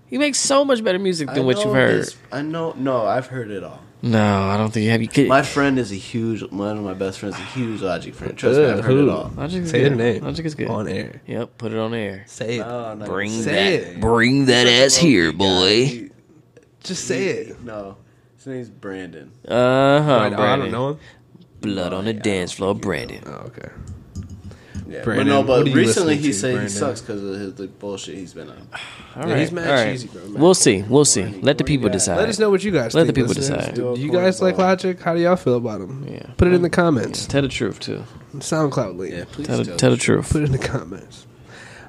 Speaker 2: He makes so much better music than what
Speaker 3: know
Speaker 2: you've heard.
Speaker 3: this- I know. No, I've heard it all.
Speaker 2: No, I don't think you have. You kid-
Speaker 3: My friend is a huge. One of my best friends is a huge Logic friend. Trust me,
Speaker 1: Ugh,
Speaker 3: I've heard
Speaker 1: who?
Speaker 3: it all.
Speaker 2: Logic is
Speaker 1: Say
Speaker 2: good.
Speaker 1: the name.
Speaker 2: Logic is good.
Speaker 1: On air.
Speaker 2: Yep, put it on air.
Speaker 1: Say it.
Speaker 3: Oh, no,
Speaker 2: Bring
Speaker 1: Say
Speaker 2: that,
Speaker 1: it.
Speaker 2: bring that ass here, boy.
Speaker 1: Just say
Speaker 3: he-
Speaker 1: it.
Speaker 3: No, his name's Brandon.
Speaker 2: Uh huh.
Speaker 1: I, I don't know him.
Speaker 2: Blood on the dance floor, Brandon.
Speaker 1: Oh, okay.
Speaker 3: Yeah,
Speaker 1: Brandon,
Speaker 3: but no,
Speaker 1: what are
Speaker 3: but
Speaker 1: you
Speaker 3: recently
Speaker 1: listening
Speaker 3: he
Speaker 1: to,
Speaker 3: said
Speaker 1: Brandon?
Speaker 3: he sucks because of his, the bullshit he's been on.
Speaker 2: All right,
Speaker 1: Yeah, he's mad
Speaker 2: all right.
Speaker 1: cheesy, bro. Mad
Speaker 2: We'll see. We'll see. Let the people
Speaker 1: Let
Speaker 2: decide.
Speaker 1: us know what you guys
Speaker 2: Let the
Speaker 1: think,
Speaker 2: people
Speaker 1: listeners.
Speaker 2: decide.
Speaker 1: Do you guys like Logic? How do y'all feel about him?
Speaker 2: Yeah.
Speaker 1: Put it in the comments.
Speaker 2: Tell the truth too.
Speaker 1: SoundCloud link.
Speaker 3: Yeah, please
Speaker 2: Tell,
Speaker 3: tell,
Speaker 2: the- tell the truth.
Speaker 1: Put it in the comments.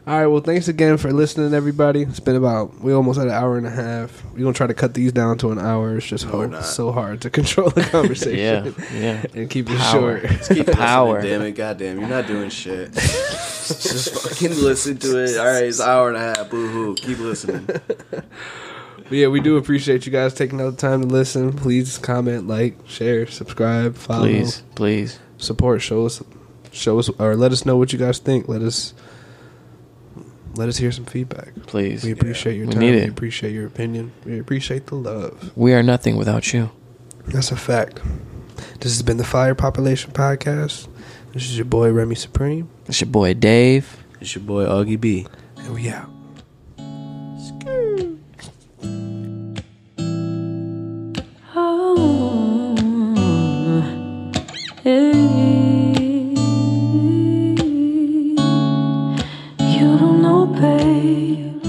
Speaker 1: All right. Well, thanks again for listening, everybody. It's been about we almost had an hour and a half. We're gonna try to cut these down to an hour. It's just
Speaker 3: we're
Speaker 1: hard-
Speaker 3: not.
Speaker 1: so hard to control the
Speaker 2: Yeah,
Speaker 1: conversation
Speaker 2: yeah.
Speaker 1: and keep it
Speaker 2: Power.
Speaker 1: short.
Speaker 3: Keep listening,
Speaker 2: Power.
Speaker 3: Damn it, goddamn, you're not doing shit. Just fucking listen to it. All right, it's an hour and a half. Boo hoo. Keep listening.
Speaker 1: But yeah, we do appreciate you guys taking out the time to listen. Please comment, like, share, subscribe, follow,
Speaker 2: Please, please.
Speaker 1: support. Show us, show us, or let us know what you guys think. Let us, let us hear some feedback.
Speaker 2: Please.
Speaker 1: We appreciate your
Speaker 2: We
Speaker 1: time.
Speaker 2: need
Speaker 1: We
Speaker 2: it.
Speaker 1: appreciate your opinion. We appreciate the love.
Speaker 2: We are nothing without you.
Speaker 1: That's a fact. This has been the Fire Population Podcast. This is your boy Remy Supreme,
Speaker 2: It's your boy Dave.
Speaker 3: It's your boy Augie B.
Speaker 1: and we out.
Speaker 6: Oh, hey. You don't know, babe,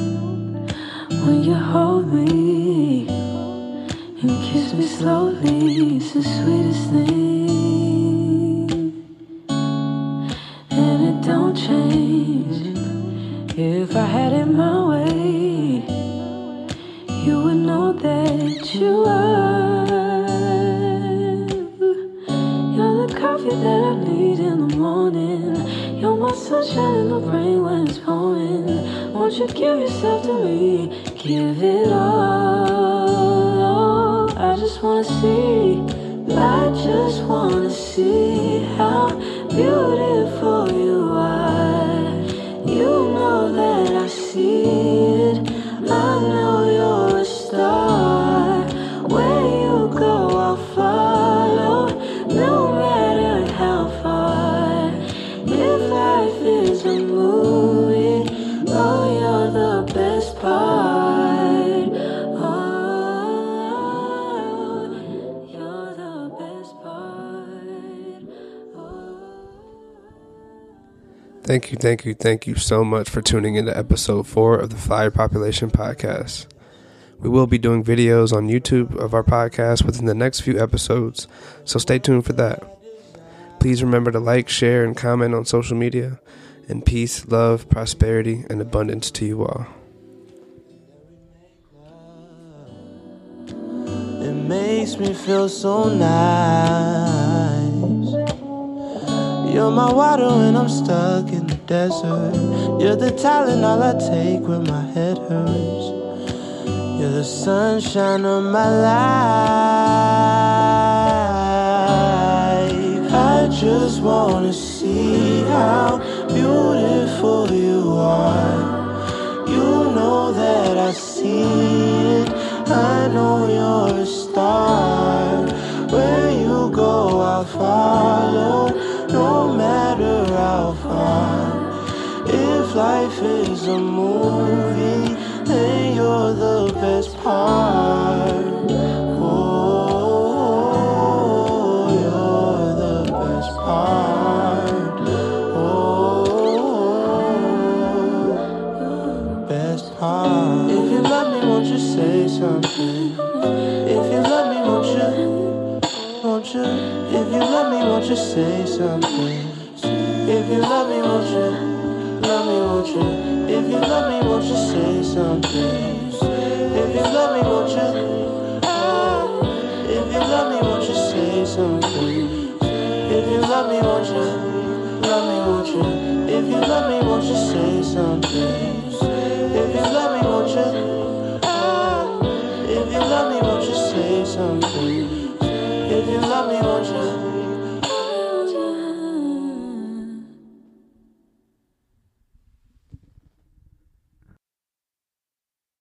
Speaker 6: when you hold me and kiss me slowly, it's the sweetest thing, and it don't change. If I had it my way you would know that you are. You're the coffee that I need in the morning. You're my sunshine in the rain when it's pouring. Won't you give yourself to me? Give it all. I just wanna see. I just wanna see how beautiful you are. You know that I see it. I know you're a star. Where you go, I'll follow, no matter how far. If life is a movie, oh, you're the best part. Oh, you're the best part. Oh.
Speaker 1: Thank you, thank you, thank you so much for tuning in to episode four of the Flyer Population Podcast. We will be doing videos on YouTube of our podcast within the next few episodes, so stay tuned for that. Please remember to like, share, and comment on social media. And peace, love, prosperity, and abundance to you all.
Speaker 5: It makes me feel so nice. You're my water when I'm stuck in the desert. You're the talent all I take when my head hurts. You're the sunshine of my life. I just wanna see how beautiful you are. You know that I see it. I know you're a star. Where you go, I'll follow, no matter how far. If life is a movie, then you're the best part. Oh, you're the best part. Oh best part. If you love me, won't you say something? If you love me, won't you? Won't you? If you love me, won't you say something? If you love me, won't you? Love me, won't you? If you love me, won't you say something? If you love me, won't you? Oh. If you love me, won't you say something? If you love me, won't you? Love me, won't you? If you love me, won't you say something? If you love me, won't you? Oh. If you love me, won't you say something? If you love me, won't you?